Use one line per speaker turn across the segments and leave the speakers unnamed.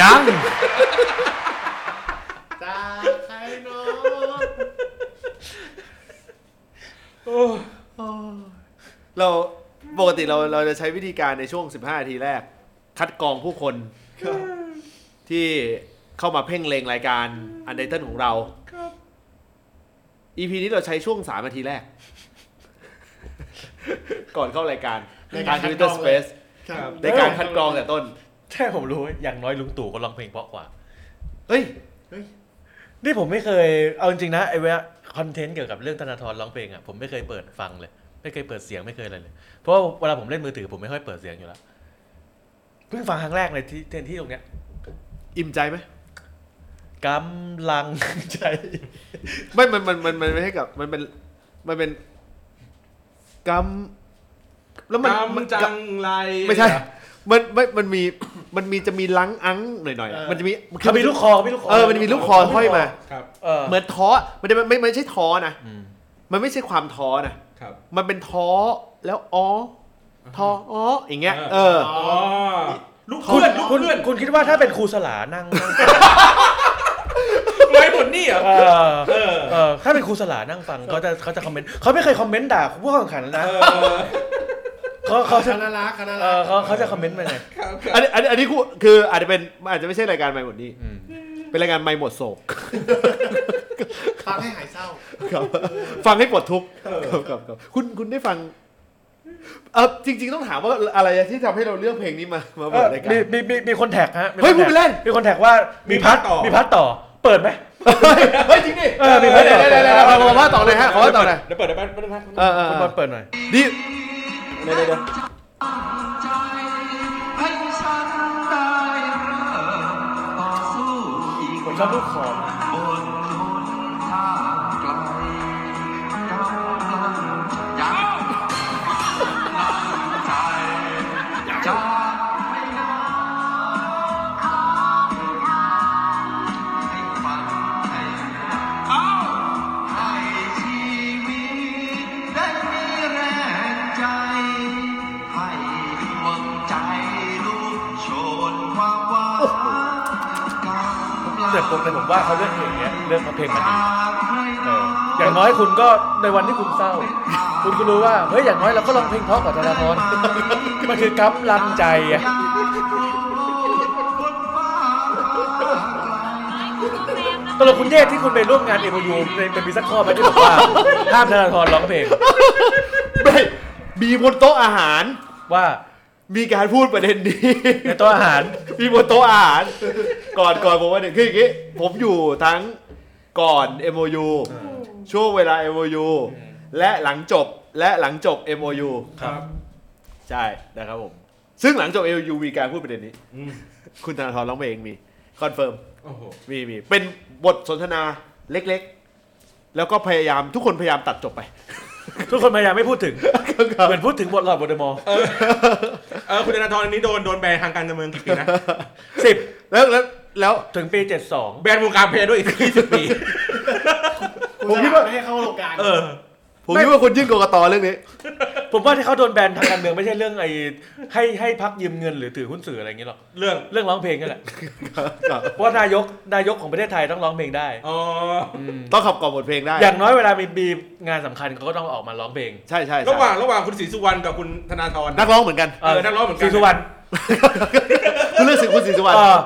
ยัง
จากใครเนาะ
เราปกติเราเราจะใช้วิธีการในช่วง 15 นาทีแรก คัดกรองผู้คนที่เข้ามาเพ่งเลงรายการอันไดเทิลของเรา EP นี้เราใช้ช่วง 3 นาทีแร ก ก่อนเข้ารายการรายการ Twitter Space
ครับ
ในการคัดกรองแต่ต้น
แค่ผมรู้อย่างน้อยลุงตู่ก็ร้องเพลงเพราะกว่า
เฮ้ย
นี่ผมไม่เคยเอาจริงๆนะไอ้เวลคอนเทนต์เกี่ยวกับเรื่องธนาธรร้องเพลงอ่ะผมไม่เคยเปิดฟังเลย ไม่เคยเปิดเสียงไม่เคยอะไรเลย เพราะว่าเวลาผมเล่นมือถือผมไม่ค่อยเปิดเสียงอยู่แล้วเพิ่งฟังครั้งแรกเลยที่เทนที่ตรงเนี้ย
อิ่มใจไหม
กำลังใจ
ไม่ มันมันมันมันไม่ใช่กับ มันเป็นมันเป็นกำแล้วมันมัน
กำจังไร
ไม่ใช่ มันไม่ มันมี มันมีจะมีลังอังหน่อยๆ มันจะมี
เขามีลูกคอเขามีลูกคอ
เออ มันจะมีลูกคอห้อยมา
ครับ
เออ
เหมือนท้อ มันจะไม่ไม่ไม่ใช่ท้อนะ
อืม
มันไม่ใช่ความท้อนะ
ครับ
มันเป็นท้อแล้วอ๋อท้ออ๋ออย่างเงี้ย เออ
อ๋อลูก
คุณ
เพื่อนลูก
คุณ
เพื่อน
คุณคิดว่าถ้าเป็นครูสลานั่งนั่ง
ไว้ผลนี่เหรอ
เออ
เออ
เออถ้าเป็นครูสลานั่งฟังเขาจะเขาจะคอมเมนต์เขาไม่เคยคอมเมนต์ด่าผู้เข้าแข่งขันนะเขาเขาจะ
คณะรักคณะ
เอ
รั
อก เขาเขาจะคอมเมนต์ไปไหน
ครับ
อันนี้อันนี้อันนี้คือคืออาจจะเป็นอาจจะไม่ใช่รายการไม่หมดนี้
อืม
เป็นรายการไม่หมดโศก
ฟังให้หายเศร้า
ครับ ฟังให้ปวดทุกข์
เออ
ครับครับครับคุณคุณได้ฟัง เออจริง ๆ ต้องถามว่าอะไรที่ทำให้เราเลือกเพลงนี้มา มาเปิดรายการ
มีมีมีมีคนแท็กฮะมี
เฮ้ย
คแท็ก
พูดไปเล่น
มีคนแท็กว่ามี
พาร์ทต่อ
มีพัทต่อ เปิดไหม
เฮ้ยจริงดิ
เออมีพาร์ทต่อ
เดี๋ยวเดี๋ยวเดี๋ยวเดี๋ยวขอว่าต่อเลยฮะขอว่าต่อเลย
เดี๋ยวเปิดเดี๋ยวเปิดเดี๋ยวเปิด
เออเออ
คุณบอลเปิดหน่อย
นี่
เดี๋ยวเดี๋ยวเดี๋ยว
ผมชอบลูกคอแต่ผมแต่ผมว่าเขาเลือกเพลงเนี้ยเลือกมาเพลงมันดีเอออย่างน้อยคุณก็ในวันที่คุณเศร้า คุณก็รู้ว่าเฮ้ยอย่างน้อยเราก็ร้องเพลงเพราะกว่าธนาธรมันคือกำลังใจอะตลกคุณเยศที่คุณไปร่วมงานเอ็มยูเป็นมีสักข้อไหมที่บอกว่าห้ามธนาธรร้องเพลง
ไม่มีบนโต๊ะอาหาร
ว่า
มีการพูดประเด็นนี้
ในโต๊ะอาหาร
มีบนโต๊ะอาหาร ก่อนก่อนผมว่าเนี่ยคืออย่างงี้ผมอยู่ทั้งก่อน MOU ช่วงเวลา MOU และหลังจบและหลังจบ MOU
ครับ
ใช่นะครับผม ซึ่งหลังจบ MOU มีการพูดประเด็นนี้
อืม
คุณธนาธรร้องเพลงมีคอนเฟิร์ม
โอ้โห
มีมีเป็นบทสนทนาเล็กๆ แล้วก็พยายามทุกคนพยายามตัดจบไป
ทุกคนพยายามไม่พูดถึง เหมือนพูดถึงบทหลอดบทเดมอ
เออคุณธนาธรอันนี้โดนโดนแบนทางการเมืองกี่ปีนะ
สิบ
แล้วแล้วแล้ว
ถึงปีเจ็ดสอง
แบนวงการเพลง ด้วยอีกยี่สิบปี
ผมคิดว่า
ไม่ให้เข้าโรงการ
เออ
ผมคิดว่าคนยื่นกกตเรื่องนี้
ผมว่าที่เขาโดนแบนทางการเมืองไม่ใช่เรื่องไอ้ให้ให้พักยืมเงินหรือถือหุ้นสื่ออะไรอย่างงี้หรอก
เรื่อง
เรื่องร้องเพลงนั่นแหละเพราะว่านายกนายกของประเทศไทยต้องร้องเพลงได้
อ๋อ
ต้องขับกล่อมบทเพลงได้
อย่างน้อยเวลามีบีงานสำคัญเขาก็ต้องออกมาร้องเพลง
ใช่ใช่
ระห
ใช่
ว่างระหว่างคุณศรีสุวรรณกับคุณธนาธร
นั
นะ
กร้องเหมือนกัน
เออนักร้องเหมือนกัน
ศสุวรรณ
คุณเลือกสิคุณศรีสุวรรณ
เออ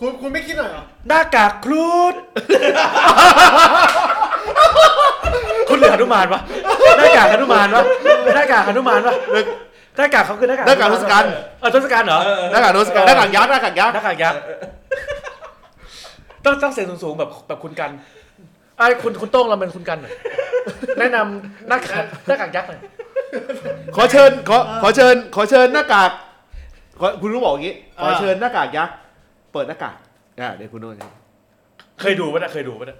คุณคุณไม่คิดหน่อยเหรอ
หน้ากากครูดคุณเหลือหนุมานปะหน้ากากหนุมานปะหน้ากากหนุมานปะหน้ากากเขาคือหน้ากาก
หน้ากากทศกัณฐ์
เออทศกัณฐ์เหรอ
หน้ากากทศกัณฐ์หน้ากากยักษ์หน้ากากยักษ์
หน้ากากยักษ์ต้องต้องเสียงสูงๆแบบแบบคุณกันไอ้ยคุณคุณโต้งเราเป็นคุณกันหน่อยแนะนำหน้ากากหน้ากากยักษ์หน่อย
ขอเชิญขอขอเชิญ ขอเชิญหน้ากากขอคุณต้องบอกอย่างนี้
เอ
ข
อ
อเชิญหน้ากากยักษ์เปิดหน้ากากอ่าเดี๋ยวคุณโน้น
เคยดูปะเนี่ยเคยดูปะเนี่ย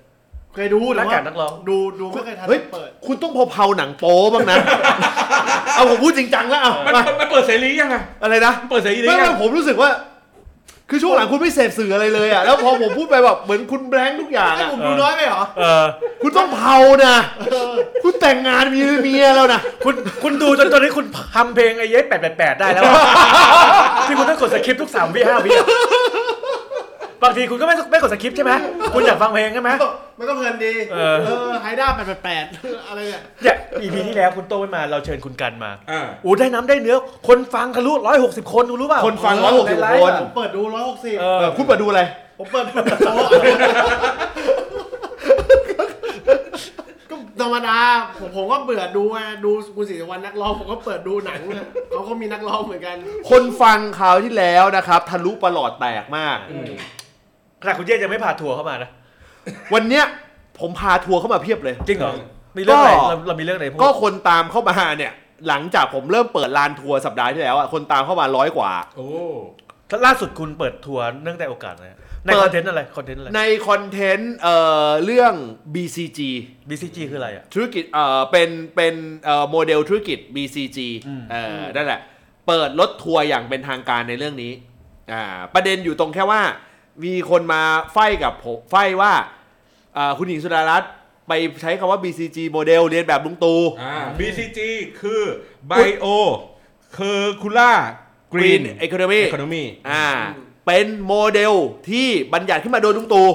เคยดู
หน้ากากนักร้อง
ดูดูไม่เคยทัน
เฮ้ย
เปิด
คุณต้องพอเผาหนังโป๊ บ้างนะ เอาผมพูดจริงจังแล้วเอา
มัน
มา
มันมันเปิดเสรียังไง
อะไรนะ
เปิดเสรีได้
ไม่
ยัง
ไม่ผมรู้สึกว่า คือช่วงหลังคุณไม่เสพสื่ออะไรเลยอ่ะ แล้วพอผมพูดไปแบบเหมือนคุณแบงค์ทุกอย่าง
ไอ้
อ่ะ
ผมดูน้อยไปเหรอ
เออ
คุณต้องเผานะ คุณแต่งงานมีเมียแล้วนะ
คุณคุณดูจนตอนนี้คุณทำเพลงไอ้เย้แปดแปดแปดได้แล้วอะที่คุณต้องกดสคริปต์ทุกสามวิห้าวิอะ บางทีคุณก็ไม่ไม่กดสคริปต์ใช่ไหมคุณอยากฟังเพลงใช่ไหม
มันก็เพลินดี
เออ
เออไฮด้าแปดแปดอะไรเนี่ย
เนี่ย EP ที่แล้วคุณโตไม่มาเราเชิญคุณกันมา
อ่า
อู้ได้น้ำได้เนื้อ คนฟังทะลุ160 คนคุณรู้เปล่า
คนฟัง
เ
160
ไล
ค
ฟ์
น
ผมเปิดดูร้อยหกสิบ
เออ
เออคุณเปิดดูอะไร
ผมเปิดดูโต๊ะก็ธรรมดาผมผมก็เบื่อดูไงดูคุณศรีสุวรรณนักร้องผมก็เปิดดูหนังอะเขาก็มีนักร้องเหมือนกัน
คนฟังคราวที่แล้วนะครับทะลุประหลอดแตกมาก
อืม
ขนาดคุณเย่ยังไม่พาทัวร์เข้ามานะ
วันเนี้ยผมพาทัวร์เข้ามาเพียบเลย
จริงเหรอ มีเรื่องอะไรเราเรามีเรื่องอะไรพูด
ก็คนตามเข้ามาเนี่ย หลังจากผมเริ่มเปิดลานทัวร์สัปดาห์ที่แล้วอ่ะคนตามเข้ามาร้อยกว่า
โอ้
ล่าสุดคุณเปิดทัวร์เนื่องแต่โอกาสนะใน
เปิด
คอนเทนต์อะไรคอนเทนต์อะไร
ในคอนเทนต์เอ่อเรื่อง BCG
BCG คืออะไรอ่ะ
ธุรกิจเอ่อเป็นเป็นเอ่อโมเดลธุรกิจ BCG
อืม
เอ่อนั่นแหละ เปิดรถทัวร์อย่างเป็นทางการในเรื่องนี้อ่าประเด็นอยู่ตรงแค่ว่า มีคนมาไฟกับผมไฟว่าอ่าคุณหญิงสุดารัตน์ไปใช้คำว่า BCG โมเดลเรียนแบบลุงตู
อ่า BCG คือ Bio คือ Cula Green
Economy
Economy
อ่าเป็นโมเดลที่บัญญัติขึ้นมาโดยลุงตู่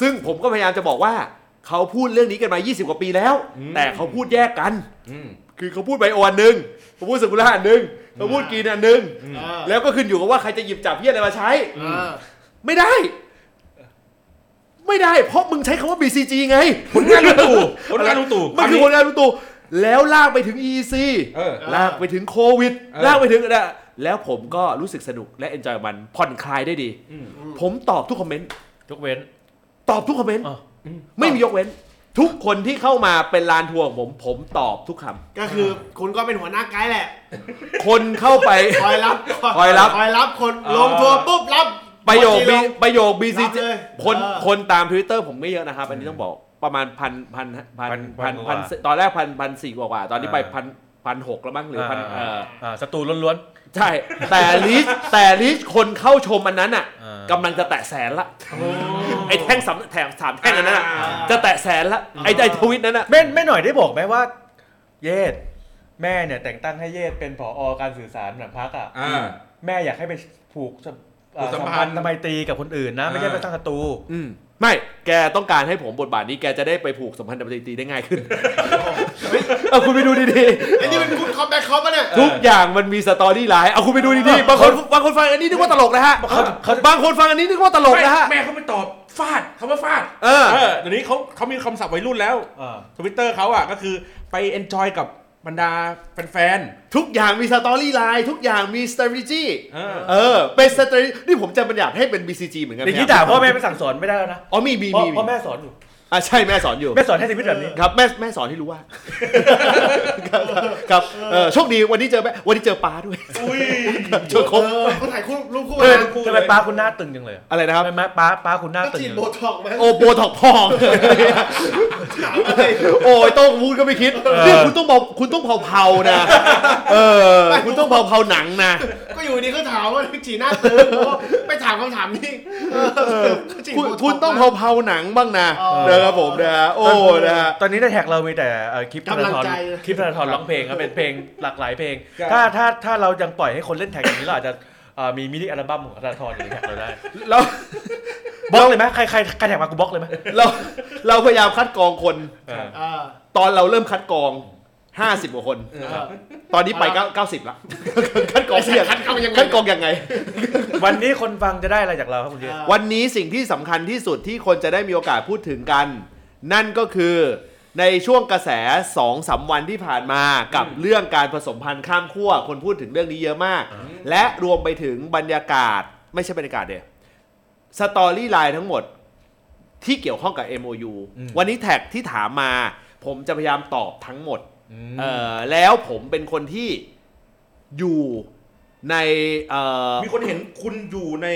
ซึ่งผมก็พยายามจะบอกว่าเขาพูดเรื่องนี้กันมา 20 กว่าปีแล้ว
อืม
แต่เขาพูดแยกกัน
อืม
คือเขาพูดไบโออันหนึ่งเขาพูดสกุล่าอันหนึ่งเขาพูดกรีนอันหนึ่ง
อืม
เออ
แล้วก็ขึ้นอยู่กับว่าใครจะหยิบจับเฮียอะไรมาใช้
เออ
ไม่ได้ ไม่ได้ เพราะมึงใช้คำว่า BCG ไงผลงานลุงตู่
ผลงานลุงตู่
มันคือผลงานลุงตู่แล้วลากไปถึง EEC
เออ
ลากไปถึงโควิด
เออ
ลากไปถึงนะแล้วผมก็รู้สึกสนุกและเอนจอยมันผ่อนคลายได้ดี
อืม
ผมตอบทุกคอมเมนต์
ยกเว้น
ตอบทุกคอมเมนต์
อ๋อ
ไม่มียกเว้น ทุกคนที่เข้ามาเป็นลานทัวร์ของผม ผมตอบทุกคำ
ก็คือคุณก็เป็นหัวหน้าไกด์แหละ
คนเข้าไป
คอยรับ
คอยรับ
คอยรับคน
เออ
ลงทัวร์ปุ๊บรับ
ประโยค
ทีล
บี
ง
ประโยคบีซี
รับเลย
คน
เออ
คนตาม Twitter ผมไม่เยอะนะครับ อันนี้ต้องบอกประมาณพันพันพัน
พัน
พัน
กว่า
พันตอนแรกพันพันสี่กว่ากว่า ตอนนี้ไป
อ่า
พันพันหกแล้วมั้งหรือพันเออ
อ่าศัตรูล้วน
ใช่ แต่ลิสแต่ลิสคนเข้าชมอันนั้นอ่ะ
อ่าก
กำลังจะแตะแสนละ ไอ้แท่งสามแถมสามแท่งอันนั้นน่ะ
อ่า
จะแตะแสนละไอ้ไอ้ทวิตนั้นอ่ะ
ๆแม่แม่หน่อยได้บอกไหมว่า เยศแม่เนี่ยแต่งตั้งให้เยศเป็นผอการสื่อสารหลังพักอ่ะ
อ่า
แม่อยากให้ไปผูกสัมเอ่อ
ผูกสั
สั
ม
ม
พันธ์
พันธ์ทำไมตรีกับคนอื่นนะ ไม่ใช่
อ่า
ไปตั้งศัตรู
อืมไม่แกต้องการให้ผมบทบาทนี้แกจะได้ไปผูกสัมพันธ์ดับเบิลตีได้ง่ายขึ้นเอาคุณไปดูดี
ไอ้นี่เป็นคุณคอมแบ็คคอมปะเนี่ย
ๆ ทุกอย่างมันมีสตอรี่ไลน์เอาคุณไปดูดีๆบางคนบางคนฟังอันนี้นึกว่าตลกนะฮะ
เขาเขา
บางคนฟังอันนี้นึกว่าตลกนะฮะ
แม่เขาไม่ตอบฟาดคำว่าฟาด
เออ
เดี๋ยวนี้เขาเขามีคำศัพท์วัยรุ่นแล้ว
อ่า
ทวิตเตอร์เขาอ่ะก็คือไปเอนจอยกับบรรดาแฟน
ทุกอย่างมีสตอรี่ไลน์ทุกอย่างมี strategy
ๆเออ
เออเป็น strategy นี่ผมจะบัญญัติให้เป็น BCG เหมือนกัน
เดี๋ยวนี้ด่าพ่อแม่ไปสั่งสอนไม่ได้แล้วนะ
อ๋อมีมี
เพราะ
มี
เพราะแม่สอนอยู่
อ่ะใช่แม่สอนอยู่
แม่สอนให้ชีวิตแบบนี้
ครับแม่แม่สอนให้ รู้ว่า ครับครับเออโชคดีวันนี้เจอแม่วันนี้เจอป้าด้วย
อุ้ย
เจอครบ
เออเขาถ่ายคู่รูปคู่
เออ
นะ
ทำไมป้าคุณหน้าตึงจังเลยอะ
อะไรนะครับ
ทำไมป้าป้าคุณหน้า
ก็
ตึง
ฉีด
จัง
โบ
เลย
ท็อกซ์ไหม
โอโบถอกพอง
ถามอะไร
โอ้ยโต้องพูดก็ไม่คิดเนี่ยคุณต้องเบาคุณต้องเผาๆนะ เออ คุณต้องเผาๆหนังนะ
ก็อยู่ดีก็ถามว่าฉีดหน้าตึงโอ้ไปถามคำถามนี้เออก็ฉีด
คุณ
โบท็กซ์
คุณต้อง
นะ
เผาๆหนังบ้างนะ
อ๋อ
นะครับผมนะฮะโอ้นะฮะ
ตอนนี้ในแท็กเรามีแต่เอ่อคลิปธ
กำลั
นาง ธร
ใจ
คลิปธนาธรร้องเพลงครับเป็นเพลงหลากหลายเพลง
ครับ
ถ้าถ้าถ้าเรายังปล่อยให้คนเล่นแท็กอย่างนี้เราอาจจะเอ่อมีมินิอัลบั้มของธนาธรอยู่ในแท็กเราได้
แล้ว
บล็อกเลยไหมใครใครใครแท็กมากูบล็อกเลยไหม
เราเราพยายามคัดกรองคน
เออ
เออ
ตอนเราเริ่มคัดกรอง 50กว่าคน
เอ
เอ
อ
อ
ตอนนี้ไปเก้าเก้าสิบละ คัดกรองเสียง
คัดกรองยังไง
คัดกรองยังไง
วันนี้คนฟังจะได้อะไรจากเราครับคุณเยศ
วันนี้สิ่งที่สำคัญที่สุดที่คนจะได้มีโอกาสพูดถึงกัน นั่นก็คือในช่วงกระแสสองสามวันที่ผ่านมากับเรื่องการผสมพันธุ์ข้ามขั้วคนพูดถึงเรื่องนี้เยอะมาก และรวมไปถึงบรรยากาศไม่ใช่บรรยากาศเดียสตอรี่ไลน์ทั้งหมดที่เกี่ยวข้องกับ MOU
อืม
วันนี้แท็กที่ถามมา ผมจะพยายามตอบทั้งหมด เออแล้วผมเป็นคนที่อยู่ในเอ่อ
มีคนเห็นคุณอยู่ใน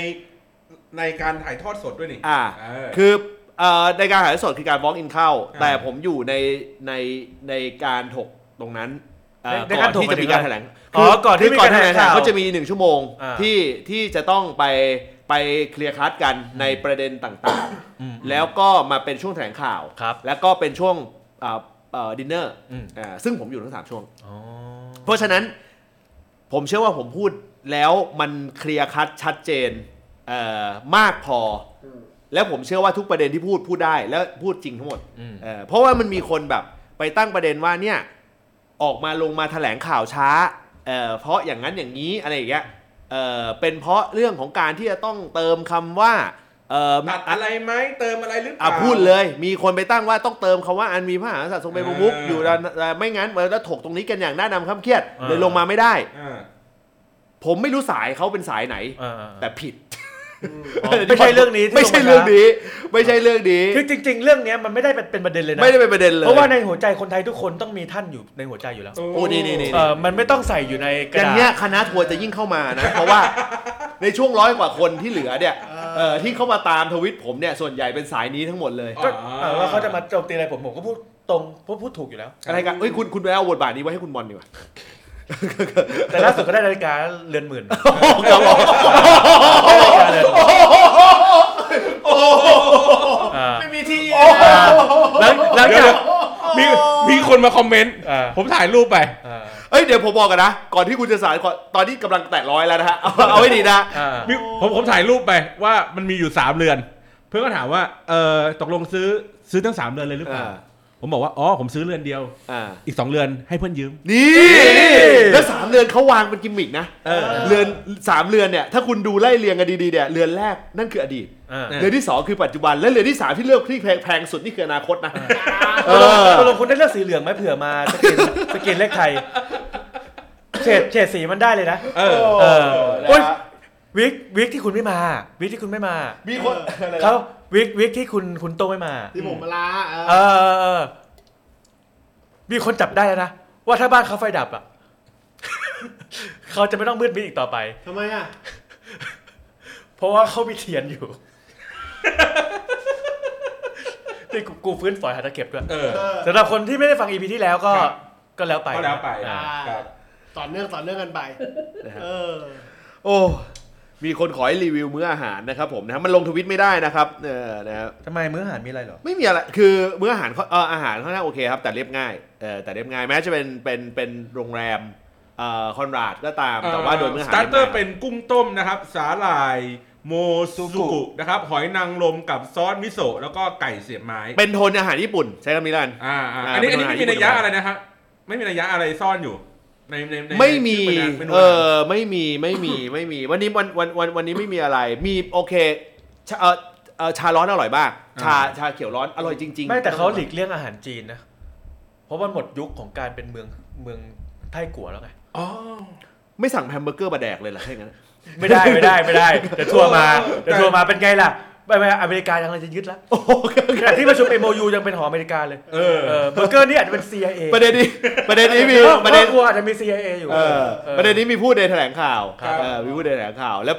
ในการถ่ายทอดสดด้วยนี่
อ่า
เออ
คือเอ่อในการหายสดคือการ walk in เข้า
อ่า
แต่ผมอยู่ในในในการถกตรงนั้นเอ่อ
ในใน
ก่
กา
อ
ร
นที่จะมี
ถกหมา
กา
ยถึง
รแถลง
อ๋อก่อนที่
คื
มีการ
ถ
แถลงข่าว
เขาจะมีหนึ่งชั่วโมง
อ่า
ที่ที่จะต้องไปไปเคลียร์คัดกันในประเด็นต่าง
อืม
ๆ แล้วก็มาเป็นช่วงแถลงข่าว
ครับ
แล้วก็เป็นช่วงเอ่อเอ่อดินเนอร์
อืม
อ่าซึ่งผมอยู่ทั้งสามช่วง
อ๋อ
เพราะฉะนั้นผมเชื่อว่าผมพูดแล้วมันเคลียร์คัดชัดเจน เอ่อมากพอ
อืม
แล้วผมเชื่อว่าทุกประเด็นที่พูดพูดได้แล้วพูดจริงทั้งหมด
อืม
เออเพราะว่ามันมีคนแบบไปตั้งประเด็นว่าเนี่ยออกมาลงมาแถลงข่าวช้าเอ่อเพราะอย่างนั้นอย่างนี้อะไรอย่างเงี้ยเอ่อเป็นเพราะเรื่องของการที่จะต้องเติมคำว่าเอ่อ
ตัดอะไรไหมเติมอะไรหรือเป
อ่ะ
ล่า
พูดเลย มีคนไปตั้งว่าต้องเติมคำว่าอันมีพระมหากษัตริย์ทรงเป็นประมุข
อ่า
อยู่ด้านเอ่อไม่งั้นเออแล้วถกตรงนี้กันอย่างหน้าดำข้ามเครียด
อ่า
เลยลงมาไม่ได้
อ่า
ผมไม่รู้สายเขาเป็นสายไหน
อ่าๆ
แต่ผิด
อ๋อไม่ใช่เรื่องนี้ ที่
ไม่ใช่
ลงมา
เรื่องนี้ไม่ใช่เรื่องนี้
คือจริง ๆ เรื่องเนี้ยมันไม่ได้เป็นประเด็นเลยนะ
ไม่ได้เป็นประเด็นเลย
เพราะว่าในหัวใจคนไทยทุกคนต้องมีท่านอยู่ในหัวใจอยู่แล้ว
โอ้นี่นี่นี่
เออมันไม่ต้องใส่อยู่ในก
อ
ระ
ย่าง
ดา
เนี้ย
ษ
คณะทัวร์จะยิ่งเข้ามานะ เพราะว่าในช่วงร้อยกว่าคนที่เหลือเนี่ย
เออ
เออที่เข้ามาตามทวิตผมเนี่ยส่วนใหญ่เป็นสายนี้ทั้งหมดเลย
อ๋อ
ก็เออว่าเขาจะมาโจมตีอะไรผมผมก็พูดตรงพูดพูดถูกอยู่แล้ว
อะไรกันเอ้ยคุณคุณไปเอาบทบาทนี้ไว้ให้คุณบอลดีกว่า
แต่ล่าสุดก็ได้นาฬิกาเรือนหมื่น
ครับผม
ได้นาฬิกาเรือนอ่า
ไม่มีที่
อ่าแล้วแล้วจาก
มีมีคนมาคอมเมนต์
อ่า
ผมถ่ายรูปไป
อ่า
เอ้ยเดี๋ยวผมบอกกันนะ ก่อนที่คุณจะสารก่อนตอนนี้กำลังแตะร้อยแล้วนะฮะเอาเอาให้ดีนะ
อ่า
มีผมผมถ่ายรูปไปว่ามันมีอยู่สามเรือน เพื่อนก็ถามว่าเออตกลงซื้อซื้อทั้งสามเรือนเลยหรือเปล่า
อ่า
ผมบอกว่าอ๋อผมซื้อเรือนเดียว
อ่า
อีกสองเรือนให้เพื่อนยืม
นี่แล้วสามเรือนเขาวางเป็นกิมมิกนะ
เออ
เรือนสามเรือนเนี่ยถ้าคุณดูไล่เรียงกันดีๆเนี่ยเรือนแรกนั่นคืออดีต
อ่า
เรือนที่สองคือปัจจุบันและเรือนที่สามที่เลือกที่แพงๆสุดนี่คืออนาค ตนะ เออ
ตกลงคุณได้เลือกสีเหลืองไหมเผื่อมาสกินสกินเลขไทยเฉดเฉดสีมันได้เลยนะ
เออ
เออ
นะ
โอ๊ยวิกวิกที่คุณไม่มา วิกที่คุณไม่มา
มีคนอะไรนะ
เขาวิกวิกที่คุณคุณโตไม่มา
ที่ผมมาลาเออ
เออเออเออมีคนจับได้แล้วนะ ว่าถ้าบ้านเขาไฟดับอ่ะ เขาจะไม่ต้องมืดมิดอีกต่อไป
ทำไมอ่ะ
เพราะว่าเขามีเทียนอยู่ ที่กูกูฟื้นฝอยหาตะเก็บด้วย
เออ
เออ
สำหรับคนที่ไม่ได้ฟังอีพีที่แล้วก็
ครับ
ก็แล้วไป
ก็แล้วไป
อ่า
ครับ
ต่อเนื่องต่อเนื่องกันไป เออ
โอ้มีคนขอให้รีวิวมื้ออาหารนะครับผมนะมันลงทวิตไม่ได้นะครับเออนะครับ
ทำไมมื้ออาหารมีอะไรเหรอ
ไม่มีอะไรคือมื้ออาหารเขาเอออาหารค่อนข้างโอเคครับแต่เรียบง่ายเออแต่เรียบง่ายแม้จะเป็นเป็นเป็นโรงแรมเอ่อคอนราดก็ตามแต่ว่าโดยมื้ออาหาร
สตาร์เตอร์
เรียบง่าย
เป็นกุ้งต้มนะครับ สาหร่ายโมซุกุนะครับ หอยนางรมกับซอสมิโซะแล้วก็ไก่เสียบไม้
เป็นโทนอาหารญี่ปุ่นใช้คำนี้แล้วกัน
อ่าอ่า
อ่า
อันนี้อันนี้
เป็น
ไม่มี
อาหาร
นัยยะอะไรนะฮะไม่มีนัยยะอะไรซ่อนอยู่ ในในใน
ไม่มี
ชื่อเมนู
เอ
อาหาร
อไม่มีไม่มีไม่มีวันนี้วันวันวันวันนี้ไม่มีอะไร มีโอเคชาเออเออชาร้อนอร่อยมาก ชาชาเขียวร้อนอร่อยจริงๆ
ไม่แต่เขาหลีกเลี่ยงอาหารจีนนะ เพราะมันหมดยุคของการเป็นเมืองเมืองไทยกัวแล้วไง
อ๋อ
ไม่สั่งแฮมเบอร์เกอร์มาแดกเลยเหรอแค่งั้น
ไม่ได้ไม่ได้ไม่ได้เดี๋ยวทัวร์มา
เออ
เดี๋ยวทัวร์มาเป็นไงล่ะไปไปอเมริกากำลังจะยึดแล้ว
โอ้โห
ขณะที่ประชุม MOU ยังเป็นหออเมริกาเลย
เออ
เออเบอร์เกอร์นี่อาจจะเป็น CIA
ประเด็นนี้ประเด็นนี้ มี
ครอบ
ประเด็น
ครัวอาจจะมี CIA อยู่
เออ
ออ
ประเด็นนี้มีพูดในแถลงข่าว
ครับ
เออมีพูดในแถลงข่าวแล้ว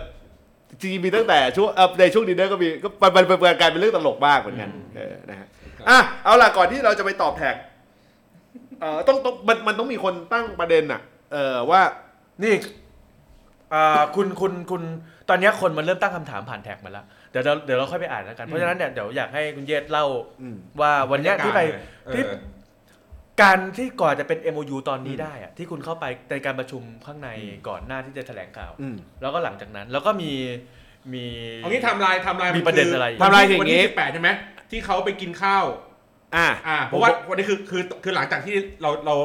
จริงๆมีตั้งแต่ช่วงเอ่อในช่วงดินเนอร์ก็มีก็มันมันมันมันกลายเป็นเรื่องตลกมากเหมือนกันเออนะฮะอ่ะเอาล่ะก่อนที่เราจะไปตอบแท็กเออต้องต้องมันมันต้องมีคนตั้งประเด็นอ่ะเออว่า
นี่อ่าคุณคุณคุณตอนเนี้ยคนมันเริ่มตั้งคำถามผ่านแท็กมาแล้วเดี๋ยวเราเดี๋ยวเราค่อยไปอ่านแล้วกันเพราะฉะนั้นเนี่ยเดี๋ยวอยากให้คุณเยศเล่า
อืม
ว่าวันเนี้ยที่ไป
เออ
ที่ การที่ก่อนจะเป็น MOU ตอนนี้ได้อะที่คุณเข้าไปในการประชุมข้างในก่อนหน้าที่จะแถลงข่าว
อืม
แล้วก็หลังจากนั้นแล้วก็มีมี
เอางี้ไทำลายทำลาย
มีประเด็นอะไรอีก
ไทม์ไลน์คืออ
วั
ย่างงี้
ที่18ใช่ไหมที่เขาไปกินข้าว
อ่ะ
อ่า เพราะว่าวันนี้คือคือคือหลังจากที่เราเรา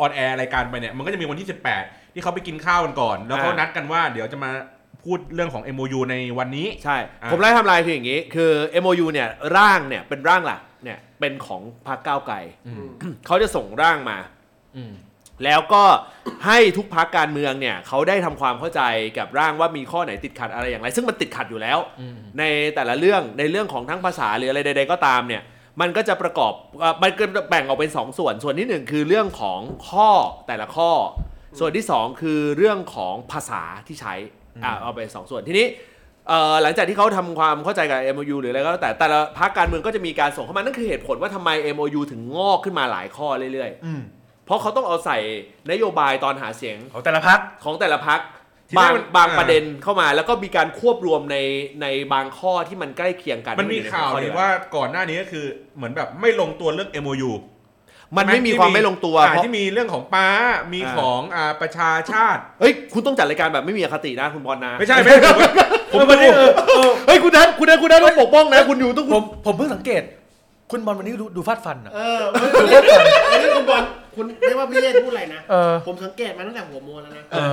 ออนแอร์รายการไปเนี่ยมันก็จะมีวันที่ 18 ที่เขาไปกินข้าวกันก่อน แล้วเขา
อ่านั
นัดกันว่า เดี๋ยวจะมาพูดเรื่องของ MOU ในวันนี้
ใช่
อ่ะ
ผมไล่ไทำลายคืออย่างนี้ คือ MOU เนี่ยร่างเนี่ยเป็นร่างหลักเนี่ยเป็นของพรรคก้าวไกล
อืม
เขาจะส่งร่างมา
อืม
แล้วก็ให้ทุกพักการเมืองเนี่ยเขาได้ทำความเข้าใจกับร่างว่ามีข้อไหนติดขัดอะไรอย่างไร ซึ่งมันติดขัดอยู่แล้ว
อืม
ในแต่ละเรื่องในเรื่องของทั้งภาษาหรืออะไรใด ๆ ก็ตามเนี่ยมันก็จะประกอบเอ่อมันก็จะแบ่งออกเป็นสองส่วน ส่วนที่หนึ่งคือเรื่องของข้อแต่ละข้อ ส่วนที่สองคือเรื่องของภาษาที่ใช้อ่าเอาไปสองส่วนทีนี้เอ่อหลังจากที่เขาทำความเข้าใจกับ MOU หรืออะไรก็แล้วแต่แต่ละพรรคการเมืองก็จะมีการส่งเข้ามานั่นคือเหตุผลว่าทำไม MOU ถึงงอกขึ้นมาหลายข้อเรื่อยๆ
อืม
เพราะเขาต้องเอาใส่นโยบายตอนหาเสียง
ของแต่ละพัก
ของแต่ละพัก
ที่แร
บาก ง
มัน
บาง
อ่า
ประเด็นเข้ามา แล้วก็มีการควบรวมในในบางข้อที่มันใกล้เคียงกัน
มันมี
อยู่ใน
ข่าว
หัข้อ
เล
เดีย
ย
วกัน
ว่าก่อนหน้านี้ก็คือเหมือนแบบไม่ลงตัวเรื่อง MOU
มันไม่มีความไม่ลงตัว
อ่า
เพราะ
ที่มีเรื่องของป้ามี
อ่า
ของอ่าประชาชาติ
เฮ้ยคุณต้องจัดรายการแบบไม่มีอคตินะคุณบอลนะ
ไม่ใช่ไม่ใช่ผมผม
เออวันนี้
ดู
เออเออ
เฮ้ยคุณนั้นคุณนั้นคุณนั้นต้องปกป้องนะ คุณอยู่ต้อง
ผ
คุณ
มผมเพิ่งสังเกต คุณบอลวันนี้ดูดูฟาดฟันอ่ะ
เออวันนี้วันนี้คุณบอลคุณไม่ว่าพี่เย่พูดอะไรนะ
เออ
ผมสังเกตมาตั้งแต่หัวโมงแล้วนะ
เออ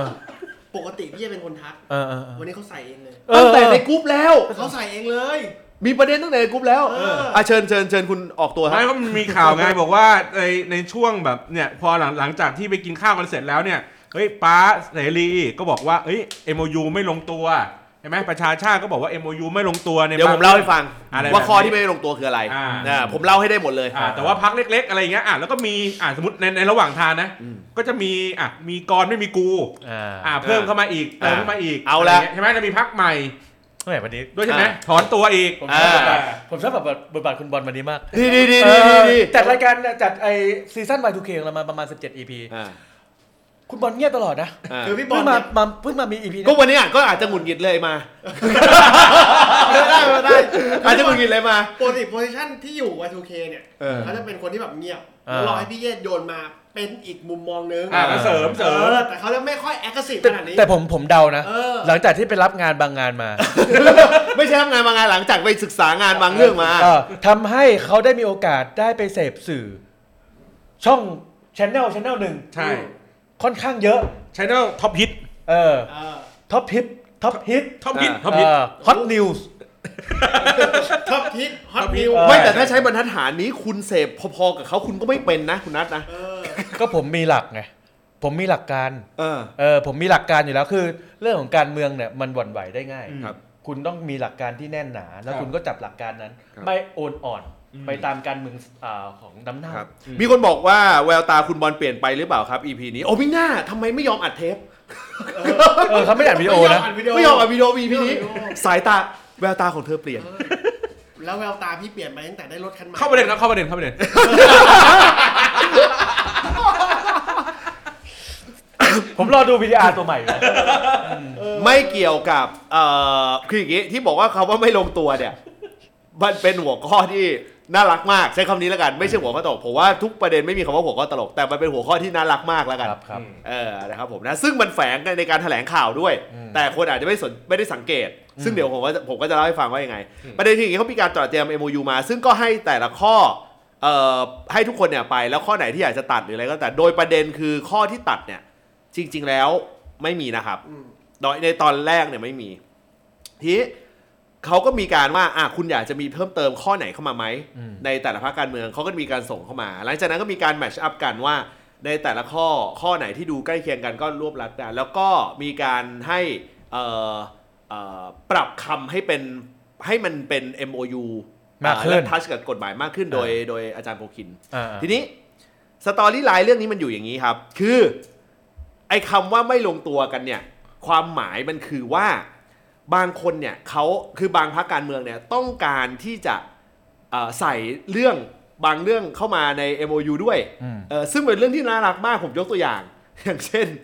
ปกติพี่เย่เป็นคนทัก
เออเออเออ
วันนี้เขาใส่เองเลย
ตั้งแต่ในกรุ๊ปแล้ว
เขาใส่เองเลย
มีประเด็นตั้งแต่ในกรุ๊ปแล้ว
เออ
อ่ะเชิญเชิญเชิญคุณออกตัวครั
ไม่
บ
ก็มี ข่าวไงบอกว่าในในช่วงแบบเนี่ยพอหลังหลังจากที่ไปกินข้าวกันเสร็จแล้วเนี่ยเฮ้ยป้าเสรีก็บอกว่าเอ้ย MOU ไม่ลงตัวใช่ไหมประชาชาติก็บอกว่า MOU ไม่ลงตัวใน
เดี๋ยวผมเล่าให้ฟัง
อะไร
ว่าข้อ
แบบนี้
ที่ไม่ลงตัวคืออะไร
อ่า
อ่าผมเล่าให้ได้หมดเลย
อ่าแต่ว่าพักเล็ก ๆ อะไรอย่างเงี้ยอ่ะแล้วก็มีอ่ะสมมติในในระหว่างทางนะ
อืม
ก็จะมีอ่ะมีกรไม่มีกู
อ่า
อ่ะเพิ่มเข้ามาอีก
อ่า
เติมเข้ามาอีก
เอาละ
ไรย่งงี้ยใช่ไหมแล้วมีพักใหม่
เมื่อไหร่วันนี้
ด้วยใช่ไหม
อ่า
ถอนตัวอีก
ผมชอบ
อ่า
บทบาทผมชอบแบบบทบาทคุณบอลวันนี้มาก
ดีดีดี
เอ
ดีดี
อ
ดี
จัดรายการจัดไอซีซั่น Y2K ของเรามาประมาณ 17 EP
อ่า
คุณบอลเงียบตลอดนะ
อ่า
คือพี่บอ
เพิ่
ล
งมา
เนี่ย
มาเพิ่งมามี EP
ก็
นะ
วันนี้อ่ะก็อาจจะหงุดหงิดเลย มา
ได้ได้ได้
อาจจะหงุดหงิดเลยมา
ปกติโพซิชันที่อยู่ Y2K เนี่ย
เออ
เขาจะเป็นคนที่แบบเงียบแล้วรอให้พี่เย่โยนมาเป็นอีกมุมมองนึง
อ่าแล้วเสริมเสริม
ออแต่เขาจะไม่ค่อยแอคทีฟข
แต่
นาดนี้
แต่ผมผมเดานะ
เออ
หลังจากที่ไปรับงานบางงานมา
ไม่ใช่ทำงานบางงานหลังจากไปศึกษางานบางเรื่องมา
เออทำให้เขาได้มีโอกาสได้ไปเสพสื่อ ช่องชแนลชแนลหนึ่ง
ใช่
ค่อนข้างเยอะ
ใช่แล้วท็อปฮิต
เออ
เออ
ท็อปฮิตท็อปฮิต
ท็อปฮิต
อ่า
ท็อปฮิต
ฮอตนิวส์
ท็อปทิศฮอต
Top
นิว
hit
ไม่แต่ถ้าใช้บรรทัดฐานนี้คุณเสพพอๆกับเขาคุณก็ไม่เป็นนะคุณนัทนะ
เออ
ก็ผมมีหลักไง ผมมีหลักการ
เออ
เออผมมีหลักการอยู่แล้วคือ เรื่องของการเมืองเนี่ยมันหวั่นไหวได้ง่าย
อืมครับ
คุณต้องมีหลักการที่แน่นหนา แล้
ค
ว
รับ
คุณก็จับหลักการนั้น
ครับ
ไม่โอนอ่อน
อืม
ไปตามการเมืองอาของน้ำเน่า
ครับ มีคนบอกว่าแววตาคุณบอลเปลี่ยนไปหรือเปล่าครับ EP นี้ โอ้ไม่น่าทำไมไม่ยอมอัดเทป
เออเขาไม่ได้อ่านวิดีโอนะ
ไม่ยอมอัดวิดีโอ EP นี้
ไม่ยอมอัดวิดีโอ
สายตาแววตาของเธอเปลี่ยน
แล้วแววตาพี่เปลี่ยนไปตั้งแต่ได้รถคันใหม่
เข้าประเด็นครับเข้าประเด็นเข้าประเด็น
ผมรอดูวิดีอาร์ตัวใหม่อยู่นะ
ไม่เกี่ยวกับเอ่อคืออย่างนี้ที่บอกว่าคำว่าไม่ลงตัวเนี่ย มันเป็นหัวข้อที่น่ารักมากใช้คำนี้แล้วกันไม่ใช่หัวข้อตลกผมว่าทุกประเด็นไม่มีคำว่าหัวข้อตลกแต่มันเป็นหัวข้อที่น่ารักมากแล้วกัน
ครับครับ
เออนะครับผมนะซึ่งมันแฝงในการแถลงข่าวด้วย
อืม
แต่คนอาจจะไม่สนไม่ได้สังเกต ซึ่งเดี๋ยวผมก็จะผมก็จะเล่าให้ฟังว่ายังไง ประเด็นที่อย่างนี้เขามีการตรอเตรียม MOU มา ซึ่งก็ให้แต่ละข้อเอ่อให้ทุกคนเนี่ยไปแล้วข้อไหนที่อยากจะตัดหรืออะไรก็แต่โดยประเด็นคือข้อที่ตัดเนี่ยจริง ๆ แล้วไม่มีนะครับ
อืม
โดยในตอนแรกเนี่ยไม่มี ทีนี้เขาก็มีการว่าอ่ะคุณอยากจะมีเพิ่มเติมข้อไหนเข้ามาไหม
อืม
ในแต่ละพรรคการเมืองเขาก็มีการส่งเข้ามา หลังจากนั้นก็มีการแมชอัพกันว่า ในแต่ละข้อข้อไหนที่ดูใกล้เคียงกันก็รวบรัดกันแล้วก็มีการให้เอ่อเอ่อปรับคำให้เป็นให้มันเป็น MOU
มากขึ้น
และทัชกับกฎหมายมากขึ้นโดยโดยอาจารย์โพคิน
อ่า
ทีนี้สตอรี่ไลน์เรื่องนี้มันอยู่อย่างนี้ครับ คือ ไอ้คำว่าไม่ลงตัวกันเนี่ย ความหมายมันคือว่าบางคนเนี่ยเขาคือบางพรรคการเมืองเนี่ยต้องการที่จะเอ่อใส่เรื่องบางเรื่องเข้ามาใน MOU ด้วย
อืม
เอ่อซึ่งเป็นเรื่องที่น่ารักมากผมยกตัวอย่าง อย่างเช่น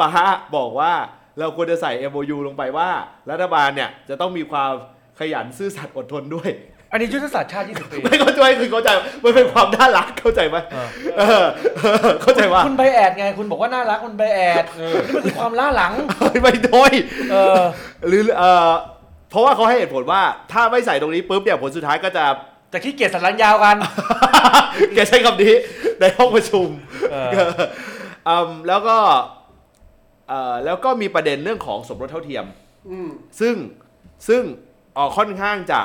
ปาบอกว่าเราควรจะใส่ MOU ลงไปว่า รัฐบาลเนี่ยจะต้องมีความขยันซื่อสัตย์อดทนด้วย
อันนี้ยุทธศาสตร์ชาติ 20 ปี
ไม่เข้าใจคือเข้าใจมันเป็นความน่ารักเข้าใจไหม
เออ
เออเออ เข้าใจว่า
คุณไปแอดไง คุณบอกว่าน่ารักคุณไปแอดนี่มันคือความล้าหลัง
เฮ้ยไม่โดย
เออ
หรือเออเพราะว่าเขาให้เหตุผลว่าถ้าไม่ใส่ตรงนี้ปุ๊บเนี่ยผลสุดท้ายก็จะ
จะขี้เกียจสันหลังยาวกัน
แกใช้คำนี้ในห้องประชุม
เออ
เออ อืมแล้วก็เออแล้วก็มีประเด็นเรื่องของสมรสเท่าเทียม
อืม
ซึ่งซึ่งเอ่อค่อนข้างจะ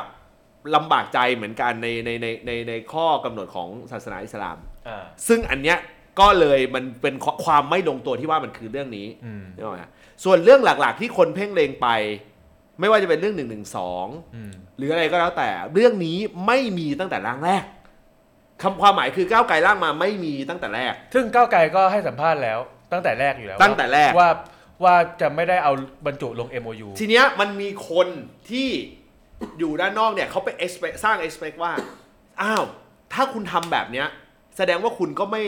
ลำบากใจเหมือนกันในในในในในข้อกำหนดของศาสนาอิสลาม
อ่า
ซึ่งอันเนี้ยก็เลยมันเป็นข้อความไม่ลงตัวที่ว่ามันคือเรื่องนี้
อืม
นึกออกไหมฮะส่วนเรื่องหลักๆ ที่คนเพ่งเลงไป ไม่ว่าจะเป็นเรื่อง1นึ
อืม
หรืออะไรก็แล้วแต่ เรื่องนี้ไม่มีตั้งแต่ร่างแรกคำความหมายคือก้าวไกลร่างมาไม่มีตั้งแต่แรก
ซึ่งก้าวไกลก็ให้สัมภาษณ์แล้วตั้งแต่แรกอยู่แล้ว
ตั้งแต่แรก
ว่าว่าจะไม่ได้เอาบรรจุลง MOU
ทีเนี้ยมันมีคนที่อยู่ด้านนอกเนี่ยเขาไป expect สร้าง expect ว่า อ้าว ถ้าคุณทำแบบเนี้ย แสดงว่าคุณก็ไม่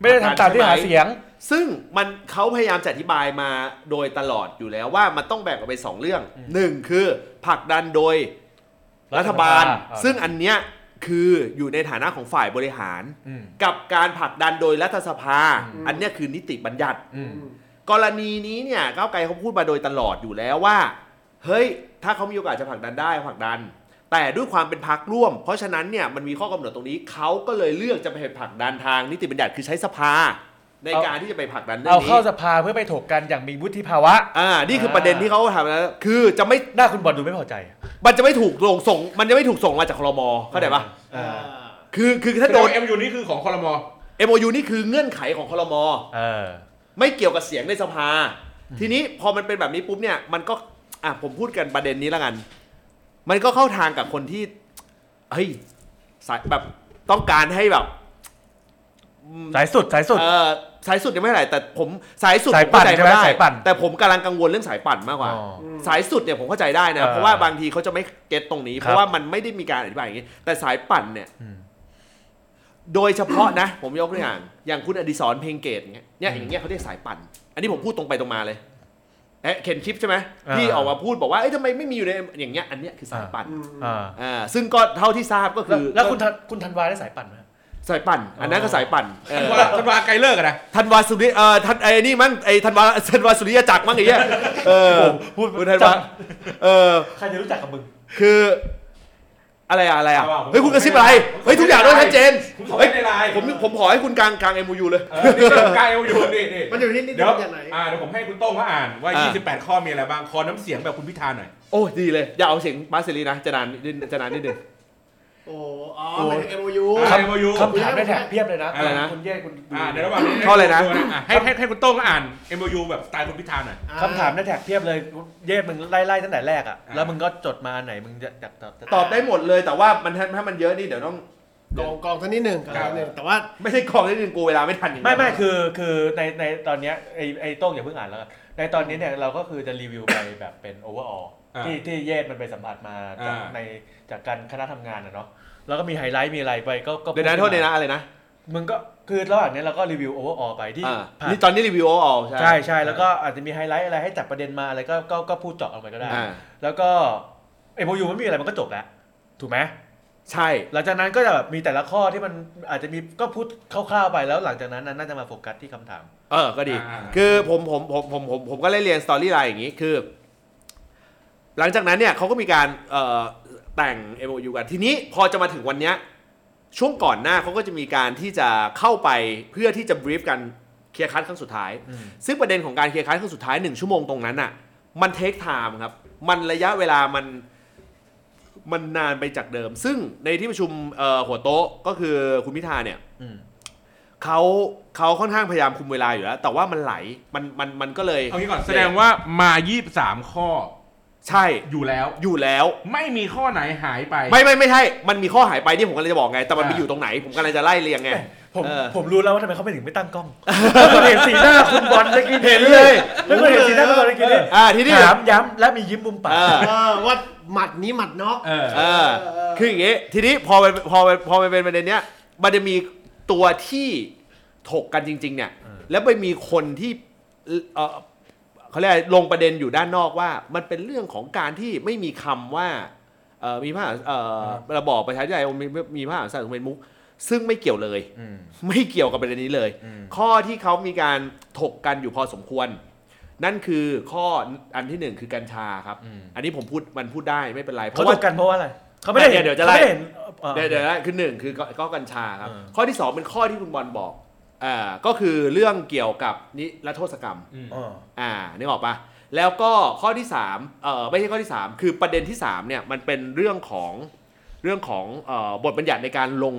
ไม่ได้ทำตามที่หาเสียง
ซึ่งมันเขาพยายามจะอธิบายมาโดยตลอดอยู่แล้วว่ามันต้องแบ่งออกเป็นสองเรื่องหนึ่งคือผลักดันโดยรัฐบาล
รัฐบาล
ซึ่งอันเนี้ย คืออยู่ในฐานะของฝ่ายบริหาร
อืม
กับการผลักดันโดยรัฐสภา อันเนี้ยคือนิติบัญญัติ
อืม
กรณีนี้เนี่ยก้าวไกลเขาพูดมาโดยตลอดอยู่แล้วว่า เฮ้ย ถ้าเขามีโอกาสจะผลักดันได้ผลักดัน แต่ด้วยความเป็นพักร่วม เพราะฉะนั้นเนี่ยมันมีข้อกำหนดตรงนี้เขาก็เลยเลือกจะไปผลักดันทางนิติบัญญัติคือใช้สภา ในการที่จะไปผลักดันเรื่อ
เอา
ง
เข้า
นี้
สภาเพื่อไปถกกันอย่างมีวุฒิภาวะ
อ่านี่คือประเด็นที่เขาทำนะคือจะไม่
หน้าคุณบอลดูไม่พอใจ
มันจะไม่ถูกลงส่ง มันจะไม่ถูกส่งมาจากคลมเข้าใจปะ
เออ
คือคือ
ถ้า
ถ้า
โด
โด
น
น
เอ็มยูนี่คือของคอรมอ
MOU นี่คือเงื่อนไขของคลม
เออ
ไม่เกี่ยวกับเสียงในสภา ทีนี้พอมันเป็นแบบนี้ปุ๊บเนี่ยมันก็อ่ะผมพูดกันประเด็นนี้แล้วกัน มันก็เข้าทางกับคนที่เฮ้ยสายแบบต้องการให้แบบ
สายสุดสายสุด
เออสายสุดยังไม่เท่าไหร่แต่ผมสายสุด
สายปั่น
ผมเข้ใจ
ใช่ไหม
ด้
สายปั่น
แต่ผมกำลังกังวลเรื่องสายปั่นมากกว่า
อ๋อ
สายสุดเนี่ยผมเข้าใจได้นะ
เออ
เพราะว่าบางทีเขาจะไม่เก็ตตรงนี้
ครับ
เพราะว่ามันไม่ได้มีการอธิบายอย่างนี้ แต่สายปั่นเนี่ย
อืม
โดยเฉพาะนะ ผมยกตัวอย่าง อย่างคุณอดิศรเพลงเกตเงี้ยเนี่ยอย่างเงี้ยเขาเรียกสายปั่น อันนี้ผมพูดตรงไปตรงมาเลยเอ๊ะเข็นคลิปใช่ไหม
อ่า
ที่ออกมาพูดบอกว่าเอ้ยทำไมไม่มีอยู่ในอย่างเงี้ยอันเนี้ยคือสาย
อ่า
ปั่น
อ่า
อ่าซึ่งก็เท่าที่ทราบก็
แล้
คื
ว
อ
แล้วคุณทันคุณธันวาได้สายปั่นไหม
สายปั่น อันนั้นก็สายปั่นเออ
ธันวาธันวาไกลเลิกอะนะ
ธันวาสุริเอ่อธันไอ้นี่มั้งไอ้ธันวาธันวาสุริยจักรมั้งไอ้เงี้ยเออ
พูด
คุณธันวาเออ
ใครจะรู้จักกับมึง
คืออะไรอะอะไรอะ
เอาเอา
เฮ้ยคุณกระซิบอะไร
ผมขอ
เฮ้ยทุกอย่างต้องชัดเจน
ผมขอ
เฮ้ย
ในไลน์
ผมผมขอให้คุณกลางกลางเอ็มยูเลย
เออนี่คือไกลเอ็มยูนี่นี่
มันอยู่ที่นิติ
เดี๋ยว
บัญญัติไหน
อ่าเดี๋ยวผมให้คุณโต้งเขาอ่านว่า
อ่า
28 ข้อมีอะไรบ้าง ขอน้ำเสียงแบบคุณพิธาหน่อย
โอ้ดีเลย อย่าเอาเสียงมาร์เซลีนะจะนานนิดจะนานนิดนึง
โอ้โหอ๋อเป็นเอ็มโอยู
อ่ะ MOU
คำถามได้แถบเพียบเลยนะ
อะไรนะ
คุณเย่คุณ
อ่าเดี๋ยวระหว่างนี้
ข้ออะไรนะ
อ่ให้ให้ให้คุณโต้งเขาอ่าน MOU แบบสไตล์คุณพิธาหน่อย
คำถามได้แถบเพียบเลยเย่มึงไล่ไล่ตั้งแต่แรกอ่ะ
อ่า
แล้วมึงก็จดมาไหนมึงจะอยากตอบจะ
ตอบได้หมดเลยแต่ว่ามันถ้าถ้ามันเยอะนี่เดี๋ยวต้อง
กองกองสักนิดหนึ่งกองสักนิดหนึ่งแต่ว่า
ไม่ใช่กองนิดนึงกูเวลาไม่ทันอย่างเงี้
ไม่
ย
ไม่คือคือในในตอนเนี้ยไอไอโต้งอย่าเพิ่งอ่านแล้วกันในตอนนี้เนี่ยเราก็คือจะรีวิวไปแบบเป็นโอเวอร์ออล
อ่า
ที่ที่เย่มันไปสัมผัสมาจาก
อ่า
ในจากการคณะทำงานอะเนาะแล้วก็มีไฮไลท์มีอะไรไปก็ก็
เดี๋ยวนะโทษเลยนะอะไรนะ
มึงก็คือระหว่างเนี้ยเราก็รีวิวโอเวอร์ออลไปที่
อ่า
ผ่าน
นี่ตอนนี้รีวิวออลใช่
ใช่ใช่แล้วก็อาจจะมีไฮไลท์อะไรให้จับประเด็นมาอะไรก็ก็ก็พูดเจาะลงไปก็ได้
อ่า
แล้วก็เอโมยูมันมีอะไรมันก็จบแล้วถูกไหม
ใช่
หลังจากนั้นก็จะแบบมีแต่ละข้อที่มันอาจจะมีก็พูดคร่าวๆไปแล้วหลังจากนั้นน่ะน่าจะมาโฟกัสที่คำถาม
เออก็ดี
อ่า
คือผมผมผมผมผมผมก็ไล่เรียนสตอรี่ไลน์อย่างงี้คือ หลังจากนั้นเนี่ยเขาก็มีการเอ่อแต่ง MOU กันทีนี้พอจะมาถึงวันเนี้ยช่วงก่อนหน้าเขาก็จะมีการที่จะเข้าไปเพื่อที่จะบรีฟกันเคลียร์คัดครั้งสุดท้าย
อืม
ซึ่งประเด็นของการเคลียร์คัดครั้งสุดท้าย 1 ชั่วโมงตรงนั้นน่ะ มันเทคไทม์ครับ มันระยะเวลามันมันนานไปจากเดิม ซึ่งในที่ประชุมเอ่อหัวโต๊ะก็คือคุณพิธาเนี่ย
อืม
เขาเขาค่อนข้างพยายามคุมเวลาอยู่แล้ว แต่ว่ามันไหลมันมันมันก็เลย
เอางี้ก่อนแสดงว่ามา 23 ข้อ
ใช่
อยู่แล้ว
อยู่แล้ว
ไม่มีข้อไหนหายไป
ไม่ไม่ไม่ใช่ มันมีข้อหายไปที่ผมกำลังจะบอกไง แต่มันไป
อ่า
อยู่ตรงไหน ผมกำลังจะไล่เรียงไง
ผม
เออ
ผมรู้แล้วว่าทำไมเขาไม่ถึงไม่ตั้งกล้องคุณเห็นสีหน้าคุณบอลเมื่อกี้
เห็นเลย
แล้วคุณเห็นสีหน้าคุณบอลเมื่อกี้นี่
อ่าทีนี้
ถามย้ำและมียิ้มมุมปาก
เออ
เออว่าหมัดนี้หมัดน็อก
เออ
เออ
เออ
คืออย่างงี้ ทีนี้พอมันพอมันพอมันเป็นประเด็นเนี้ย มันจะมีตัวที่ถกกันจริง ๆ เนี่ย แล้วไปมีคนที่เออเขาเรียกอะไรลงประเด็นอยู่ด้านนอกว่า มันเป็นเรื่องของการที่ไม่มีคำว่าเอ่อมีพระมหาเอ่อระบอบประชาธิปไตยมีมีพระมหากษัตริย์ทรงเป็นมุกซึ่งไม่เกี่ยวเลย
อืม
ไม่เกี่ยวกับประเด็นนี้เลย
อืม
ข้อที่เขามีการถกกันอยู่พอสมควร นั่นคือข้ออันที่หนึ่งคือกัญชาครับ อันนี้ผมพูดมันพูดได้ไม่เป็นไรเพ
เขา
ราะ
จ
ว่า
บกันเพราะว่าอะไรเขาไม่ได้ห็น
เดี๋ยวจะไล่
ขาม่ห็นอ่อ
เดี๋ยวเดี๋ยวนะคือหนึ่งคือก็ก็กัญชาครับ
เออ
ข้อที่สองเป็นข้อที่คุณบอลบอกอ่าก็คือเรื่องเกี่ยวกับนิรโทษกรรม
อ่า
อ่านึกออกปะแล้วก็ข้อที่สามเออไม่ใช่ข้อที่สามคือประเด็นที่สามเนี่ยมันเป็นเรื่องของเรื่องของเอ่อบทบัญญัติในการลง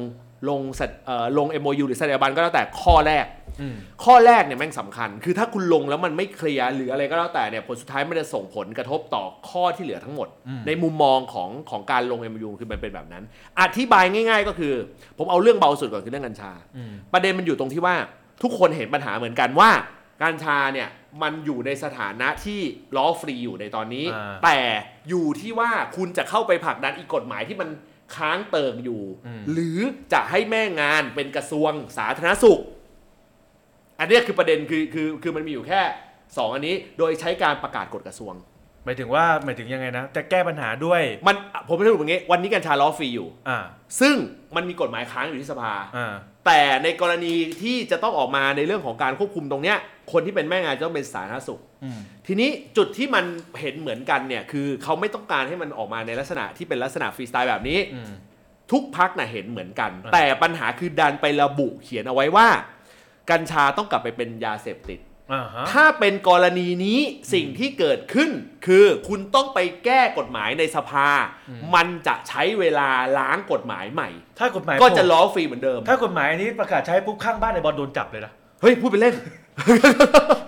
ลงสัญเอ่อลง MOU หรือสัญญาบันก็แล้วแต่ข้อแรก
อืม
ข้อแรกเนี่ยแม่งสำคัญ คือถ้าคุณลงแล้วมันไม่เคลียร์หรืออะไรก็แล้วแต่เนี่ยผลสุดท้ายมันจะส่งผลกระทบต่อข้อที่เหลือทั้งหมด
อืม
ในมุมมองของของการลง MOU คือมันเป็นแบบนั้น อธิบายง่าย ๆ ก็คือ ผมเอาเรื่องเบาสุดก่อนคือเรื่องกัญชา
อืม
ประเด็นมันอยู่ตรงที่ว่าทุกคนเห็นปัญหาเหมือนกันว่า กัญชาเนี่ยมันอยู่ในสถานะที่ล้อฟรีอยู่ในตอนนี้
อ่า
แต่อยู่ที่ว่าคุณจะเข้าไปผลักดันอีกกฎหมายที่มันค้างเติ่งอยู่ หรือจะให้แม่งานเป็นกระทรวงสาธารณสุข อันเนี้ยคือประเด็นคือคือคือมันมีอยู่แค่สองอันนี้โดยใช้การประกาศกฎกระทรวง
หมายถึงว่าหมายถึงยังไงนะ จะแก้ปัญหาด้วย
มันผมจะสรุปอย่างงี้ วันนี้กัญชาล้อฟรีอยู่
อ่า
ซึ่งมันมีกฎหมายค้างอยู่ที่สภา
อ่า
แต่ในกรณีที่จะต้องออกมาในเรื่องของการควบคุมตรงเนี้ยคนที่เป็นแม่งานจะต้องเป็นสาธารณสุข
อืม
ทีนี้จุดที่มันเห็นเหมือนกันเนี่ยคือเขาไม่ต้องการให้มันออกมาในลักษณะที่เป็นลักษณะฟรีสไตล์แบบนี้
อืม
ทุกพักน่ะเห็นเหมือนกัน
อ่า
แต่ปัญหาคือดันไประบุเขียนเอาไว้ว่า กัญชาต้องกลับไปเป็นยาเสพติด
อ่าฮะ
ถ้าเป็นกรณีนี้สิ่งที่เกิดขึ้น คือคุณต้องไปแก้กฎหมายในสภา
อืม
มันจะใช้เวลาล้างกฎหมายใหม่
ถ้ากฎหมาย
ก็จะล้อฟรีเหมือนเดิม
ถ้ากฎหมายอันนี้ประกาศใช้ปุ๊บข้างบ้านไอ้บอลโดนจับเลยนะ
เฮ้ย พูดไปเล่น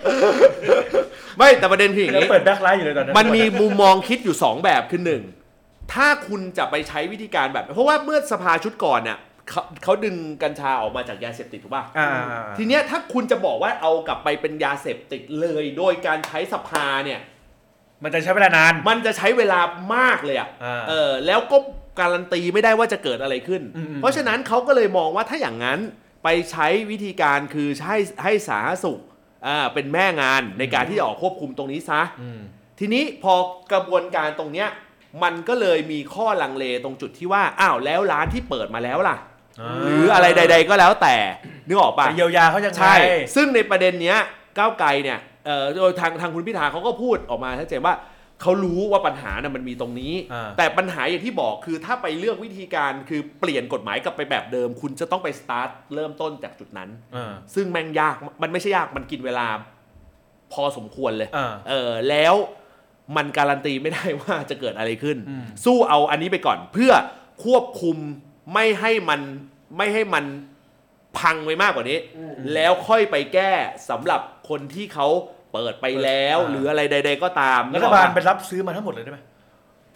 ไม่แต่ประเด็นคืออย่าง
แล้ว
นี้
เปิดแบ็คไลท์อยู่เลยตอนนั้น
มันมีมุมมองคิดอยู่ 2 แบบคือหนึ่งถ้าคุณจะไปใช้วิธีการแบบ เพราะว่าเมื่อสภาชุดก่อนเนี่ยเขาเขาดึงกัญชาออกมาจากยาเสพติดถูกป่ะ
อ่าอ่าอ่า
ทีเนี้ยถ้าคุณจะบอกว่าเอากลับไปเป็นยาเสพติดเลย โดยการใช้สภาเนี่ย
มันจะใช้เวลานาน
มันจะใช้เวลามากเลยอะ
อ่า
เออแล้วก็การันตีไม่ได้ว่าจะเกิดอะไรขึ้น
อืม
เพราะฉะนั้นเขาก็เลยมองว่าถ้าอย่างนั้นไปใช้วิธีการคือใช้ให้สาธารณสุขอ่าเป็นแม่งานในการที่จะออกควบคุมตรงนี้ซะ
อืม
ทีนี้พอกระบวนการตรงเนี้ยมันก็เลยมีข้อลังเลตรงจุดที่ว่าอ้าวแล้วร้านที่เปิดมาแล้วล่ะ หรืออะไรใด ๆ ก็แล้วแต่นึกออกปะ
จะเยียวยาเขายังไง
ใช่ ซึ่งในประเด็นเนี้ยก้าวไกลเนี่ย เอ่อ โดยทางทางคุณพิธาเขาก็พูดออกมาชัดเจนว่าเขารู้ว่าปัญหาน่ะมันมีตรงนี้
อ่า
แต่ปัญหาอย่างที่บอกคือถ้าไปเลือกวิธีการคือเปลี่ยนกฎหมายกลับไปแบบเดิม คุณจะต้องไปสตาร์ทเริ่มต้นจากจุดนั้น
อ่า
ซึ่งแม่งยาก มันไม่ใช่ยาก มันกินเวลา พอสมควรเลย
อ่า
เออแล้วมันการันตีไม่ได้ว่าจะเกิดอะไรขึ้น
อืม
สู้เอาอันนี้ไปก่อนเพื่อควบคุมไม่ให้มันไม่ให้มันพังไปมากกว่านี้
อืม
แล้วค่อยไปแก้สำหรับคนที่เขาเปิดไปแล้ว หรืออะไรใด ๆ ก็ตาม
รั
นึก
ฐบาล
ออก
ไป
ปะ
รับซื้อมาทั้งหมดเลยได้ไหม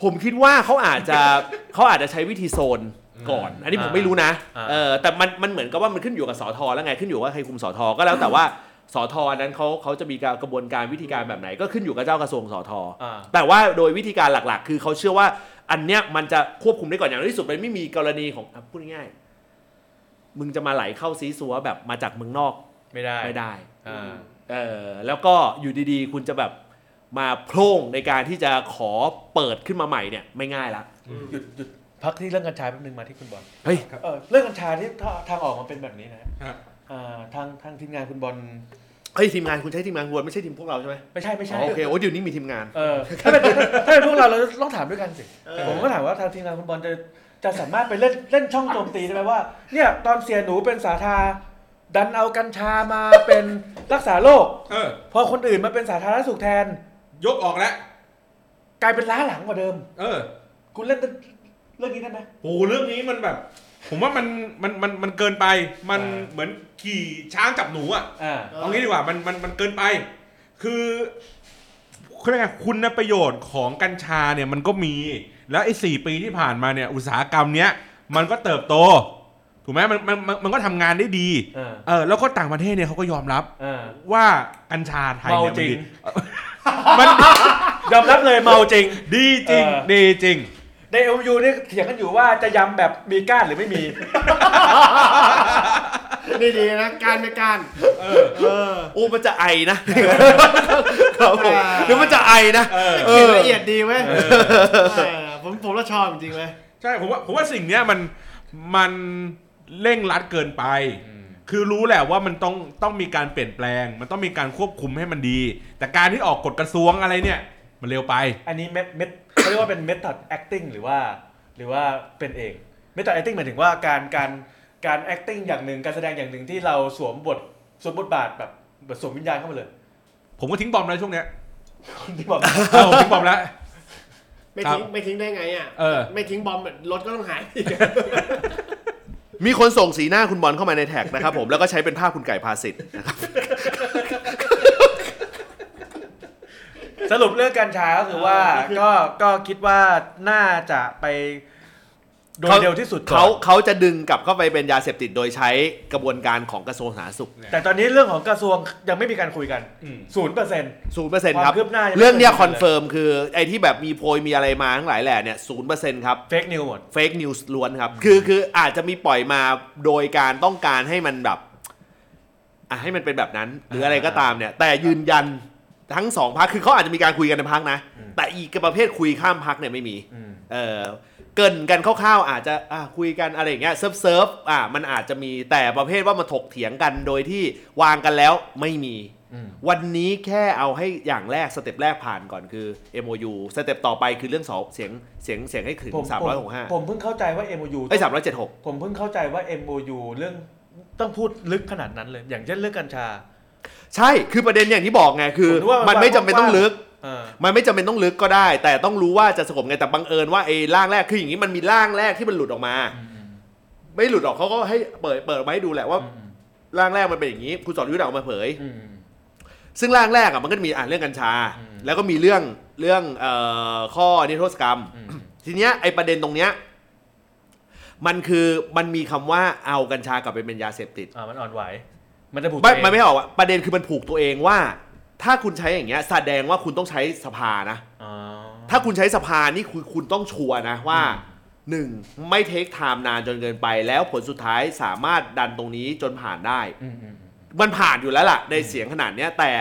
ผมคิดว่าเขาอาจจะ เขาอาจจะใช้วิธีโซนก่อน อันนี้ผมไม่รู้นะ
อ่า
เออแต่มันมันเหมือนกับว่ามันขึ้นอยู่กับสอทอแล้วไงขึ้นอยู่ว่าใครคุมสอทอก็แล้วแต่ว่าสอทอนั้นเขาเขาจะมีการกระบวนการวิธีการแบบไหน ก็ขึ้นอยู่กับเจ้ากระทรวงสอทอ
อ่า
แต่ว่าโดยวิธีการหลักๆ คือเขาเชื่อว่าอันเนี้ยมันจะควบคุมได้ก่อนอย่างน้อยที่สุดมันไม่มีกรณีของอ่ะพูดง่ายๆมึงจะมาไหลเข้าซีซัวแบบมาจากเมืองนอก
ไม่ได้
ไม่ได้
อ่า
เออแล้วก็อยู่ดีๆ คุณจะแบบมาโพร่งในการที่จะขอเปิดขึ้นมาใหม่เนี่ยไม่ง่ายละ
หยุดหยุดพักที่เรื่องกัญชาแป๊บนึงมาที่คุณบอล
เฮ้ย
เออเรื่องกัญชาที่ถ้าทางออกมันเป็นแบบนี้นะฮะ
ฮะ
อ่าทางทางทีมงานคุณบอล
เฮ้ยทีมงานคุณใช้ทีมงานวนไม่ใช่ทีมพวกเราใช่ไหม
ไม่ใช่ไม่
อ๋
ใช่
อโอเคโอ้ยเดี๋ยวนี้มีทีมงาน
เออถ้าเป็นถ้าเป็นพวกเราเราต้องถามด้วยกันสิ
เออ
ผมก็ถามว่าทางทีมงานคุณบอลจะจะสามารถไปเล่นเล่นช่องโจมตีได้ไหมว่าเนี่ยตอนเสียหนูเป็นสาธาดันเอากัญชามาเป็นรักษาโรค
เออ
พอคนอื่นมาเป็นสาธารณสุขแทน
ยกออกแล้ว
กลายเป็นล้าหลังกว่าเดิม
เออ
คุณเล่นเรื่องนี้ได้ไหม
โหเรื่องนี้มันแบบ ผมว่ามันมันมันมันเกินไป มัน
อ่า
เหมือนขี่ช้างจับหนูอ่ะ
อ่า
เอางี้ดีกว่ามันมันมันเกินไป คือเขาเรียกไงคุณประโยชน์ของกัญชาเนี่ยมันก็มี แล้วไอ้สี่ปีที่ผ่านมาเนี่ย อุตสาหกรรมเนี้ยมันก็เติบโต ถูกไหมมันมันมันมันก็ทำงานได้ดี
เออ
เออ แล้วก็ต่างประเทศเนี่ยเขาก็ยอมรับ
อ่า
ว่ากัญชาไทยเนี่ย
เมาจริง
มันดี มัน
ยอมรับเลยเมาจริง
ดีจริง
เออ
ดีจริง
ในเอ็มยูนี่เถียงกันอยู่ว่าจะยำแบบมีก้านหรือไม่มี
นี่ดีนะการไม่การ
โอ้มันจะไอ นะ ครับผมเดี๋ยวมันจะไอนะ
เออ
เออ
เขียนละเอียดดีเว้ยเออผมผมละชอบจริงๆเว้ย
ใช่ผมว่าผมว่าสิ่งเนี้ยมันมันเร่งรัดเกินไป คือรู้แหละว่ามันต้องต้องมีการเปลี่ยนแปลง มันต้องมีการควบคุมให้มันดี แต่การที่ออกกฎกระทรวงอะไรเนี่ย มันเร็วไป
อันนี้เม็ดเม็ดเขาเรียกว่าเป็น method acting หรือว่า หรือว่าเป็นเอง method acting หมายถึงว่าการการการ acting อย่างหนึ่งการแสดงอย่างหนึ่งที่เราสวมบทสวมบทบาทแบบแบบสวมวิญญาณเข้ามาเลย
ผมก็ทิ้งบอมแล้วช่ว งเนี้ย
คนที่บอก
เออผมทิ้งบอมแล้ว
ไม่
ครับ
ทิ้งไม่ทิ้งได้ไงอ่ะ
เออ
ไม่ทิ้งบอมอะรถก็ต้องหาย
มีคนส่งสีหน้าคุณบอลเข้ามาในแท็กนะครับผมแล้วก็ใช้เป็นภาพคุณไก่พา สิทธิ์นะครับ
สรุปเรื่องกัญชาก็คือว่าก็ก็คิดว่าน่าจะไปโดย
เขา
เร็วที่สุดก่อน
เขาเขาจะดึงกลับเข้าไปเป็นยาเสพติดโดยใช้กระบวนการของกระทรวงสาธารณสุข
แต่ตอนนี้เรื่องของกระทรวงยังไม่มีการคุยกัน
อืม
ศูนย์เปอร์เซ็นต์
ศูนย์เปอร์เซ็นต์ครับ
ความคืบหน้ายังไม่
เรื่องเนี้ยคอนเฟิร์มคือไอ้ที่แบบมีโพยมีอะไรมาทั้งหลายแหล่เนี่ยศูนย์เปอร์เซ็นต์ครับ
เฟกนิวหมด
เฟกนิวส์ล้วนครับ คือคืออาจจะมีปล่อยมาโดยการต้องการให้มันแบบอ่ะให้มันเป็นแบบนั้น หรืออะไรก็ตามเนี่ย แต่ยืนยัน ทั้งสองพักคือเขาอาจจะมีการคุยกันในพักนะ แต่อีกประเภทคุยข้ามพักเนี่ยไม่มี
อืม
เออเกรินกันคร่าวๆอาจจะอ่ะคุยกันอะไรอย่างเงี้ยเซิร์ฟเซิร์ฟอ่ะมันอาจจะมีแต่ประเภทว่ามาถกเถียงกันโดยที่วางกันแล้วไม่มี
อืม
วันนี้แค่เอาให้อย่างแรกสเต็ปแรกผ่านก่อนคือ MOU สเต็ปต่อไปคือเรื่องสองเสียงเสียงเสียงให้ถึง
ผม
3 6
ผ
5
มเพิ่งเข้าใจว่า MOU
ไอ้สามร้อยเจ็ดหก
ผมเพิ่งเข้าใจว่า MOU เรื่องต้องพูดลึกขนาดนั้นเลย อย่างเช่นเรื่องกัญชา
ใช่คือประเด็นอย่างที่บอกไงคือ
ผมนึกว่ามัน
มันไม่จำเป็นต้องลึก
เออ
มันไม่จำเป็นต้องลึกก็ได้ แต่ต้องรู้ว่าจะสงบไงแต่บังเอิญว่าไอ้ร่างแรกคืออย่างนี้มันมีร่างแรกที่มันหลุดออกมา ไม่หลุดออกเขาก็ให้เปิดเปิดออกมาให้ดูแหละว่า ร่างแรกมันเป็นอย่างนี้คุณสอนยุทธเอามาเผย ซึ่งร่างแรกอ่ะมันก็จะมีอ่านเรื่องกัญชา
อืม
แล้วก็มีเรื่องเรื่องเอ่อข้อนิรโทษกรรม ทีเนี้ยไอประเด็นตรงเนี้ยมันคือมันมีคำว่าเอากัญชากลับไปเป็นยาเสพติด
อ่ามันอ่อนไหว มันจะบุก
ไม่
ตัวเอง
มันไม่ออกอะประเด็นคือมันผูกตัวเองว่า ถ้าคุณใช้อย่างเงี้ยแสดงว่าคุณต้องใช้สภานะ
อ๋อ
ถ้าคุณใช้สภานี่คุณคุณต้องชัวร์นะว่าหนึ่งไม่เทคไทม์นานจนเกินไป แล้วผลสุดท้ายสามารถดันตรงนี้จนผ่านได้ มันผ่านอยู่แล้วล่ะในเสียงขนาดเนี้ยแต่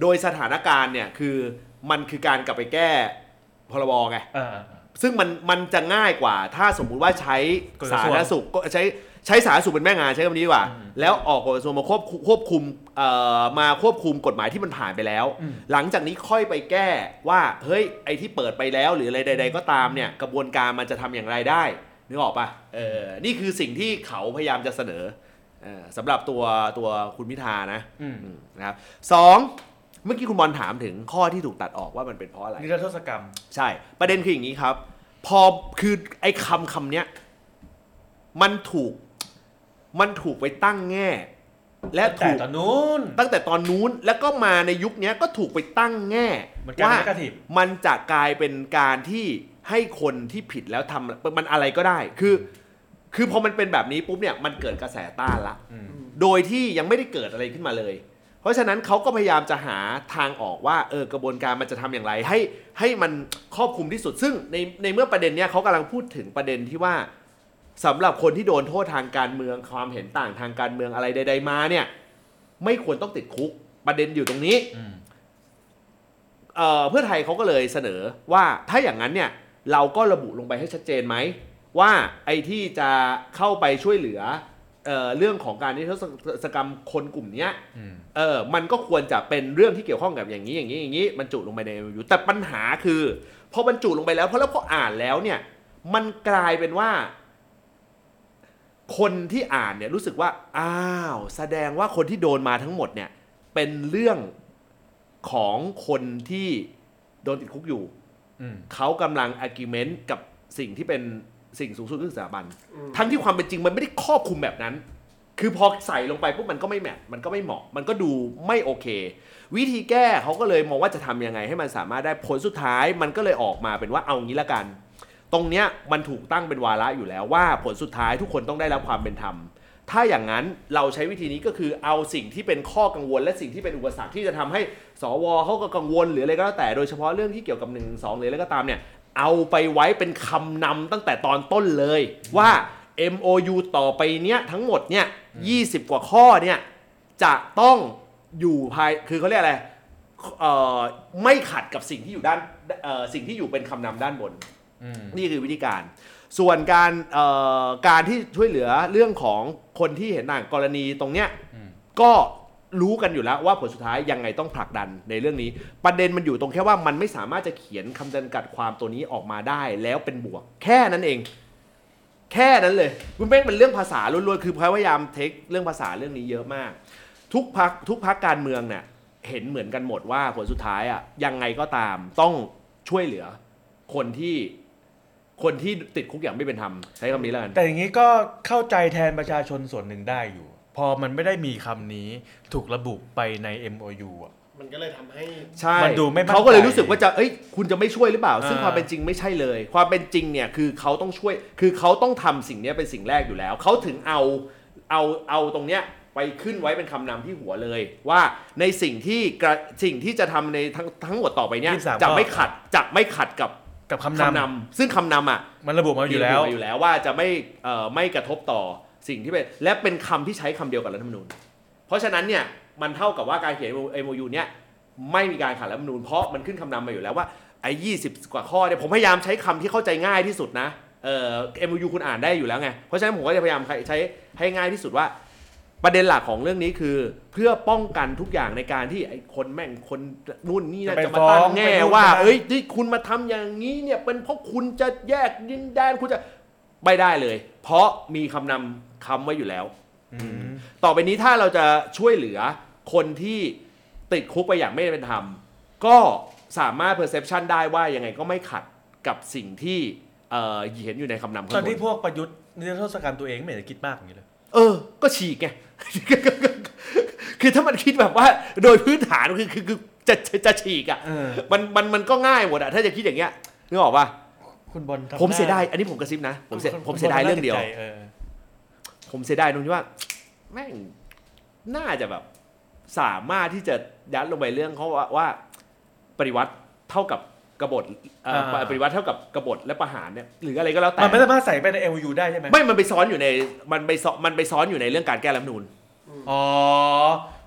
โดยสถานการณ์เนี่ยคือมันคือการกลับไปแก้พรบไงซึ่งมันมันจะง่ายกว่า ถ้าสมมุติว่าใช้
กฎก
สา
ระทรวง
ธารณสุขก็ใช้ใช้สาธารณสุขเป็นแม่งานใช้คำนี้ดีกว่า
อืม
แล้วออกกฎกระทรวงมาควบควบคุมเอ่อมาควบคุมกฎหมายที่มันผ่านไปแล้ว
อืม
หลังจากนี้ค่อยไปแก้ว่าเฮ้ยไอที่เปิดไปแล้วหรืออะไรใด ๆ ก็ตามเนี่ยกระบวนการมันจะทำอย่างไรได้นึกออกปะเออนี่คือสิ่งที่เขาพยายามจะเสนอเอ่อสำหรับตัวตัวคุณพิธานะ อืมนะครับสองเมื่อกี้คุณบอลถามถึงข้อที่ถูกตัดออกว่ามันเป็นเพราะอะไร
นิรโทษกรรม
ใช่ ประเด็นคืออย่างนี้ครับ พอคือไอ้คำคำเนี้ยมันถูกมันถูกไปตั้งแง่ และ
แต่
ถูก
ตอนนู้น
ตั้งแต่ตอนนู้นแล้วก็มาในยุคเนี้ยก็ถูกไปตั้งแง่
มันกลายเป็น negative
มันจะกลายเป็นการที่ให้คนที่ผิดแล้วทำมันอะไรก็ได้คือ คือพอมันเป็นแบบนี้ปุ๊บเนี่ยมันเกิดกระแสต้านละ
อืม
โดยที่ยังไม่ได้เกิดอะไรขึ้นมาเลย เพราะฉะนั้นเขาก็พยายามจะหาทางออกว่าเออกระบวนการมันจะทำอย่างไร ให้ให้มันครอบคลุมที่สุด ซึ่งในในเมื่อประเด็นเนี้ยเขากำลังพูดถึงประเด็นที่ว่าสำหรับคนที่โดนโทษทางการเมืองความเห็นต่างทางการเมืองอะไรใด ๆ มาเนี่ยไม่ควรต้องติดคุกประเด็นอยู่ตรงนี้
อืม
เอ่อเพื่อไทยเขาก็เลยเสนอว่าถ้าอย่างนั้นเนี่ยเราก็ระบุลงไปให้ชัดเจนไหม ว่าไอ้ที่จะเข้าไปช่วยเหลือเอ่อเรื่องของการนิรโทษกรรมคนกลุ่มเนี้ย
อืม
เออมันก็ควรจะเป็นเรื่องที่เกี่ยวข้องกับอย่างนี้อย่างนี้อย่างนี้บรรจุลงไปในอยู่แต่ปัญหาคือพอบรรจุลงไปแล้วเพราะแล้วพออ่านแล้วเนี่ยมันกลายเป็นว่า คนที่อ่านเนี่ยรู้สึกว่าอ้าวแสดงว่าคนที่โดนมาทั้งหมดเนี่ยเป็นเรื่อง ของคนที่โดนติดคุกอยู่
อืม
เขากำลัง argument กับสิ่งที่เป็นสิ่งสูงสุดคือสถาบัน
อืม
ทั้งที่ความเป็นจริงมันไม่ได้ครอบคลุมแบบนั้น คือพอใส่ลงไปปุ๊บมันก็ไม่แมทมันก็ไม่เหมาะ มันก็ดูไม่โอเค วิธีแก้เขาก็เลยมองว่าจะทำยังไงให้มันสามารถได้ผลสุดท้าย มันก็เลยออกมาเป็นว่าเอางี้ละกัน ตรงเนี้ยมันถูกตั้งเป็นวาระอยู่แล้วว่าผลสุดท้ายทุกคนต้องได้รับความเป็นธรรม ถ้าอย่างนั้นเราใช้วิธีนี้ก็คือเอาสิ่งที่เป็นข้อกังวล และสิ่งที่เป็นอุปสรรคที่จะทำให้สวเขาก็กังวลหรืออะไรก็แล้วแต่โดยเฉพาะเรื่องที่เกี่ยวกับ1นึหรืออะไรก็ตามเนี่ยเอาไปไว้เป็นคำนำตั้งแต่ตอนต้นเลยว่า MOU ต่อไปเนี้ยทั้งหมดเนี่ย20 กว่าข้อเนี่ยจะต้องอยู่ภายคือเขาเรียกอะไรเอ่อไม่ขัดกับสิ่งที่อยู่ด้านเอ่อสิ่งที่อยู่เป็นคำนำด้านบน
อืม
นี่คือวิธีการ ส่วนการเอ่อการที่ช่วยเหลือเรื่องของคนที่เห็นต่างกรณีตรงเนี้ย
อืม
ก็รู้กันอยู่แล้วว่าผลสุดท้ายยังไงต้องผลักดันในเรื่องนี้ ประเด็นมันอยู่ตรงแค่ว่ามันไม่สามารถจะเขียนคำจำกัดความตัวนี้ออกมาได้แล้วเป็นบวก แค่นั้นเอง แค่นั้นเลยคุณเป้งเป็นเรื่องภาษาล้วนๆคือพยายามเทคเรื่องภาษาเรื่องนี้เยอะมาก ทุกพักทุกพักการเมืองเนี่ยเห็นเหมือนกันหมดว่าผลสุดท้ายอะยังไงก็ตามต้องช่วยเหลือคนที่ คนที่ติดคุกอย่างไม่เป็นธรรมใช้คำนี้แล้วกัน
แต่อย่างนี้ก็เข้าใจแทนประชาชนส่วนหนึ่งได้อยู่ พอมันไม่ได้มีคำนี้ถูกระบุไปใน MOU อ่ะ
มันก็เลยทำให้
ใช่
มันดูไม่มั่นใจ
เขาก็เลยรู้สึกว่าจะเอ้ยคุณจะไม่ช่วยหรือเปล่า
อ่า
ซึ่งความเป็นจริงไม่ใช่เลย ความเป็นจริงเนี่ยคือเขาต้องช่วยคือเขาต้องทำสิ่งเนี้ยเป็นสิ่งแรกอยู่แล้ว เขาถึงเอาเอาเอาตรงเนี้ยไปขึ้นไว้เป็นคำนำที่หัวเลย ว่าในสิ่งที่กระสิ่งที่จะทำในทั้งทั้งหมดต่อไปเนี่ยจะไม่ขัดจะไม่ขัดกับ
กับคำ
คำ
นำ
นำซึ่งคำนำอ่ะ
มันระบุมาอยู่แล้
มี
ว
ระบุมาอยู่แล้วว่าจะไม่เอ่อไม่กระทบต่อสิ่งที่เป็นและเป็นคำที่ใช้คำเดียวกับรัฐธรรมนูญ เพราะฉะนั้นเนี่ยมันเท่ากับว่าการเขียน MOU เนี่ย ไม่มีการขัดรัฐธรรมนูญเพราะมันขึ้นคำนำมาอยู่แล้วว่าไอ้ยี่สิบกว่าข้อเนี่ยผมพยายามใช้คำที่เข้าใจง่ายที่สุดนะเอ่อ MOU คุณอ่านได้อยู่แล้วไง เพราะฉะนั้นผมก็จะพยายามใช้ให้ง่ายที่สุดว่า ประเด็นหลักของเรื่องนี้คือ เพื่อป้องกันทุกอย่างในการที่ไอ้คนแม่งคนนู่นนี่นะ
จะไป
จะมาตั้
ฟ้
ง
อง
แง่
ไปนู่น
ว่า
ไปนั่น
เอ้ยนี่คุณมาทำอย่างนี้เนี่ยเป็นเพราะคุณจะแยกดินแดนคุณจะไม่ได้เลย เพราะมีคำนำคำไว้อยู่แล้ว ต่อไปนี้ถ้าเราจะช่วยเหลือคนที่ติดคุกไปอย่างไม่เป็นธรรม ก็สามารถ perception ได้ว่ายังไงก็ไม่ขัดกับสิ่งที่เอ่อเห็นอยู่ในคำนำ
ตอ
ข้าน งบ
ที่
น
พวกประยุทธ์นิรโทษกรรมตัวเองไม่เห็นจะคิดมากอย่างนี้เลย
เออ ก็ฉีกไง คือถ้ามันคิดแบบว่าโดยพื้นฐานคือคือคือจะจะจะฉีกอ่ะ
เออ
มันมันมันก็ง่ายหมดอ่ะถ้าจะคิดอย่างเงี้ยนึกออกป่ะ
คุณบอลทำ
ผมเสีย
หน้
ดายอันนี้ผมกระซิบนะ ผมเสีย
คุณ
ผมเสียดาย
คุณบล
เรื่องเดียว
น่าติใจออ
ผมเสียดายตรงที่ว่า แม่งน่าจะแบบสามารถที่จะยัดลงไปเรื่องเขาว่าว่า ปฏิวัติเท่ากับกบฏเอ่ออา ปฏิวัติเท่ากับกบฏและประหารเนี่ยหรืออะไรก็แล้วแต่
มันไม่สามารถใส่ไปในเอลยูได้ใช่ไหม
ไม่มันไปซ้อนอยู่ในมันไปซ้อนมันไปซ้อนอยู่ในเรื่องการแก้รัฐธรรมนูญ
อ๋อ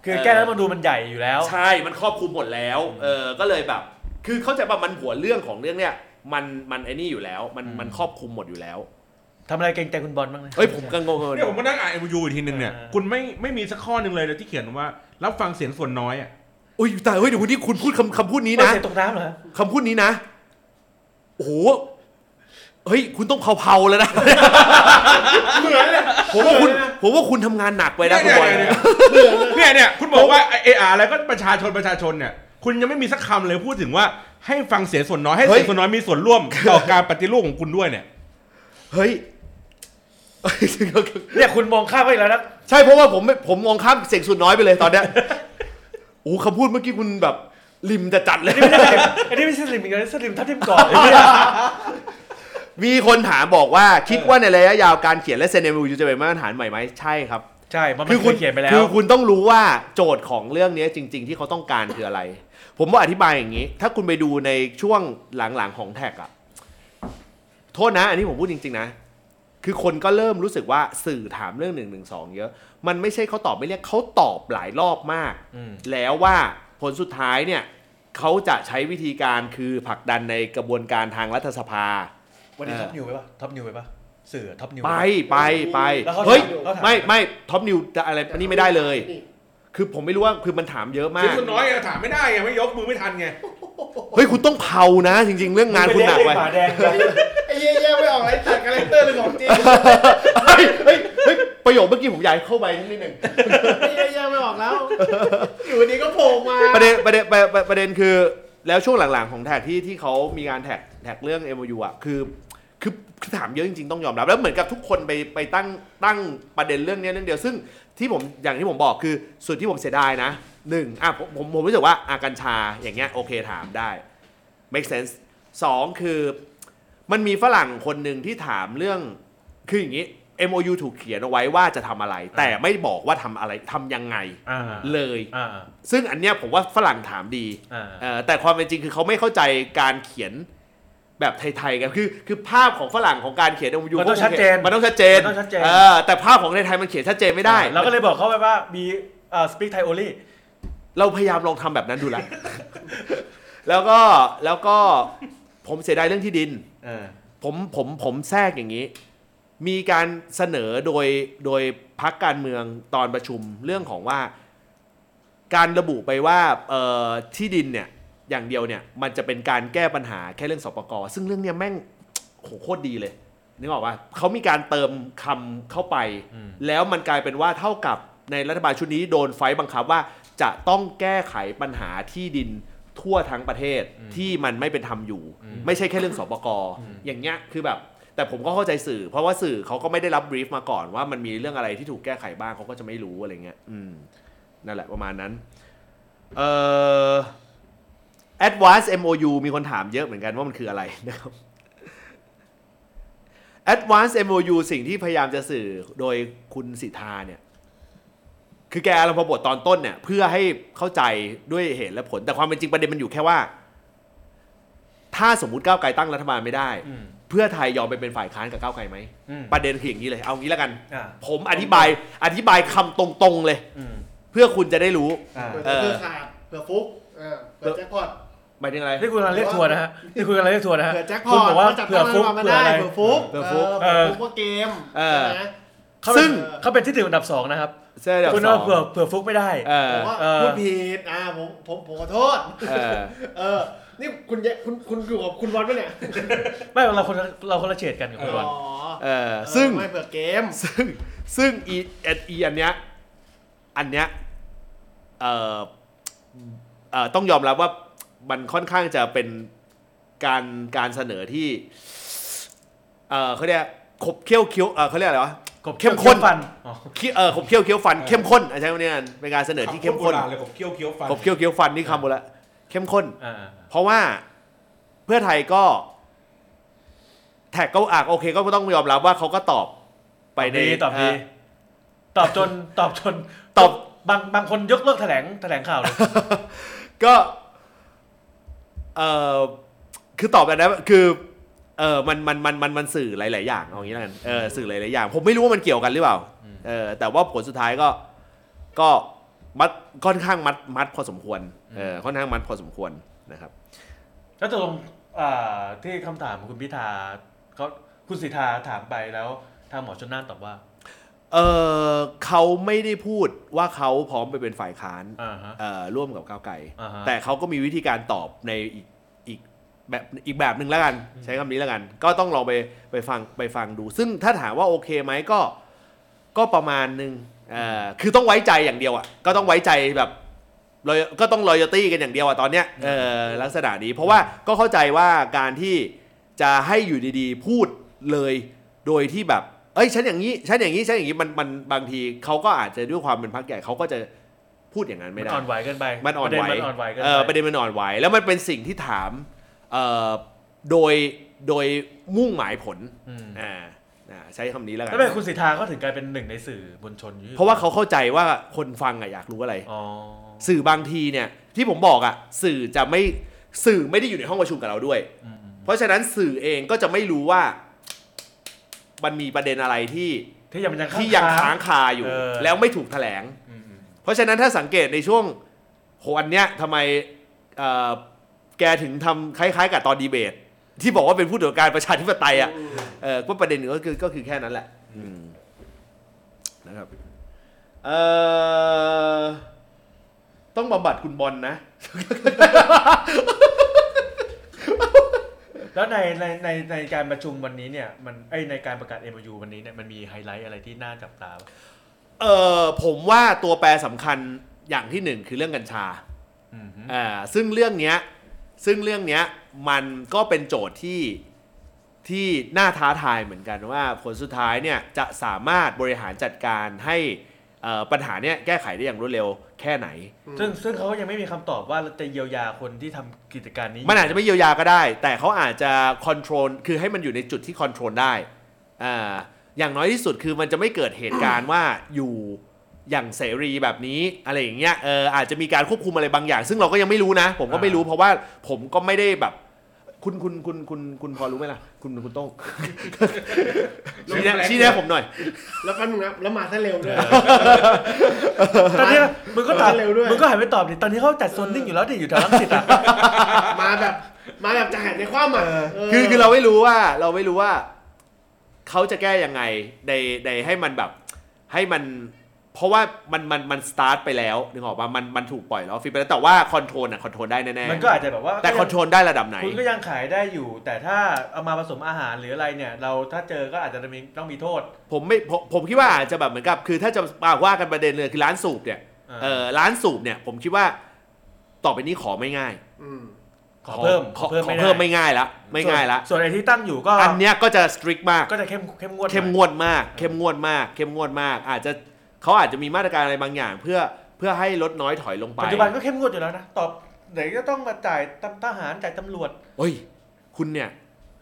คือ
เออ
แก้แล้วมันดูมันใหญ่อยู่แล้ว
ใช่ มันครอบคลุมหมดแล้ว เออ ก็เลยแบบ คือเข้าใจป่ะมันหัวเรื่องของเรื่องเนี่ย มันมันไอ้นี่อยู่แล้ว มัน
อืม
มันครอบคลุมหมดอยู่แล้ว
ทำอะไรเก่งใจคุณบอลบ้างนะ
เฮ้ยผมกังงเลย
เนี่ยผมมานั่งอ่านเอ็มยูอีกทีหนึ่งเนี่ย
เออ
คุณไม่ไม่มีสักข้อหนึ่งเลยนะที่เขียนว่า รับฟังเสียงส่วนน้อยอ่ะ
อุ้ยแต่เฮ้ยเดี๋ยววันนี้คุณพูดคำคำพูดนี้
ไม่
นะ
เสียตกน้ำเหรอ
คำพูดนี้นะ โอ้โห เฮ้ย คุณต้องเผาๆแล้วนะ
เหมือนเลย
ผมว่าคุณ ผมว่าคุณทำงานหนักไปนะคุณบอล
เนี่ยเนี่ยเนี่ยเนี่ยเนี่ยคุณบอกว่าเออาร์อะไรก็ประชาชนประชาชนเนี่ย คุณยังไม่มีสักคำเลยพูดถึงว่าให้ฟังเสียงส่วนน้อยให้เสียงส่วนน้อยมีส่วนร่วมต่อการปฏิรูปของคุณด้วยเนี่ย
เฮ้ย
เนี่ยคุณมองข้ามไปอีกแล้ว นะ
ใช่เพราะว่าผมไม่ผมมองข้ามเสียงส่วนน้อยไปเลยตอนเนี้ยโอ้โหคำพูดเมื่อกี้คุณแบบริมจะจัดเลย
ไม่ใช่อันนี้ไม่ใช่สลิมอีกแล้วนะสลิมทับทิมก่อนไอ้เหี้ย
มีคนถามบอกว่าคิดว่าในระยะยาวการเขียนและเซนเนมูจะเป็นมาตรฐานใหม่ไหมใช่ครับ
ใช่ มัน
คื
ไม่
อคุณ
เขียนไปแล้
คื
ว
อคุณต้องรู้ว่าโจทย์ของเรื่องนี้จริง ๆ ที่เขาต้องการคืออะไร ผมว่าอธิบายอย่างนี้ ถ้าคุณไปดูในช่วงหลังๆของแท็กอะโทษนะ อันนี้ผมพูดจริง ๆ นะ คือคนก็เริ่มรู้สึกว่าสื่อถามเรื่องหนึ่งหนึ่งสองเยอะ มันไม่ใช่เขาตอบไม่เรียกเขาตอบหลายรอบมาก
อืม
แล้วว่าผลสุดท้ายเนี่ยเขาจะใช้วิธีการคือผลักดันในกระบวนการทางรัฐสภา
วันนี้
เออ
ท็อปนิวไปปะท็อปนิวไปปะสื่อท็อปนิว
ไป
ปะ
ไปไป
แล้วเขาถาม
เฮ้ย
เขาถาม
ไม่ไม่ท็อปนิวจะอะไรอันนี้ไม่ได้เลย คือผมไม่รู้ว่าคือมันถามเยอะมา
เสียง
ก
ส่วนน้อยอะถามไม่ได้ไงไม่ยกมือไม่ทันไง
เฮ้ย คุณต้องเผานะ จริง ๆ เรื่องงานคุณหนักไป
หมาแดงไป
ไอ้เหี้ยแยกไม่ออกไรตัดคาแรคเตอร์เลยของจริง
เฮ้ยเฮ้ยเฮ้ยประโยคเมื่อกี้ผมอยากให้เข้าไปนิดนึง
ไอ้เหี้ยแยกไม่ออกแล้ว อยู่ดีก็โผล่มา
ประเด็นประเด็นประเด็นประเด็นคือ แล้วช่วงหลัง ๆ ของแท็กที่ที่เขามีการแท็กแท็กเรื่อง m อ u อ่ะคือคือคือถามเยอะจริง ๆ ต้องยอมรับ แล้วเหมือนกับทุกคนไปไปตั้งตั้งประเด็นเรื่องเนี้ยเรื่องเดียวซึ่งที่ผมอย่างที่ผมบอกคือส่วนที่ผมเสียดายนะหนึ่งอ่ะผมผมผมรู้สึกว่าอากัญชาอย่างเงี้ยโอเคถามได้ make sense สองคือ มันมีฝรั่งคนหนึ่งที่ถามเรื่อง คืออย่างนี้ MOU ถูกเขียนเอาไว้ว่าจะทำอะไร แต่ไม่บอกว่าทำอะไรทำยังไง
อ่า
เลย
อ่า
ซึ่งอันเนี้ยผมว่าฝรั่งถามดี
อ่า
เอ่อแต่ความเป็นจริงคือเขาไม่เข้าใจการเขียนแบบไทยๆกันคือคือภาพของฝรั่งของการเขียน MOU
มันต้องชัดเจน
มันต้องชัดเจน
มันต้องชัดเจน
ออแต่ภาพของในไทยมันเขียนชัดเจนไม่ได้
เราก็เลยบอกเขาไปว่ามีเอ่อสปีกไทยโอลี่
เราพยายามลองทำแบบนั้นดูแล้ว แล้วก็แล้วก็ผมเสียดายเรื่องที่ดิน ผมผมผมแทรกอย่างนี้ มีการเสนอโดยโดยพักการเมืองตอนประชุมเรื่องของว่า การระบุไปว่าเอ่อที่ดินเนี่ยอย่างเดียวเนี่ยมันจะเป็นการแก้ปัญหาแค่เรื่องสปกซึ่งเรื่องเนี้ยแม่งโหโคตรดีเลยนึกออกปะเขามีการเติมคำเข้าไป
อืม
แล้วมันกลายเป็นว่าเท่ากับในรัฐบาลชุดนี้โดนไฟท์บังคับว่าจะต้องแก้ไขปัญหาที่ดินทั่วทั้งประเทศที่มันไม่เป็นธรรมอยู่ ไม่ใช่แค่เรื่องสปกอย่างเงี้ยคือแบบ แต่ผมก็เข้าใจสื่อ เพราะว่าสื่อเขาก็ไม่ได้รับบรีฟมาก่อนว่ามันมีเรื่องอะไรที่ถูกแก้ไขบ้างเขาก็จะไม่รู้อะไรเงี้ยอืม นั่นแหละประมาณนั้น เอ่อ Advanced MOU มีคนถามเยอะเหมือนกันว่ามันคืออะไรนะครับ Advanced MOU สิ่งที่พยายามจะสื่อโดยคุณสิทธาเนี่ย คือแกอารมณ์บทตอนต้นเนี่ย เพื่อให้เข้าใจด้วยเหตุและผล แต่ความเป็นจริงประเด็นมันอยู่แค่ว่า ถ้าสมมติก้าวไกลตั้งรัฐบาลไม่ได้
อืม
เพื่อไทยยอมไปเป็นฝ่ายค้านกับก้าวไกลไหม
อืม
ประเด็นคืออย่างนี้เลย เอางี้แล้วกัน
อ่า
ผมอธิบายอธิบายคำตรงๆเลย
อืม
เพื่อคุณจะได้รู้
อ่า
เปิดเธอขาด
เ
ผื่อฟุกเออเผื่อแจ็คพอต
หมายถึงอะไร
นี่คุณกำลังเรียกทัวร์นะฮะนี่คุณกำลังเรียกทัวร์นะฮะ
เผื่อแจ็คพ
คุ
อ
ณ
ต
บอกว่า
จัด
เผื่อ
ตั้งรั
ฟุ
ฐ
ก
บาล
เผื่อ
มาได้
อะไร
เผื่อฟุก
เผื่อฟุ
ก
ก
เผื่อฟุกว่าเกม
เออ
ใช่ไหม
เขา
ซึ่
เป็น
ง
เขาเป็นที่ถึงอันดับสองนะครับ
เสื้ออันดับ
คุณ
ส
ว่า
อง
เผื่อเผื่อฟุกไม่ได้
เออ
ผมว่า
เออ
พูดผิดอ่าผมผมผมขอโทษ
เออ
เออ นี่คุณแยคุณคุณอยู่กับคุณบอลปะเนี่ย
ไม่เราคนละเราคนละเฉดกันกับคุณบอล
อ๋อ
เออ
เออ
ซึ่ง
ไม่เปิดเกม
ซึ่งซึ่งอีเอ็ดอีอันเนี้ยอันเนี้ยเอ่อเอ่อต้องยอมรับว่ามันค่อนข้างจะเป็นการการเสนอที่เอ่อเขาเรียกขบเคี้ยวเคี้ยวเอ่อเขาเรียกอะไรวะ เข้มข้น
ฟันอ๋อ
เคี้ยวเอ่อขบเคี้ยวเคี้ยวฟัน
เออ
เข้มข้นอ่ะใช้คำนี้กันเป็นการเสนอที่เข้มข้น
คำพูดโบราณเลยผมเคี้ยวเคี้ยวฟัน
ขบเคี้ยวเคี้ยวฟันนี่คำโบราณเข้มข้น
อ่า
เพราะว่าเพื่อไทยก็แท็กก็อ่ะโอเคก็ต้องยอมรับว่าเขาก็ตอบไป
ไป
ใน
ดีตอบดีตอบจนตอบจน
ตอบ
บางบางคนยกเลิกแถลงแถลงข่าวเลย
ก็เออคือตอบกันนะคือเออมันมันมันมันมันสื่อหลาย ๆ อย่างเอางี้แล้วกันเออสื่อหลาย ๆ อย่าง ผมไม่รู้ว่ามันเกี่ยวกันหรือเปล่าเออแต่ว่าผลสุดท้ายก็ก็มัดค่อนข้างมัดมัดพอสมควรเออค่อนข้างมัดพอสมควรนะครับ
แล้วตกลงอ่าที่คำถามของคุณพิธาเขาคุณสิทธาถามไปแล้วทางหมอชนน่านตอบว่า
เออเขาไม่ได้พูดว่าเขาพร้อมไปเป็นฝ่ายค้าน
อ่าฮะ
เออร่วมกับก้าวไกล
อ่าฮะ
แต่เขาก็มีวิธีการตอบในอีกอีกแบบอีกแบบหนึ่งแล้วกัน ใช้คำนี้แล้วกัน ก็ต้องลองไปไปฟังไปฟังดู ซึ่งถ้าถามว่าโอเคไหมก็ก็ประมาณหนึ่งเอ่อคือต้องไว้ใจอย่างเดียวอ่ะก็ต้องไว้ใจแบบ loyal- ก็ต้องรอยตี้กันอย่างเดียวอ่ะตอนเนี้ยเออลักษณะนี้ เพราะว่าก็เข้าใจว่าการที่จะให้อยู่ดีๆ พูดเลยโดยที่แบบ เอ้ยฉันอย่างนี้ฉันอย่างนี้ฉันอย่างนี้มันมันบางทีเขาก็อาจจะด้วยความเป็นพรรคใหญ่เขาก็จะพูดอย่างนั้น
มั
ไม่
น
ได้
อ่อนไหวเกินไป
มันอ่อนไหว
ประเด็มันอ่อนไหวเกิน
เออประ
ไป
เด็นมันอ่อนไหว แล้วมันเป็นสิ่งที่ถามเอ่อโดยโดยมุ่งหมายผล
อืม
อ่าอ่าใช้คำนี้แล้วกั
แล้วทำไมคุณสิทธาเขาถึงกลายเป็นหนึ่งในสื่อบนชนอยู่
เพราะว่าเขาเข้าใจว่าคนฟังอะอยากรู้อะไร
อ๋อ
สื่อบางทีเนี่ยที่ผมบอกอะสื่อจะไม่สื่อไม่ได้อยู่ในห้องประชุมกับเราด้วย
อืม
เพราะฉะนั้นสื่อเองก็จะไม่รู้ว่ามันมีประเด็นอะไรที่
ที่ยังมันยัง
ที่ยังค้างคาอยู่
เออ
แล้วไม่ถูกแถลง
อืมอืม
เพราะฉะนั้นถ้าสังเกตในช่วงโหอันเนี้ยทำไมเอ่อแกถึงทำคล้าย ๆ กับตอนดีเบต ที่บอกว่าเป็นผู้ตรวจการประชาธิปไตยอ่ะเออก็ประเด็นหนึ่งก็คือก็คือแค่นั้นแหละอืมนะครับเอ่อต้องบำบัดคุณบอลนะ
แล้วในในในในการประชุมวันนี้เนี่ยมันไอยในการประกาศ MOU วันนี้เนี่ยมันมีไฮไลท์อะไรที่น่าจับตาบ้าง
เออผมว่าตัวแปรสำคัญอย่างที่หนึ่งคือเรื่องกัญชา
อืมฮึ
อ่าซึ่งเรื่องเนี้ยซึ่งเรื่องเนี้ยมันก็เป็นโจทย์ที่ที่น่าท้าทายเหมือนกันว่าผลสุดท้ายเนี่ยจะสามารถบริหารจัดการให้เอ่อปัญหาเนี้ยแก้ไขได้อย่างรวดเร็วแค่ไหน
ซึ่งซึ่งเขาก็ยังไม่มีคำตอบว่าจะเยียวยาคนที่ทำกิจการนี้
มันอาจจะไม่เยียวยาก็ได้ แต่เขาอาจจะคอนโทรลคือให้มันอยู่ในจุดที่คอนโทรลได้อ่าอย่างน้อยที่สุดคือมันจะไม่เกิดเหตุการณ์ว่าอยู่อย่างเสรีแบบนี้อะไรอย่างเงี้ยเอออาจจะมีการควบคุมอะไรบางอย่าง ซึ่งเราก็ยังไม่รู้นะ ผมก็ไม่รู้เพราะว่าผมก็ไม่ได้แบบ คุณคุณคุณคุณคุณพอรู้ไหมล่ะ คุณคุณโต้ง ชี้แนะชี้แนะผมหน่อย
แล้วกันงนะแล้วมาซะเร็วด้วย
ตอนนี้มึงก็ตอบ
เร็วด้วย
มึงก็หันไปตอบดิตอนนี้เขาจัดโซนนิ่งอยู่แล้วดิอยู่แถวรังสิตอ่ะ
มาแบบมาแบบจะหันในความอ่ะเ
คือคือเราไม่รู้ว่าเราไม่รู้ว่าเขาจะแก้ยังไงในในให้มันแบบให้มันเพราะว่ามันมันมันสตาร์ทไปแล้วนึกออกป่ะมันมันถูกปล่อยแล้วฟีดไปแล้วแต่ว่าคอนโทรลอ่ะคอนโทรลได้แน่
มันก็อาจจะแบบว่า
ๆแต่คอนโทรลได้ระดับไหน
คุณก็ยังขายได้อยู่ แต่ถ้าเอามาผสมอาหารหรืออะไรเนี่ย เราถ้าเจอก็อาจจะมีต้องมีโทษ
ผมไม่ผมผมคิดว่าอาจจะแบบเหมือนกับ คือถ้าจะมาว่ากันประเด็นเลยคือร้านสูบเนี่ย
อ่า
เออร้านสูบเนี่ยผมคิดว่าต่อไปนี้ขอไม่ง่าย
อืม
ขอเพิ่ม
ขอขอเพิ่มไม่ง่ายละไม่ง่ายละ
ส่วนส่วนไอ้ที่ตั้งอยู่ก็
อันเนี้ยก็จะสตริกมาก
ก็จะเข้มเข้มงวดหน่อย
เข้มงวดมาก เข้มงวดมาก เข้มงวดมาก อาจจะเขาอาจจะมีมาตรการอะไรบางอย่าง เพื่อเพื่อให้ลดน้อยถอยลงไป
ปัจจุบันก็เข้มงวดอยู่แล้วนะตอบไหนก็ต้องมาจ่ายตำทหารจ่ายตำรวจ
เฮ้ย คุณเนี่ย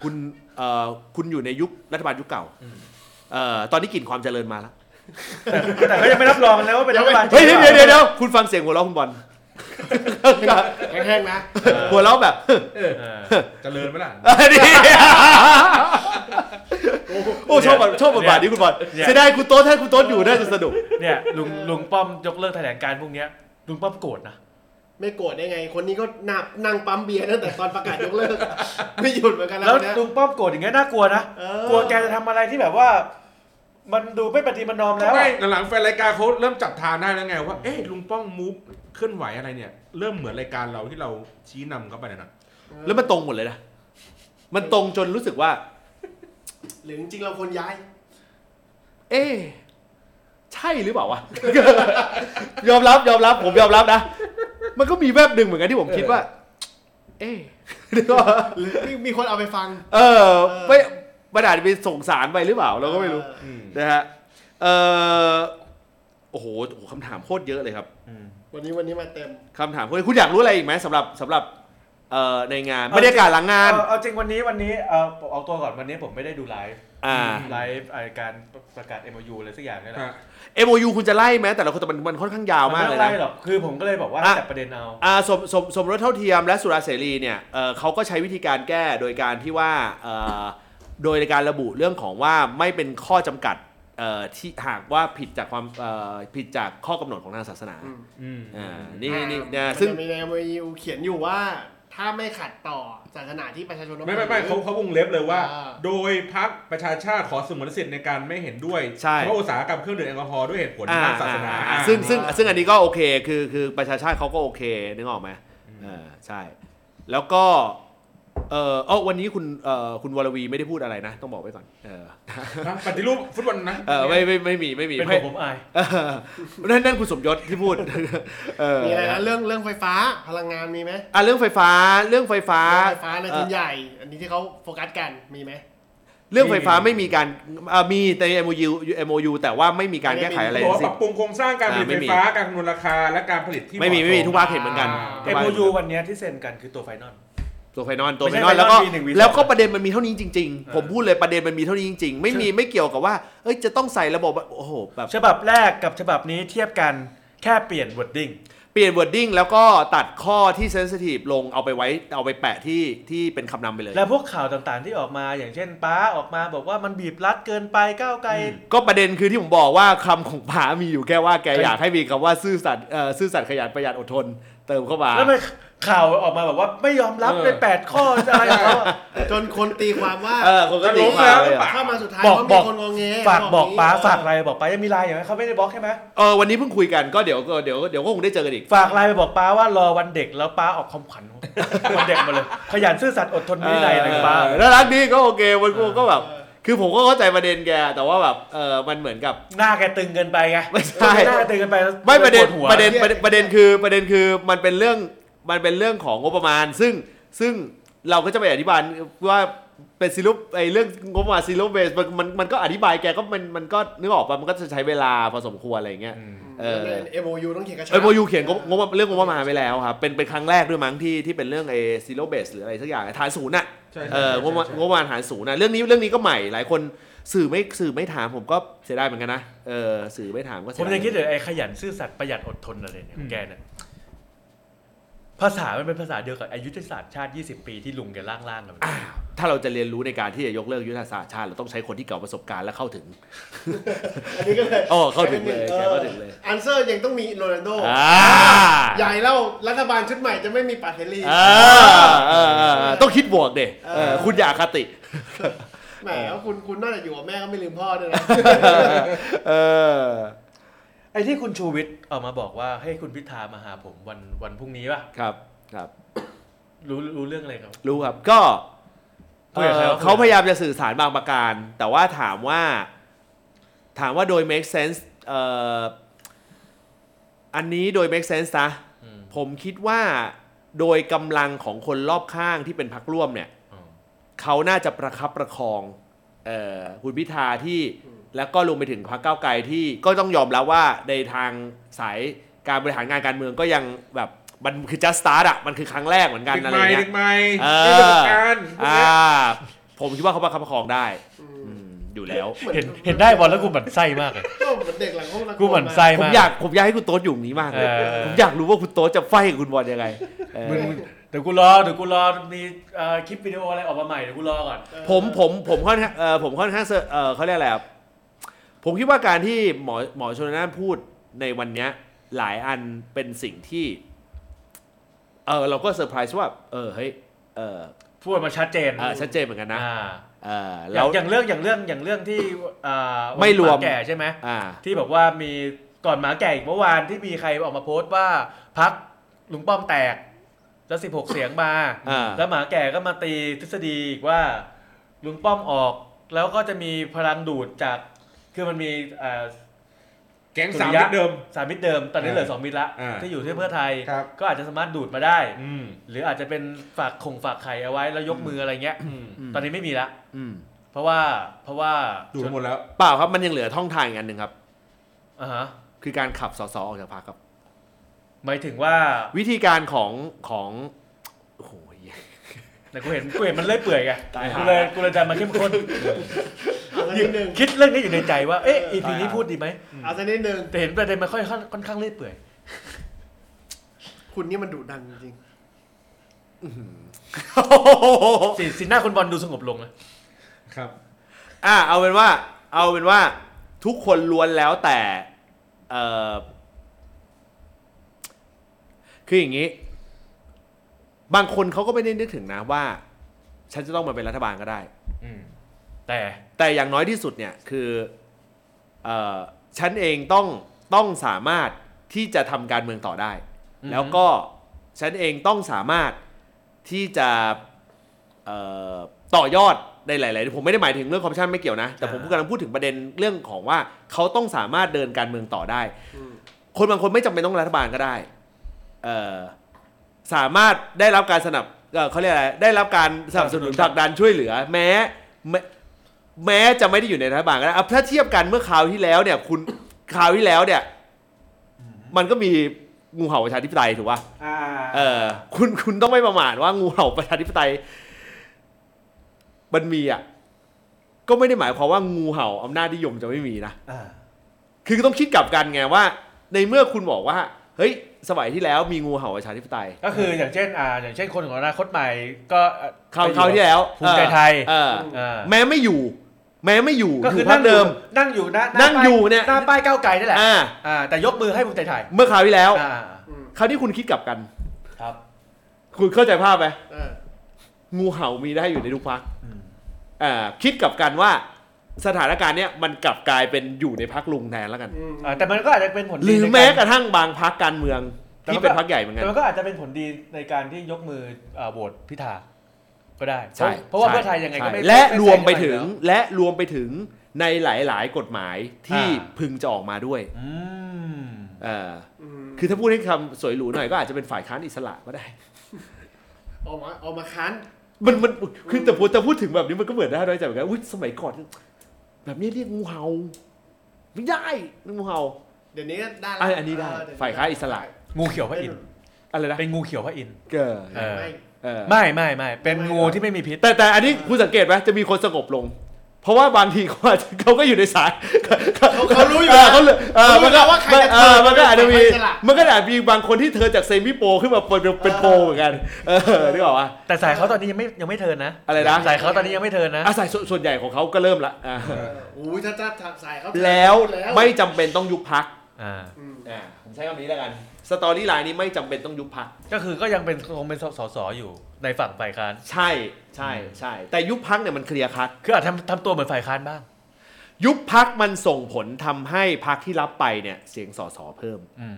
คุณเอ่อคุณอยู่ในยุครัฐบาลยุคเก่า
อืม
เอ่อตอนนี้กลิ่นความเจริญมาแล้ว
แต่แต่ก็ยังไม่รับรองเลยว่าเป็นรัฐบาลจริง
เฮ้ย
ห
เดี๋ยว
รือปล่า
เดี๋ยวเดี๋ยวคุณฟังเสียงหัวเราะคุณบอล
แห้งๆนะ
หัวเราะ แบบ
เออ
เจริญไหมล่ะ
นี่โอ้ชอบแบบชอบบทบาทนี้คุณบอล
เนี่ย
เสียดายคุณโต๊ดถ้าคุณโต๊ดอยู่น่าจะสนุก
เนี่ยลุงลุงป้อมยกเลิกแถลงการณ์พวกเนี้ยลุงป้อมโกรธนะ
ไม่โกรธได้ไง คนนี้ก็นับนั่งปั๊มเบียร์ตั้งแต่ตอนประกาศยกเลิก ไม่หยุดเหมือนกันนะ
แล้ว
คนเนี้ย
ลุงป้อมโกรธอย่างเงี้ยน่ากลัวนะ
เออ
กลัวแกจะทำอะไรที่แบบว่า มันดูไม่ปฏิบัตินอมแล้ว
ไม่
อะ
หลังๆแฟนรายการเขาเริ่มจับทางได้แล้วไงว่าเอ๊ะลุงป้องมูฟเคลื่อนไหวอะไรเนี่ย เริ่มเหมือนรายการเราที่เราชี้นำเข้าไปนะ
แล้วมันตรงหมดเลยนะ มันตรงจนรู้สึกว่า
หรือจริงๆเราคนย้าย
เอ๊ะใช่หรือเปล่าวะ ยอมรับยอมรับ ผมยอมรับนะ มันก็มีแวบหนึ่งเหมือนกันที่ผมคิดว่า เอ๊ะหรือว่า
หรือมีคนเอาไปฟัง
เออไม่มันอาจจะไปส่งสารไปหรือเปล่า เราก็ไม่รู้ นะฮะเอ่อโอ้โหโอ้โหคำถามโคตรเยอะเลยครับ
อืม
วันนี้วันนี้มาเต็ม
คำถามโคตรคุณอยากรู้อะไรอีกไหมสำหรับสำหรับเอ่อในงาน
เอา
บรรยากาศหลังงาน
เอาเอาจริงวันนี้วันนี้เออเอาตัวก่อนวันนี้ผมไม่ได้ดูไลฟ์
อ่า
ไลฟ์ไอการประกาศ MOU อะไรสักอย่างนี่แหละ
MOU คุณจะไล่ไหมแต่ละคนแต่มันมันค่อนข้างยาวมากเลย
ไไล่
นะ
หรอกคือผมก็เลยบอกว่า
อ่ะ
จับประเด็นเอา
อ่าสมสมสมรสเท่าเทียมและสุราเสรีเนี่ยเอ่อเขาก็ใช้วิธีการแก้โดยการที่ว่าเอ่อโดยในการระบุเรื่องของว่าไม่เป็นข้อจำกัดเอ่อที่หากว่าผิดจากความเอ่อผิดจากข้อกำหนดของทางศาสนา
อืม
อ่านี่นี่
อ่า
นะ
มั
ซึ่ง
จะมีในมยูเขียนอยู่ว่า ถ้าไม่ขัดต่อศาสนาที่ประชาชนต้อง
ไม่ไม่ไม่เขาเขาวงเล็บเลยว่า
อ่า
โดยพักประชาชาติขอสมรสิทธิ์ในการไม่เห็นด้วย
ใช่
เพราะอุตสาหกรรมเครื่องดื่มแอลกอฮอล์ด้วยเหตุผลทางศาสนา
อ่อ่อ่ซึ่งซึ่งซึ่งอันนี้ก็โอเคคือคือประชาชาติเขาก็โอเคนึกออกไหมเออใช่ แล้วก็เออเออวันนี้คุณเออคุณวรวีไม่ได้พูดอะไรนะ ต้องบอกไว้ก่อนเออ
นะปฏิรูปฟุตบอลนะ
เออไม่ไม่ไม่มีไม่มี
เป็นผ
ไม่
มผมอาย
เออนั่นนั่นคุณสมยศที่พูดเออ
มีอะไรนะเรื่องเรื่องไฟฟ้าพลังงานมีไหม
อ่ะเรื่องไฟฟ้าเรื่องไฟฟ้า
เรื่องไฟฟ้าในทุนใหญ่ อันนี้ที่เขาโฟกัสกันมีไหม
เรื่องไฟฟ้าไม่มีการเอ่อมีแต่ MOU MOU แต่ว่าไม่มีการแก้ไขอะไร
บอก
ทั้
ว่า
สิ้
งป
น
รับปรุงโครงสร้างการผลิต
อ่าไม่
ไฟ
มี
ฟ้าการคำนวณราคาและการผลิตที่
ไม่มีไม่มี
เหาะส
ทุกภาคเห็นเหมือนกัน
อ่า
MOU วันเนี้ยที่เซ็นกันคือตัวไฟนอล
ตัวไฟนอลตัว
ไม่
ไฟน
ใช่
อลแล้วก็
ไฟนอล V1 V2
แล้วก็ประเด็นมันมีเท่านี้จริง ๆ ผม
เออ
พูดเลยประเด็นมันมีเท่านี้จริง ๆ ไม่มีไม่เกี่ยวกับว่าเอ้ยจะต้องใส่ระบบโอ้โหแบบ
ฉบับแรกกับฉบับนี้เทียบกันแค่เปลี่ยนวอร์ดิ้ง
เปลี่ยน wording แล้วก็ตัดข้อที่ sensitive ลงเอาไปไว้เอาไปแปะที่ที่เป็นคำนำไปเลย
และพวกข่าวต่างๆที่ออกมาอย่างเช่นป้าออกมาบอกว่ามันบีบรัดเกินไปก้าวไกล
ก็ประเด็นคือที่ผมบอกว่าคำของผามีอยู่แค่ว่าแก
เออ
อ
อ
ยากให้มีคำว่าซื่อสัตย์เอ่อซื่อสัตย์ขยันประหยัดอดทนเติมเข้ามา
แล้วมันข่าวออกมาแบบว่าไม่ยอมรับ
เออ
เป็นแปดข้อจะ อะไรของเขาอะ
จนคนตีความว่า
เออคนก็ตี
จะล้ม
ความ
แล้ว
เล
หรื
ย
อเปล่
อะ
เข้ามาสุดท้าย
บอก
ก็
บ
มี
อก
คนงงเง
ฝากบอกป้า
อย่งนี้
ฝากไลน์ไปบอกป้ายังมีไลน์อย่างไรเขาไม่ได้บล็อกใช่ไหม
เออวันนี้เพิ่งคุยกันก็เดี๋ยวก็เดี๋ยวเดี๋ยวก็คงได้เจอกันอีก
ฝากไลน์ไปบอกป้าว่ารอวันเด็กแล้วป้าออกคำขวัญวันเด็กมาเลย ขยันซื่อสัตย์อดทนมีวินัยอะไรของป้า
เออน่ารักดีก็โอเคมันก็ก็แบบ
เออ
คือผมก็เข้าใจประเด็นแก แต่ว่าแบบเออมันเหมือนกับ
หน้าแกตึงเกินไปไง
ไม่ใช่
หน้าตึงเกินไปแล้ว
ไม่ประเด็น
ปวหัว
ประเด็นประเด็นประเด็นคือประเด็นคือมันเป็นเรื่องมันเป็นเรื่องของงบประมาณ ซึ่งซึ่งเราก็จะไปอธิบายว่าเป็นซีรุปไอเรื่องงบประมาณซีรุปเบสมันมันก็อธิบายแกก็มันมันก็นึกออกป่ะมันก็จะใช้เวลาพอสมควรอะไรอย่างเงี้ย เออ
เอ็มโอยูต้องเขียนกระชับ
เออโมยูเขียนงบงบเรื่องงบประมาณไปแล้วครับเป็นเป็นครั้งแรกด้วยมั้งที่ที่เป็นเรื่องไอซีรุปเบสหรืออะไรสักอย่างฐานศูนย์น่ะ
ใช่
เอองบประมาณ
ใช่
งบประมาณหารศูนย์นะเรื่องนี้เรื่องนี้ก็ใหม่หลายคนสื่อไม่สื่อไม่ถามผมก็เสียดายเหมือนกันนะเออสื่อไม่ถามก็เสี
ผม
ยา
ยังคิดถึงไอ้ขยันซื่อสัตย์ประหยัดอดทนอะไรเนี่ยของแกเนี่ยภาษามันเป็นภาษาเดียวกับอายุทศาสตร์ชาติ 20 ปีที่ลุงแกล่างๆกัน
ถ้าเราจะเรียนรู้ในการที่จะยกเลิกยุทธศาสตร์ชาติเราต้องใช้คนที่เก่าประสบการณ์และเข้าถึง
อันนี้ก็เลย
โอ้เข้าถึงเลยแกเข้าถึงเลย
อันเซอร์ยังต้องมีโรนัลโด
อ่า
ใหญ่แล้วรัฐบาลชุดใหม่จะไม่มีปัตเทลี
เออเออเออเออต้องคิดบวกเด็
เออ
คุณอย่าอคติ
แหมคุณคุณน่าจะอยู่กับแม่ก็ไม่ลืมพ่อด้วยนะ
เออ
ไอ้ที่คุณชูวิทย์ออกมาบอกว่าให้คุณพิธามาหาผมวันวันพรุ่งนี้ป่ะ
ครับครับ
รู้รู้เรื่องอะไรครับ
รู้ครับก็
คุยกับใคร
เอ่อ
วะ
เขาพยายามจะสื่อสารบางประการ แต่ว่าถามว่า ถามว่าโดย make sense เอ่ออันนี้โดย make sense นะ
อืม
ผมคิดว่าโดยกำลังของคนรอบข้างที่เป็นพักร่วมเนี่ย
อืม
เขาน่าจะประคับประคองเอ่อคุณพิธาที่แล้วก็ลงไปถึงพรรคก้าวไกลที่ก็ต้องยอมรับว่าในทางสายการบริหารงานการเมืองก็ยังแบบมันคือ just start อะมันคือครั้งแรกเหมือนกัน
เด็ก
อะไร
ใหม่
เงี้ย
เด็กใหม่
เอ
เรื่
อ
องประสบการณ์พวก
อ่า
เนี้ย
ผมคิดว่าเขาประคับประคองได้
อืม
อืมอยู่แล้ว
เห็นเห็นได้บอลแล้วกูหมั่นไส้มากเลย
ก็เหมือนเด็กหลังห้องละ
กูหมั่นไส้
ผม
มาก
อยากผมอยากให้คุณโต๊ดอยู่ตรงนี้มากเลย
เออ
ผมอยากรู้ว่าคุณโต๊ดจะไฟกับคุณบอลยังไงเออ
มึงมึงเดี๋ยวกูรอเดี๋ยวกูรอมีเอ่อคลิปวิดีโออะไรออกมาใหม่เดี๋ยวกูรอก่อน
ผมผมผมค่อนข้างเออผมค่อนข้างเซอร์เออเขาเรียกอะไรครับผมคิดว่าการที่หมอหมอชนน่านพูดในวันเนี้ยหลายอันเป็นสิ่งที่ เออเราก็เซอร์ไพรส์ว่าเออเฮ้ยเออ
พูดมาชัดเจน
เออชัดเจนเหมือนกันนะ
อ่า
เออ
อ
แล้
ย่าว งอย่างเรื่องอย่างเรื่องอย่างเรื่องที่อ่า
ไม่รวม
หาแก่ใช่ไหม
อ่า
ที่บอกว่ามีก่อนหมาแก่อีกเมื่อวานที่มีใครออกมาโพสต์ว่าพักลุงป้อมแตกแล้วสิบหกเสียงมา
อ่า
แล้วหมาแก่ก็มาตีทฤษฎีอีกว่าลุงป้อมออก แล้วก็จะมีพลังดูดจากคือมันมีอ่า
แก๊ง
สุ
สาม
ริยะ
มิตรเดิม
สามมิตรเดิมตอนนี้
อ่า
เหลือสองมิตรละ
อ่า
ที่อยู่ที่เพื่อไทย
ครับ
ก็อาจจะสามารถดูดมาได้
อืม
หรืออาจจะเป็นฝากคงฝากไข่เอาไว้แล้วยกมืออะไรเงี้ย ตอนนี้ไม่มีละ
อืม
เพราะว่าเพราะว่า
ดูดหมดแล้ว
เปล่าครับมันยังเหลือท่องทางอีกอันหนึ่งครับ
อ่าฮะ
คือการขับสสออกจากพรรคครับ
หมายถึงว่า
วิธีการของของโอ้โหเหี้ย
แต่กูเห็นกูเห็นมันเลื่อยเปื่อยไง
ตายห่า
กูเลยกูเลยจะมาเข้มข้น
เอาสักนิดนึง
คิดเรื่องนี้อยู่ในใจว่าเอ๊ะอีพี
ตายห่า
นี้พูดดีไหม
เอาสักนิดนึง
แต่เห็นประเด็นมันค่อยค่อนค่อนข้างเลื่อยเปื่อย
คุณนี่มันดุดันจริง
สีสีหน้าคุณบอลดูสงบลงนะครับ
อ่ะเอาเป็นว่า เอาเป็นว่าทุกคนล้วนแล้วแต่เออคืออย่างนี้ บางคนเขาก็ไม่ได้นึกถึงนะว่า ฉันจะต้องมาเป็นรัฐบาลก็ได้
แต่
แต่อย่างน้อยที่สุดเนี่ยคือเออฉันเองต้องต้องสามารถที่จะทำการเมืองต่อได้
อือฮึ
แล้วก็ฉันเองต้องสามารถที่จะเอ่อต่อยอดในหลายๆผมไม่ได้หมายถึงเรื่องคอมมิชชั่นไม่เกี่ยวนะ แต่ผมกำลังพูดถึงประเด็นเรื่องของว่าเขาต้องสามารถเดินการเมืองต่อได้
อืม
คนบางคนไม่จำเป็นต้องรัฐบาลก็ได้เอ่อสามารถได้รับการสนับเอ่อเขาเรียกอะไรได้รับการสนับสนุนผลักดันช่วยเหลือ แม้แม้ แม้จะไม่ได้อยู่ในรัฐบาลก็ได้อ่ะถ้าเทียบกันเมื่อคราวที่แล้วเนี่ย คุณ คราวที่แล้วเนี่ย มันก็มีงูเห่าประชาธิปไตยถูกป่ะ
อ่า
เออ คุณคุณต้องไม่ประมาทว่างูเห่าประชาธิปไตย มันมีอ่ะ ก็ไม่ได้หมายความว่างูเห่าอำนาจนิยมจะไม่มีนะ
อ่า
คือต้องคิดกลับกันไงว่า ในเมื่อคุณบอกว่า เฮ้ย สมัยที่แล้วมีงูเห่าประชาธิปไตย
ก็คืออย่างเช่นอ่าอย่างเช่นคนของอนาคตใหม่ก็อ่ะ
คราว
ไปอยู่
คราวที่แล้ว
ภูมิใจไทย
เออ
อ่า
เออแม้ไม่อยู่ แม้ไม่อยู่
ก็คือ
พรร
นั่
ค
ง
เดิม
นั่งอยู่นะ
นั่งอยู่เนี่ย
หน้าป้ายก้าวไกลนี่แหละ
อ่า
อ่าแต่ยกมือให้ภูมิใจไทย
เมื่อคราวที่แล้ว
อ่า
ๆอืม
คราวนี้คุณคิดกลับกัน
ครับ
คุณเข้าใจภาพไหม
เออ
งูเห่ามีได้อยู่ในทุกพักอ่าคิดกลับกันว่าสถานการณ์เนี้ยมันกลับกลายเป็นอยู่ในพักลุงแทนแล้วกัน
อืม
อ่าแต่มันก็อาจจะเป็นผล
ห
ดี
รือ
ใน
แม้
การ
กระทั่งบางพักการเมือง
แต่มั
ที่
นก็
เป็นพักใหญ่เหมือนกัน
แต่มันก็อาจจะเป็นผลดีในการที่ยกมืออ่าโหวตพิธาก็ได้
ใช่
เพราะว่า
ใช่
เพื่อไทยยังไงก็ไม่
ใช่และ
แซง
รวมไปถึง
อยู่แล้ว
และรวมไปถึงในหลายๆ กฎหมายที่
อ่า
พึงจะออกมาด้วย
อืม
เออ
อืม
คือถ้าพูดให้คำสวยหรูหน่อยก็อาจจะเป็นฝ่ายค้านอิสระก็ได้
ออกมาออกมาค้าน
มันมันคือแต่พอจะพูดถึงแบบนี้มันก็เหมือนน่าน้อยใจเหมือนกันอุ้ยสมัยก่อน แบบนี้เรียกงูเห่าไม่ได้งูเห่า
เดี๋ยวนี้ก็ได้
อ่ะอันนี้ได้
เเวนี้
ฝ่ายค้านอิสระ
งูเขียวพระอินทร์
อะไรนะ
เป็นงูเขียวพระอินทร์
เกอ
เออ
ไม่
เออ
ไม่ไม่ไม่เป็นงูที่ไม่มีพิษ
แต่แต่อันนี้คุณสังเกตไหมจะมีคนสงบลง เพราะว่าบางทีเขาอาจจะเขาก็อยู่ในสาย
เขาเขารู้อยู่
เออ
แล้ว
เขาเลยเออ
เขารู้
มันก็
ว่าใครจะ
เออมันก็อาจจะมี
ใครจะฉลาด
มันก็อาจมีบางคนที่เธอจากเซมิโปรขึ้นมาเป็นเป็นโปรเหมือนกันเออนึกออกปะ
แต่สายเขาตอนนี้ยังไม่ยังไม่เทิร์นนะ
อะไรนะ
สายเขาตอนนี้ยังไม่เทิร์นนะ
อ่ะสายส่วนส่วนใหญ่ของเขาก็เริ่มละอ่ะ
เอออุ้ยถ้าถ้าถ้าสายเขา
แล้วไม่
ไม่
จำเป็นต้องยุบพัก
อ่า
อืม
อ่ะผมใช้คำนี้แล้วกันสตอรี่ไลน์นี้ไม่จำเป็นต้องยุบพัก
ก็คือก็ยังเป็นคงเป็นสสอยู่ในฝั่งฝ่ายค้าน
ใช่ใช่ใช่ แต่ยุบพักเนี่ยมันเคลียร์คัด
คืออาจทำทำตัวเหมือนฝ่ายค้านบ้าง
ยุบพักมันส่งผลทำให้พักที่รับไปเนี่ยเสียงสสเพิ่ม
อืม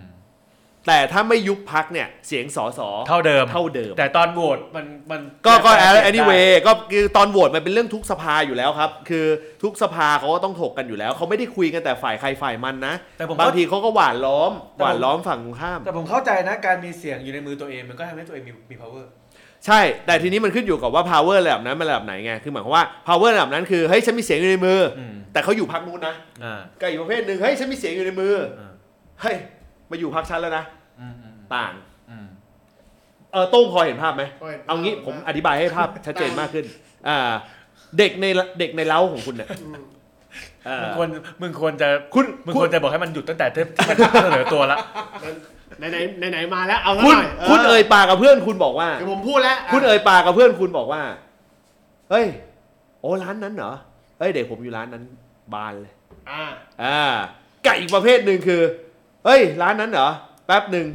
แต่ถ้าไม่ยุบพักเนี่ยเสียงสส
เท่าเดิม
เท่าเดิม
แต่ตอนโหวตมันมัน
ก็ก็
แปลเปลี่ยนได้
anyway ก็คือตอนโหวตมันเป็นเรื่องทุกสภาอยู่แล้วครับ คือทุกสภาเขาก็ต้องถกกันอยู่แล้วเขาไม่ได้คุยกันแต่ฝ่ายใครฝ่ายมันนะ
แต่ผม
บาง
ก็
ทีเขาก็หวานล้อม
แต่ผม
หวานล้อมฝั่งตรงข้าม
แต่ผมเข้าใจนะ การมีเสียงอยู่ในมือตัวเองมันก็ทำให้ตัวเองมีมี power
ใช่ แต่ทีนี้มันขึ้นอยู่กับว่า power ระดับนั้นมันระดับไหนไงคือหมายความว่า power ระดับนั้นคือเฮ้ยฉันมีเสียงอยู่ในมืออ
อืม
แต่เขาอยู่พักนู้นนะ
อ่า
ก็อีกประเภทหนึ่งเฮ้ยฉันมีเสียงอยู่ในมืออา เฮ้ยมาอยู่พักฉันแล้วนะ
อืมอืม
ต่าง
อืม
เออโต้งพอเห็นภาพไหม
ก็ห็น
เอางี้ผมอธิบายให้ภาพชัดเจนมากขึ้นอ่าเด็กในเด็กในเล้าของคุณเนี่ย
อืม
เอ่อ
มึงควรมึงควรจะ
คุณ
มึง
คุ
คว
ณ
รจะบอกให้มันหยุดตั้งแต่ที่มันเสนอตัวละ
ไหนไหนไหนไหนมาแล้วเอาซะ
คุณ
หน่อย
คุณเอ่ยปากกับเพื่อนคุณบอกว่า
เดี๋ยวผมพูดแล้ว
คุณเอ่ยปากกับเพื่อนคุณบอกว่า เฮ้ย โอ้ร้านนั้นเหรอเฮ้ยเด็กผมอยู่ร้านนั้นบานเลย
อ่า
อ่ากับอีกประเภทหนึ่งคือ เฮ้ย ร้านนั้นเหรอแป๊บหนึ่ง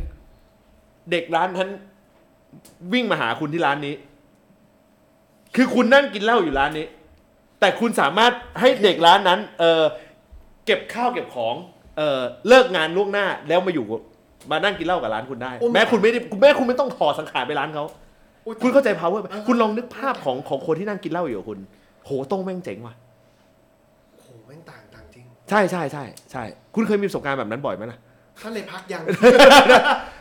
เด็กร้านนั้น วิ่งมาหาคุณที่ร้านนี้ คือคุณนั่งกินเหล้าอยู่ร้านนี้ แต่คุณสามารถให้เด็กร้านนั้น เออเก็บข้าวเก็บของ เออเลิกงานล่วงหน้าแล้วมาอยู่มานั่งกินเหล้ากับร้านคุณได้
โอ้
แม้คุณไม่ได้แม้คุณไม่ต้องถอดสังขารไปร้านเขา
อุ๊ย
คุณเข้าใจ power ไหม
เออ
คุณลองนึกภาพของของคนที่นั่งกินเหล้าอยู่กับคุณ โหโต้งแม่งเจ๋งว่ะ
โอ้โหแม่งต่างต่างจริง
ใช่ใช่ใช่ใช่ คุณเคยมีประสบการณ์แบบนั้นบ่อยไหมล่ะ
ถ้าในพัก ยัง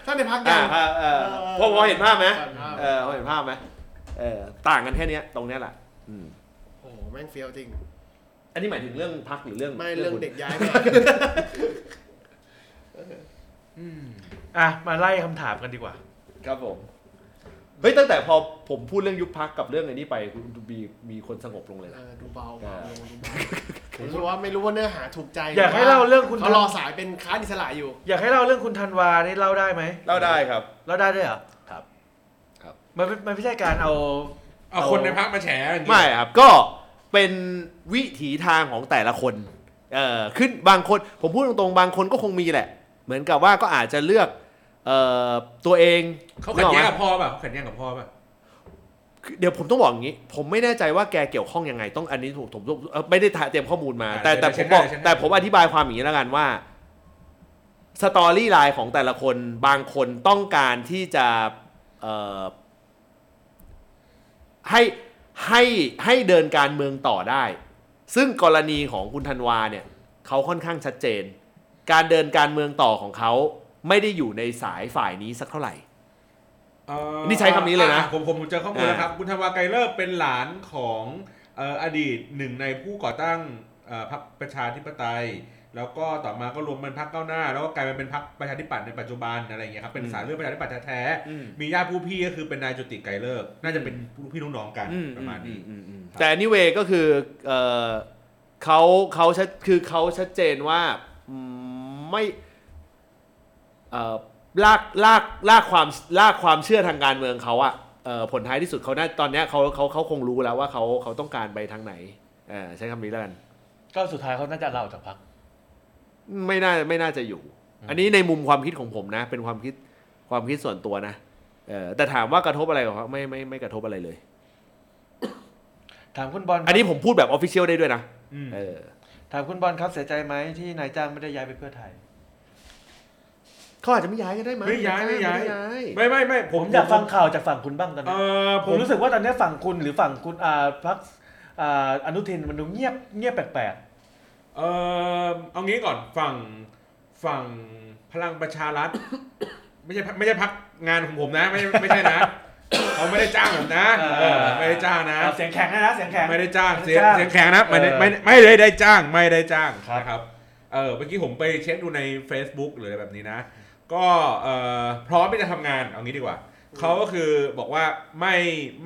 ถ้าในพักยั
อ่าง เออพ
เอ
อ
อ
พอเห็นภาพไหม
เห็นภาพ
เออพอเห็นภาพไหมเออต่างกันแค่เนี้ยตรงเนี้ยแหละอืม
โอ้โหแม่งเฟี้ยวจริง
อันนี้หมายถึงเรื่องพักหรือเรื่อง
ไม่เรื่องเด็กย้ายมา
อ่ะมาไล่คำถามกันดีกว่า
ครับผมเฮ้ยตั้งแต่พอผมพูดเรื่องยุบพักกับเรื่องไอ้นี้ไปคุณมีมีคนสงบลงเลย
เอ
นะ
อดูเบา
เอ
เบา
อ
ดูเบาผมรู้ว่าไม่รู้ว่าเนื้อหาถูกใจ
อยากให้เล่าเรื่องคุณ
เขารอสายเป็นค้าอิสระอยู่
อยากให้เล่าเรื่องคุณธันวานี่เล่าได้ไหม
เล่าได้ครับ
เล่าได้ด้วยเหรอ
ครับครับ
มันไม่มันไม่ใช่การเอา
เอาคนในพักมาแฉอย่างนี้
ไม่ครับก็เป็นวิถีทางของแต่ละคนเอ่อขึ้นบางคนผมพูดตรงๆ บางคนก็คงมีแหละ เหมือนกับว่าก็อาจจะเลือกเอ่อตัวเอง
เขาขัดแย้ง
นึกออกไหม
กับพ่อป่ะเขาขัดแย้งกับพ่อป่ะ
คือเดี๋ยวผมต้องบอกอย่างนี้ ผมไม่แน่ใจว่าแกเกี่ยวข้องยังไง ต้องอันนี้ผมผมเอ่อไม่ได้ถ่ายเตรียมข้อมูลมา
อ่า
แต่แต่ผ
เดี๋
ม
ยว
บอก
เช็คให้เดี๋ยวเช็คให้
แต่ผมอธิบายความอย่างนี้แล้วกันว่าสตอรี่ไลน์ของแต่ละคนบางคนต้องการที่จะเอ่อให้ให้ให้เดินการเมืองต่อได้ ซึ่งกรณีของคุณธันวาเนี่ยเขาค่อนข้างชัดเจน การเดินการเมืองต่อของเขาไม่ได้อยู่ในสายฝ่ายนี้สักเท่าไหร่
เอ่อ
นี่ใช้คำนี้เลยนะ
อ่ผมผมเจอข้อมูล
อ่า
นะครับ คุณธวาไกรเลิกเป็นหลานของเอ่ออดีตหนึ่งในผู้ก่อตั้งเอ่อพรรคประชาธิปไตย แล้วก็ต่อมาก็รวมเป็นพรรคก้าวหน้า แล้วก็กลายมาเป็นพรรคประชาธิปัตย์ในปัจจุบันอะไรอย่างเงี้ยครับเป็นสายเลือดประชาธิปัตย์แท้ๆมีญาติผู้พี่ก็คือเป็นนายจุติไกรเลิกน่าจะเป็นพี่น้องๆกัน
อืม
ประมาณนี้
อืมอืมอืม
ครับ
แต่นิเวก็คือเออเขาเขาชัดคือเขาชัดเจนว่าอืมไม่เออลากลากลากความลากความเชื่อทางการเมืองเขาอะเออผลท้ายที่สุดเขาน่าตอนเนี้ยเขาเขาเขาคงรู้แล้วว่าเขาเขาต้องการไปทางไหนเออใช้คำนี้แล้วกัน
ก็สุดท้ายเขาน่าจะเล่าจากพัก
ไม่น่าไม่น่าจะอยู่ อันนี้ในมุมความคิดของผมนะ เป็นความคิดความคิดส่วนตัวนะเออแต่ถามว่ากระทบอะไรกับเขาไม่ไม่ไม่กระทบอะไรเลย
ถามคุณบอลครับ
อันนี้ผมพูดแบบออฟฟิเชียลได้ด้วยนะ
อืม
เออ
ถามคุณบอลครับเสียใจไหมที่นายจ้างไม่ได้ย้ายไปเพื่อไทย
เขาอาจจะไม่ย้ายก็ได้มั้ง
ไม่ย้ายไม่ย้าย
ไม่ย้าย
ไม่ไม่ไม่ผ
ผม มอยากฟังข่าวจากฝั่งคุณบ้างตอน
เอ
นี้
อผ
ผมมรู้สึกว่าตอนนี้ฝั่งคุณหรือฝั่งคุณอ่าพักอ่าอนุทินมันดูเงียบเงียบแปลก
เออเอางี้ก่อนฝั่งฝั่งพลังประชารัฐ ไม่ใช่ไม่ใช่พักงานของผมนะ ไม่ไม่ใช่นะ เขาไม่ได้จ้างผมนะเออไม่ได้จ้าง
ๆ
นะ
เอาเสียงแข็งนะนะเสียงแข็ง
ไม่ได้จ้างเสียง
ไม่ได้จ้าง
เสียงแข็งนะไม่ได้
เออ
ไม่ได้ไม่ได้ได้จ้างไม่ได้จ้าง
ครับ
นะครับเออเมื่อกี้ผมไปเช็คดูใน Facebook หรืออะไรแบบนี้นะ ก็เอ่อพร้อมที่จะทำงานเอางี้ดีกว่าเขาก็คือบอกว่าไม่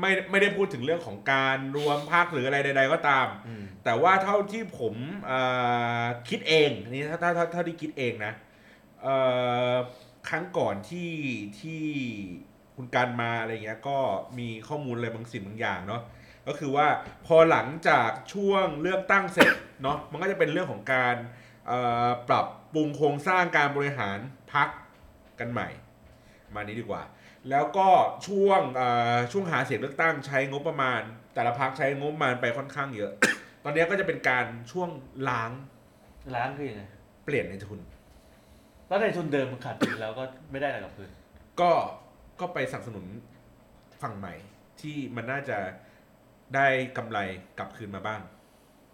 ไม่ไม่ได้พูดถึงเรื่องของการรวมภาคหรืออะไรใด ๆ ก็ตาม แต่ว่าเท่าที่ผมเอ่อคิดเองอันนี่ถ้าถ้าถ้าเท่าที่คิดเองนะเอ่อครั้งก่อนที่ที่คุณการมาอะไรเงี้ยก็มีข้อมูลอะไรบางสิ่งบางอย่างเนาะก็คือว่าพอหลังจากช่วงเลือกตั้งเสร็จ เนาะมันก็จะเป็นเรื่องของการเอ่อปรับปรุงโครงสร้างการบริหารพักกันใหม่ มานี้ดีกว่า แล้วก็ช่วงเอ่อช่วงหาเสียงเลือกตั้งใช้งบประมาณ แต่ละพักใช้งบประมาณไปค่อนข้างเยอะ ตอนเนี้ยก็จะเป็นการช่วงล้าง
ร้านคือยังไง
เปลี่ยนในทุน
แล้วในทุนเดิมมันขาดทุนแล้วก็ไม่ได้อะไรกลับคืน
ก็ก็ไปสนับสนุนฝั่งใหม่ ที่มันน่าจะได้กำไรกลับคืนมาบ้าง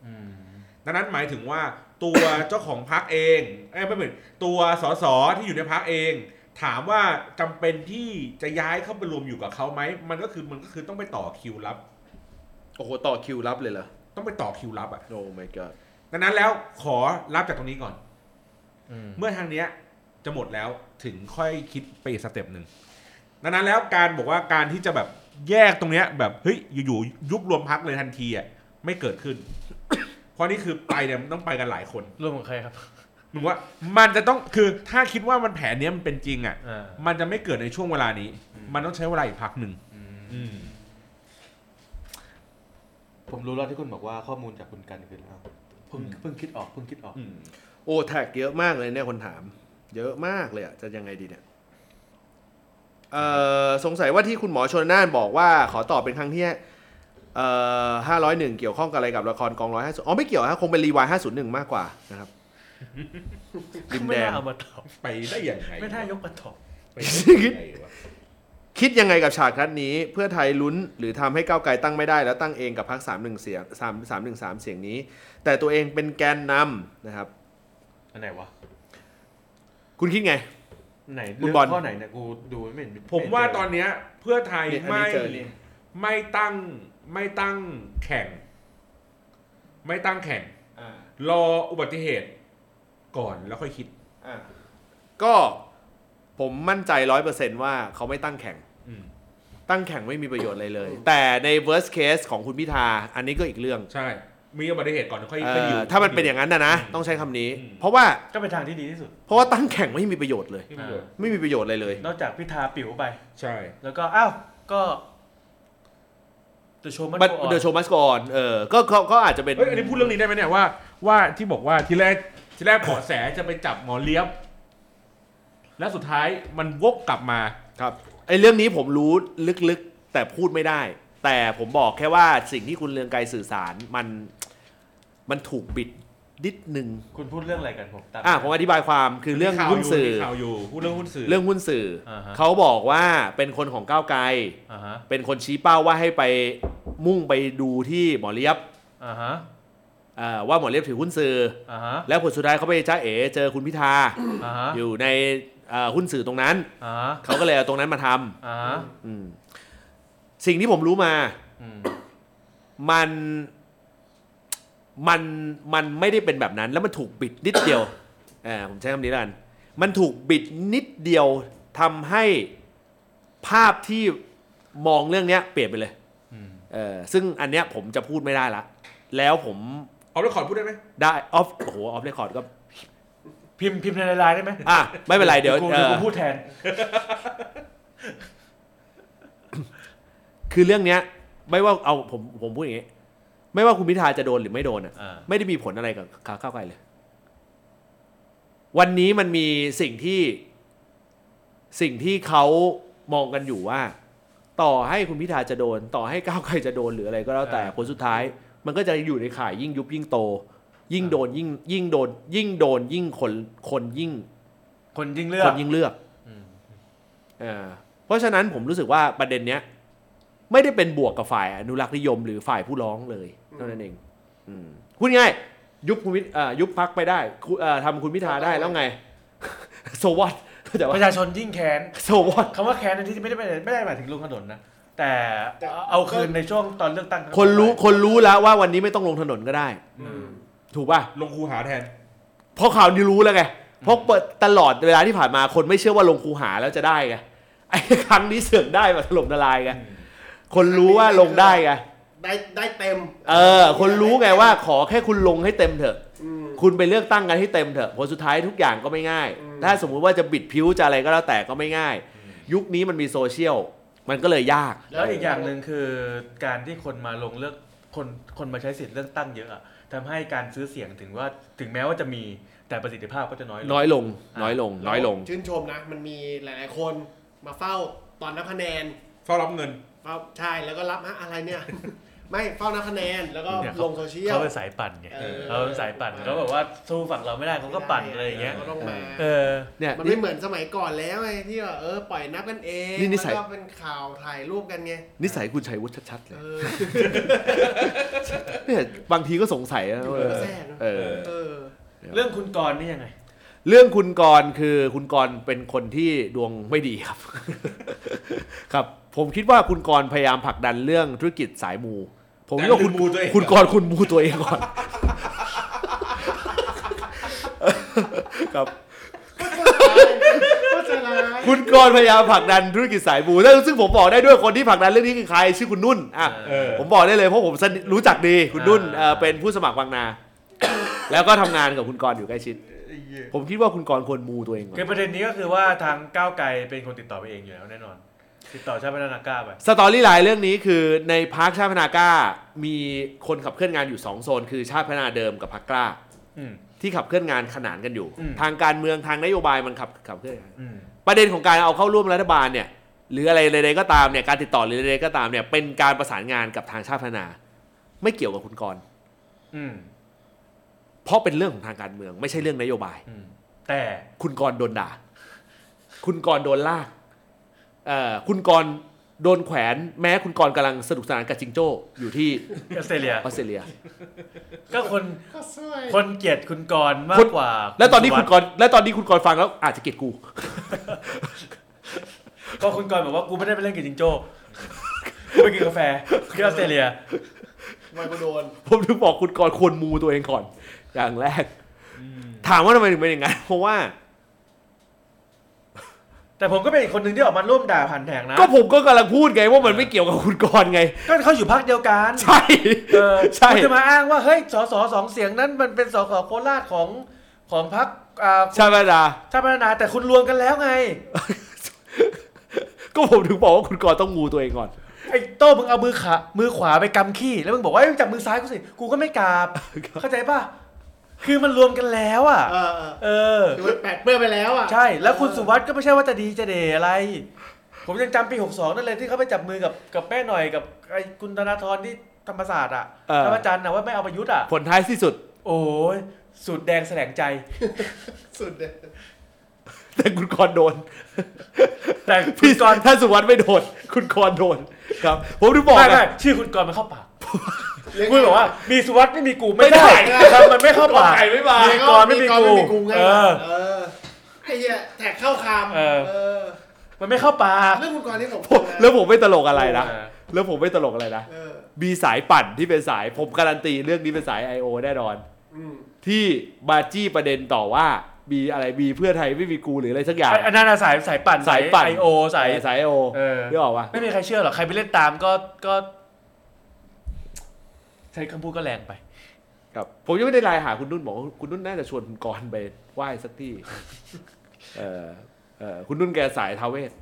อืม
ดังนั้นหมายถึงว่าตัว เจ้าของพักเองเอ้ยไม่เหมือนตัวสสที่อยู่ในพักเอง ถามว่าจำเป็นที่จะย้ายเข้าไปรวมอยู่กับเขาไหมมันก็คือมันก็คือต้องไปต่อคิวรับ
โอ้โห ต่อคิวรับเลยเหรอ
ต้องไปต่อคิวรับอ่ะ
โอ้ my god
ดังนั้นแล้วขอรับจากตรงนี้ก่อน
อืม
เมื่อทางเนี้ยจะหมดแล้วถึงค่อยคิดไปอีกสเต็ปหนึ่งดังนั้นแล้วการบอกว่าการที่จะแบบแยกตรงเนี้ยแบบเฮ้ยอยู่ๆยุบรวมพักเลยทันทีอ่ะไม่เกิดขึ้น เพราะนี่คือไปเนี่ยมันต้องไปกันหลายคน
ร่วมกับใครครับ
หนูว่ามันจะต้องคือถ้าคิดว่ามันแผนเนี้ยมันเป็นจริงอ่ะ
อ่า
มันจะไม่เกิดในช่วงเวลานี้ มันต้องใช้เวลาอีกพักหนึ่งอืม
ผมรู้แล้วที่คุณบอกว่าข้อมูลจากคุณกันคือแล้วเพิ่งเพิ่งคิดออกเพิ่งคิดออก
อืม
โอ้ แท็กเยอะมากเลยเนี่ยคนถาม เยอะมากเลยอะจะยังไงดีเนี่ย เอ่อสงสัยว่าที่คุณหมอชนน่านบอกว่าขอตอบเป็นครั้งที่เอ่อห้าร้อยหนึ่งเกี่ยวข้องกับอะไรกับละครกองร้อยห้าสิบอ๋อไม่เกี่ยวฮะคงเป็นรีวายห้าศูนย์หนึ่งมากกว่านะครับดิน
ไม่
แดง
น่าเอามาตอบ
ไปได้ยังไง
ไม่น่ายกมาตอบ
ไปได้ยังไงวะ
คิดยังไงกับฉากนัดนี้ เพื่อไทยลุ้นหรือทำให้ก้าวไกลตั้งไม่ได้ แล้วตั้งเองกับพรรคสามหนึ่งเสียงสามสามหนึ่งสามเสียงนี้ แต่ตัวเองเป็นแกนนำนะครับ
อันไหนวะ
คุณคิดไง
อันไหน
คุณ
เลือก
บอล
ข้อไหนเนี่ยกูดูไม่เห็น
ผมว่าตอนเนี้ยเพื่อไทย
เนี่ยอันนี้
ไม่
เจอเนี่ย
ไม่ตั้งไม่ตั้งแข่ง ไม่ตั้งแข่ง รออุบัติเหตุก่อนแล้วค่อยคิด
ก็ผมมั่นใจร้อยเปอร์เซนต์ว่าเขาไม่ตั้งแข่ง
อืม
ตั้งแข่งไม่มีประโยชน์อะไรเลย แต่ใน worst case ของคุณพิธา อันนี้ก็อีกเรื่อง
ใช่ มีอุบัติเหตุก่อนแล้วค่อย
เอ่
ค่อยดิว
อถ้ามันเป็นอย่างนั้นนะนะ ต้องใช้คำนี้
อืม
เพราะว่า
ก็เป็นทางที่ดีที่สุด
เพราะว่าตั้งแข่งไม่มีประโยชน์เลย
ที่มันเกิด
ไม่มีประโยชน์อะไรเลย
นอกจากพิธาปิ๋วไป
ใช่
แล้วก็อ้าวก็จะโชว์มัน
มัน
ก่อน
เดอะโชว์มัสก่อนเออก็เขาก็อาจจะเป็น
เอ้ยอันนี้พูดเรื่องนี้ได้ไหมเนี่ยว่าว่าที่บอกว่าทีแรกทีแรกเบาะแสจะไปจับหมอเลี้ยบ และสุดท้ายมันวกกลับมา
ครับไอ้เรื่องนี้ผมรู้ลึกๆ แต่พูดไม่ได้ แต่ผมบอกแค่ว่าสิ่งที่คุณเรืองไกรสื่อสารมันมันถูกบิดนิดนึง
คุณพูดเรื่องอะไรกันผมตาม
อ่ะผมอธิบายความคือเรื่อง
ข่าว
หุ้น
ยู่
สื่อ
มีข่าวอยู่พูดเรื่องหุ้นสื่อ
เรื่องหุ้นสื่ออา
ฮะ
เขาบอกว่าเป็นคนของก้าวไกล
อ่าฮะ
เป็นคนชี้เป้าว่าให้ไปมุ่งไปดูที่หมอเลียบ
อ่าฮะ
เอ่อว่าหมอเลียบถือหุ้นสื่อ
อ่าฮะ
แล้วผลสุดท้ายเขาไปจ้าเอ๋เจอคุณพิธา
อ่าฮะ
อยู่ในเอ่อหุ้นสื่อตรงนั้น
อ่าฮะ
เขาก็เลยเอาตรงนั้นมาทำ
อ่าฮะ
อืมสิ่งที่ผมรู้มา
อืม
มัน มัน มันไม่ได้เป็นแบบนั้น แล้วมันถูกบิดนิดเดียว อ่า ผมใช้คำนี้แล้วกัน มันถูกบิดนิดเดียวทำให้ภาพที่มองเรื่องเนี้ย เปลี่ยนไปเลย เออ ซึ่งอันเนี้ยผมจะพูดไม่ได้ละ แล้วผม
เอาเรื่องขอพูดได้ไหม
ได้ออฟ โอ้โห ออฟเรคคอร์ดก็
พิมพ์พิมพ์ในไลน์ได้ไหม
อ่ะ ไม่เป็นไร เดี๋ยว
กู
เอ
กู
อ
พูดแทน
คือเรื่องเนี้ย ไม่ว่า เอา ผม ผมพูดอย่างงี้ ไม่ว่าคุณพิธาจะโดนหรือไม่โดนอ่ะ
อ่า
ไม่ได้มีผลอะไรกับขาก้าวไกลเลย วันนี้มันมีสิ่งที่สิ่งที่เขามองกันอยู่ว่า ต่อให้คุณพิธาจะโดน ต่อให้ก้าวไกลจะโดนหรืออะไรก็แล้วแต่ผลสุดท้าย มันก็จะอยู่ในข่ายยิ่งยุบยิ่งโต ยิ่งโดนยิ่งยิ่งโดน ยิ่งโดนยิ่งคนคนยิ่ง
คนยิ่งเลือก
คนยิ่งเลือกเออเพราะฉะนั้นผมรู้สึกว่าประเด็นเนี้ย ไม่ได้เป็นบวกกับฝ่ายอนุรักษ์นิยมหรือฝ่ายผู้ร้องเลยเท่านั้นเองอืมพูดง่ายยุบคุณพิธเอ่อยุบพักไปได้คุเอ่อทำคุณพิธาได้แล้วไง โซวอตแต่
ป
ว่า
ระชาชนยิ่งแค้น
โซวอต
คำว่าแค้นในที่นี้ไม่ได้ไม่ได้ไม่ได้หมายถึงลุงถนนนะ แต่
แต่
เอาคืนในช่วงตอนเลือกตั้ง
คนรู้คนรู้แล้วว่าวันนี้ไม่ต้องลงถนนก็ได้
อืม
ถูกป่ะ
ลงคูหาแทน
เพราะข่าวนี้รู้แล้วไงเพราะเปิดตลอดเวลาที่ผ่านมาคนไม่เชื่อว่าลงคูหาแล้วจะได้ไงไอ้ครั้งนี้เสื่อมได้แบบถล่มทลายไงคนรู้ว่าลงได้ไง
ได้ได้เต็ม
เออ คนรู้ไงว่าขอแค่คุณลงให้เต็มเถอะ
อืม
คุณไปเลือกตั้งกันให้เต็มเถอะผลสุดท้ายทุกอย่างก็ไม่ง่าย
อืม
ถ้าสมมุติว่าจะบิดผิวจะอะไรก็แล้วแต่ก็ไม่ง่าย ยุคนี้มันมีโซเชียล มันก็เลยยาก
แล้วอีกอย่างหนึ่งคือการที่คนมาลงเลือกคนคนมาใช้สิทธิ์เลือกตั้งเยอะอะทำให้การซื้อเสียงถึงว่าถึงแม้ว่าจะมีแต่ประสิทธิภาพก็จะน้อยลง
น้อยลง น้อยลง น้อยลง
ชื่นชมนะ มันมีหลายๆคนมาเฝ้าตอนนับคะแนน
เฝ้ารับเงิน
เฝ้าใช่แล้วก็รับฮะอะไรเนี่ย ไม่เฝ้านับคะแนนแล้วก็
เนี่ย
ลงโซเชียล
เขาเป็นสายปั่นไง
เออ
เขาเป็นสายปั่นเขาบอกว่าสู้ฝั่งเราไม่ได้เขาก็ปั่นอะไรอย่างเงี้ย
ก็ต้องมา
เออ
เนี่ย
มัน
นี่
ไม่เหมือนสมัยก่อนแล้วไงที่ว่าเออปล่อยนับกันเอง
นี่นิสัย
แล้วก็เป็นข่าวถ่ายรูปกันไง
นิสัยคุณชัยวุฒิชัดๆเล
เอย อ
เนี่ยบางทีก็สงสัยนะเออ
แทรกนะ
เออ
เออ
เรื่องคุณกรณ์นี่ยังไง
เรื่องคุณกรณ์คือคุณกรณ์เป็นคนที่ดวงไม่ดีครับ ครับ ผมคิดว่าคุณกรณ์พยายามผลักดันเรื่องธุรกิจสายมู ผมคิดว่าคุณ
แต่คุณมูตัวเอง
คุณกรณ์คุณมูตัวเองก่อน ครับ
ก็จะร้าย
คุณกรณ์พยายามผลักดันธุรกิจสายมูแล้วซึ่งผมบอกได้ด้วยคนที่ผลักดันเรื่องนี้คือใครชื่อคุณนุ่นอ่ะ
เออ
ผมบอกได้เลยเพราะผมสนิทรู้จักดีคุณนุ่นเอ่อเป็นผู้สมัครวังนา แล้วก็ทำงานกับคุณกรณ์อยู่ใกล้ชิดผมคิดว่าคุณกรณ์ควรมูตัวเองก่อน
คือประเด็นนี้ก็คือว่าทางก้าวไกลเป็นคนติดต่อไปเองอยู่แล้วแน่นอน ติดต่อชาติพัฒนากล้าไป
สตอรี่ไลน์เรื่องนี้คือในพาร์คชาติพฒนากล้ามีคนขับเคลื่อนงานอยู่ 2 โซน คือชาติพฒนาเดิมกับพรรคกล้า
อืม
ที่ขับเคลื่อนงานขนานกันอยู่
อืม
ทางการเมืองทางนโยบายมันขับขับเคลื่อนกัน
อืม
ประเด็นของการเอาเข้าร่วมรัฐบาลเนี่ย หรืออะไรใดๆก็ตามเนี่ยการติดต่อหรือใดๆก็ตามเนี่ยเป็นการประสานงานกับทางชาติพัฒนา ไม่เกี่ยวกับคุณกรณ์
อืม
เพราะเป็นเรื่องของทางการเมือง ไม่ใช่เรื่องนโยบาย
อืมแต่
คุณกรณ์โดนด่า คุณกรณ์โดนลากเอ่อคุณกรณ์โดนแขวนแม้คุณกรณ์กำลังสนุกสนานกับจิงโจ้ อยู่ที่
ออสเตรเลีย
ออสเตรเลีย
ก็คน
ก็สวย
คนเกลียดคุณกรณ์มา
ค
ก
น
กว่า
แล้วตอนนี้คุณ
สุ
กรณ์และตอนนี้คุณกรณ์ฟังแล้วอาจจะเกลียดกู
วัตรก็คุณกรณ์บอกว่ากูไม่ได้ไปเล่นกับจิงโจ้กูไปกินกาแฟที่ออสเตรเลีย
ทำไมกูโดน
ผมถึงบอกคุณกรณ์ควรมูตัวเองก่อน อย่างแรก ถามว่าทำไมถึงเป็นอย่างนั้นเพราะว่า
แต่ผมก็เป็นอีกคนหนึ่งที่ออกมาร่วมด่าผ่านแผงนะ
ก็ผมก็กำลังพูดไงว่ามันไม่เกี่ยวกับคุณกรณ์ไง
ก็เขาอยู่พักเดียวกัน
ใช่
เออ
ใช่
คุณจะมาอ้างว่า เฮ้ยสสสองเสียงนั้นมันเป็นสสโคราชของของพรรคอ่า
ใช่ไหมดา
ชาติพัฒนาแต่คุณรวมกันแล้วไง
ก็ผมถึงบอกว่าคุณกรณ์ต้องมูตัวเองก่อน
ไอ้โต้มึงเอามือขามือขวาไปกำขี้ แล้วมึงบอกว่าเอ้ยมึงจับมือซ้ายกูสิ กูก็ไม่กราบ เข้าใจป่ะ คือมันรวมกันแล้วอ่ะ
เออเออ
เออ
คือมันแปดเปื้อนไปแล้วอ่ะ
ใช่ แล้วคุณสุวัสด์ก็ไม่ใช่ว่าจะดีจะเดอะไร ผมยังจำปี 62 นั่นเลยที่เขาไปจับมือกับกับแม่หน่อยกับไอ้คุณธนาธรที่ธรรมศาสตร์อ่ะ
เออ
ธรรมจันทร์นะว่าไม่เอาประยุทธ์อ่ะ
ผลท้ายที่สุด
โอ้ยสูตรแดงแสลงใจ
สุดเลย
แต่คุณกรณ์โดน
แต่
พี่
พี่กรณ์
ถ้าสุวัสด์ไม่โดน คุณกรณ์โดนครับ ผมถึงบอก
ไม่
ไง
ไม่ชื่อคุณกรณ์มันเข้าปาก
เรีย
คุณบอกว่ามีสุวัสด์ไม่มีกู
ไม่
ไม่
ได้
ได้ครับมันไม่เข้าปาก มีกรไม่มีกู
มีกูไง
เออ
เออไอ้เหี้ยแท็กเข้าคาม
เออ
เออ
มันไม่เข้าปาก
เรื่องคุณกรณ์นี่ผม
ผม แล้วผมไม่ตลกอะไรนะ
เออ
แล้วผมไม่ตลกอะไรนะ
เออ
มีสายปั่นที่เป็นสายผมการันตีเรื่องนี้เป็นสาย I.O. แน่นอน
อืม
ที่มาจี้ประเด็นต่อว่ามีอะไรมีเพื่อไทยไม่มีกูหรืออะไรสักอย่าง
ไอ้อันนั้นน่ะสายสายปั่น
สายปั่น
ไอโอสาย
สาย I.O.
เออ
นึกออกปะ
ไม่มีใครเชื่อหรอกใครไปเล่นตามก็ก็ ใช้คำพูดก็แรงไป
ครับ ผมยังไม่ได้ไลน์หาคุณนุ่นบอกว่าคุณนุ่นน่าจะชวนคุณกรณ์ไปไหว้สักที่ เออเออคุณนุ่นแกสายทาวเว ส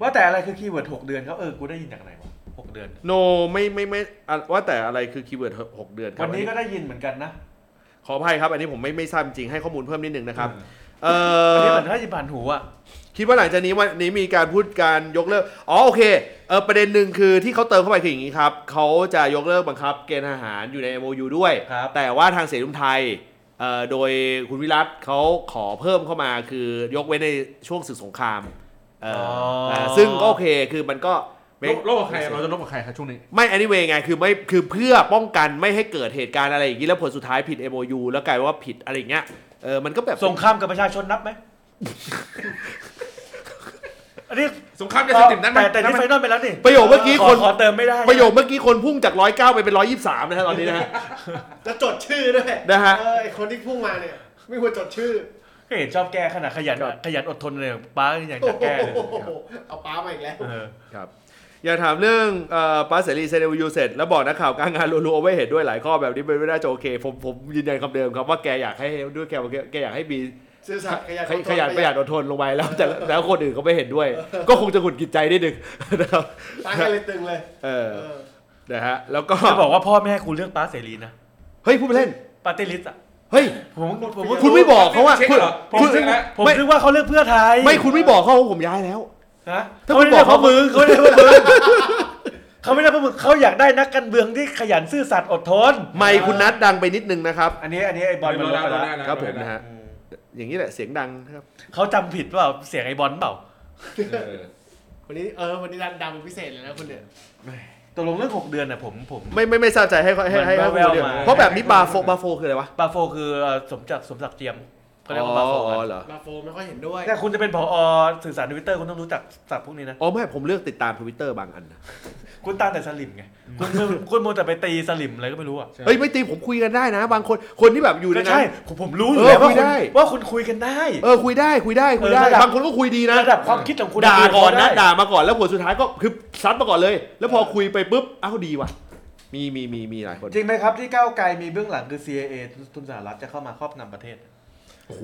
ว่าแต่อะไรคือคีย์เวิร์ดหกเดือนเขาเออกูได้ยินจากไหนวะหกเดือน
โนไม่ไม่ไม่อ่ะว่าแต่อะไรคือคีย์เวิร์ดหกเดือนครับ
วันนี้ก็ได้ยินเหมือนกันนะ
ขออภัยครับ อันนี้ผมไม่ไม่ทราบจริงให้ข้อมูลเพิ่มนิดนึงนะครับ เอ
อันนี้
อ
เหมือนได้ยินผ่านหูอ่ะ
คิดว่าหลังจากนี้วันนี้มีการพูดการยกเลิก อ๋อโอเคเออประเด็นหนึ่งคือที่เขาเติมเข้าไปคืออย่างนี้ครับเขาจะยกเลิกบังคับเกณฑ์ทหารอยู่ใน MOU ด้วย
ครับ
แต่ว่าทางเสรีรวมไทยเอ่อโดยคุณวิรัตเขาขอเพิ่มเข้ามาคือยกเว้นในช่วงศึกสงครามเอ่อ
ออ่
อาซึ่งก็โอเคคือมันก็ make
โลกใครเราจะลบกับใครครับช่วงนี้
ไม่ anyway ไง คือไม่คือเพื่อป้องกันไม่ให้เกิดเหตุการณ์อะไรอย่างนี้ แล้วผลสุดท้ายผิด MOU แล้วกลายว่าผิดอะไรอย่างเงี้ยเออมันก็แบบ
สงครามกับประชาชนนับไหม อันนี้
สงครามยาเสพติดนั้นไหม
แต่แต่
นั่น
ที่
มัน
ไฟนอลไปแล้วนี่
ประโยคเมื่อกี้
ขอ
คน
ขอเติมไม่ได้
ประโยคเมื่อกี้คนพุ่งจาก 109 ไปเป็น 123 นะฮะตอนนี้นะฮะ
จะจดชื่อด้วย
นะฮะ
เออไอ้คนที่พุ่งมาเนี่ย ไม่ควรจดชื่อ
ก็เห็นชอบแก้ขนาดขยัน
ครับ
ขยันอดทนเลยป้าอย่างจะแก้เลย
โอ้โหเอาป้ามาอีกแล้ว
เออ
ครับอยากถามเรื่องเอ่อป้าเสรีเซนเอยูเสร็จ แล้วบอกนักข่าวกลางงานรัวๆไว้เห็นด้วยหลายข้อแบบนี้มันไม่น่าจะโอเค ผมผมยืนยันคำเดิมครับว่าแกอยากให้ด้วยแกแกแกอยากให้มี
ซื่อสัตย์ขยัน
ขยขยันประหยัดอดทนลงไปแล้วแต่แล้วคนอื่นเขาไม่เห็นด้วย ก็คงจะหงุดหงิดใจนิดนึง นะครับ
ป้าก็เลยตึงเลย
เออ
เออ
นะฮะแล้วก็
จะบอกว่าพ่อแม่คุณเลือกป้าเสรีนะ
เฮ้ยพูดไปเล่น
ปาร์ตี้ลิสต์อ่ะ
เฮ้ย
ผมผม
คุ
คุณ
ณไม่บอกเขาว่า
ไม่เช็คเหรอ
คุณ
ผมเช็คแล้ว
ผม
ไม่
คิดว่าเขาเลือกเพื่อไทย
ไม่คุณไม่บอกเขาว่าผมย้ายแล้ว
นะ
ถ้า
เขา
คุณ
ไม่
บ
ได้เลื
อ
อก ก
เขา
เขาะมึงเขาไม่ได้เลือกเพราะมึง เขาไม่ได้เพราะมึงเขาอยากได้นักการเมืองที่ขยันซื่อสัตย์อดทน
ไม่คุณนัดดังไปนิดนึงนะครับ
อันนี้อันนี้ไอ้บอลมันลบไปแล้ว
ครับผมนะฮะ อย่างนี้แหละเสียงดังนะครับ
เขาจำผิดเปล่าเสียงไอ้บอลเปล่า
เออ
วันนี้เออวันนี้ดันดังเป็นพิเศษเลยนะคุณเนี่ย
ตกลงเรื่องหกเดือนน่ะผมผม
ไม่ไม่ไม่ทราบใจให้ให้ให้ให้
เหมือน
ข้อมูลเดียว
แว่วๆมา
เพราะแบบนี้บาโฟบาโฟคืออะไรวะ
ปาโฟคือเอ่อสมจักดิ์สมศักดิ์เจียมเขาเรียกว่า
อ๋
ปา
อ
โฟ
อ๋อ
กัน
เหรอ
มาโฟไม่ค่อยเห็นด้วย
แต่คุณจะเป็นผอสื่อสารทวิตเตอร์คุณต้องรู้จักศัพท์พวกนี้นะ
อ๋อไม่ผมเลือกติดตามทวิตเตอร์บางอันนะ
คุณตามแต่สลิมไง คุณคุณคุณโมวแต่ไปตีสลิมอะไรก็ไม่รู้อ่ะ
ใช่
เฮ้ยไม่ตีผมคุยกันได้นะ บางคนคนที่แบบอยู่ใน
ก็
นั้
ใช่
น
ผมผมรู้อยู่แล้ว
เออ
ว่า
คุยได้
คุณว่าคุณคุยกันได้
เออคุยได้คุยได้คุยได้
เออระดับ
บางคนก็คุยดีนะ
ระดับความคิดของคุณ
ด่า
คุย
ก่อนนะ
ได้
ด่ามาก่อนแล้วผลสุดท้ายก็คือซัดมาก่อนเลย แล้วพอคุยไปปุ๊บอ้าวดีว่ะ มีมีมีมีหลายคน
จริงไหมครับที่ก้าวไกลมีเบื้องหลังคือ CIA ทุนสหรัฐจะเข้ามาครอบงำประเทศ
โอ้โห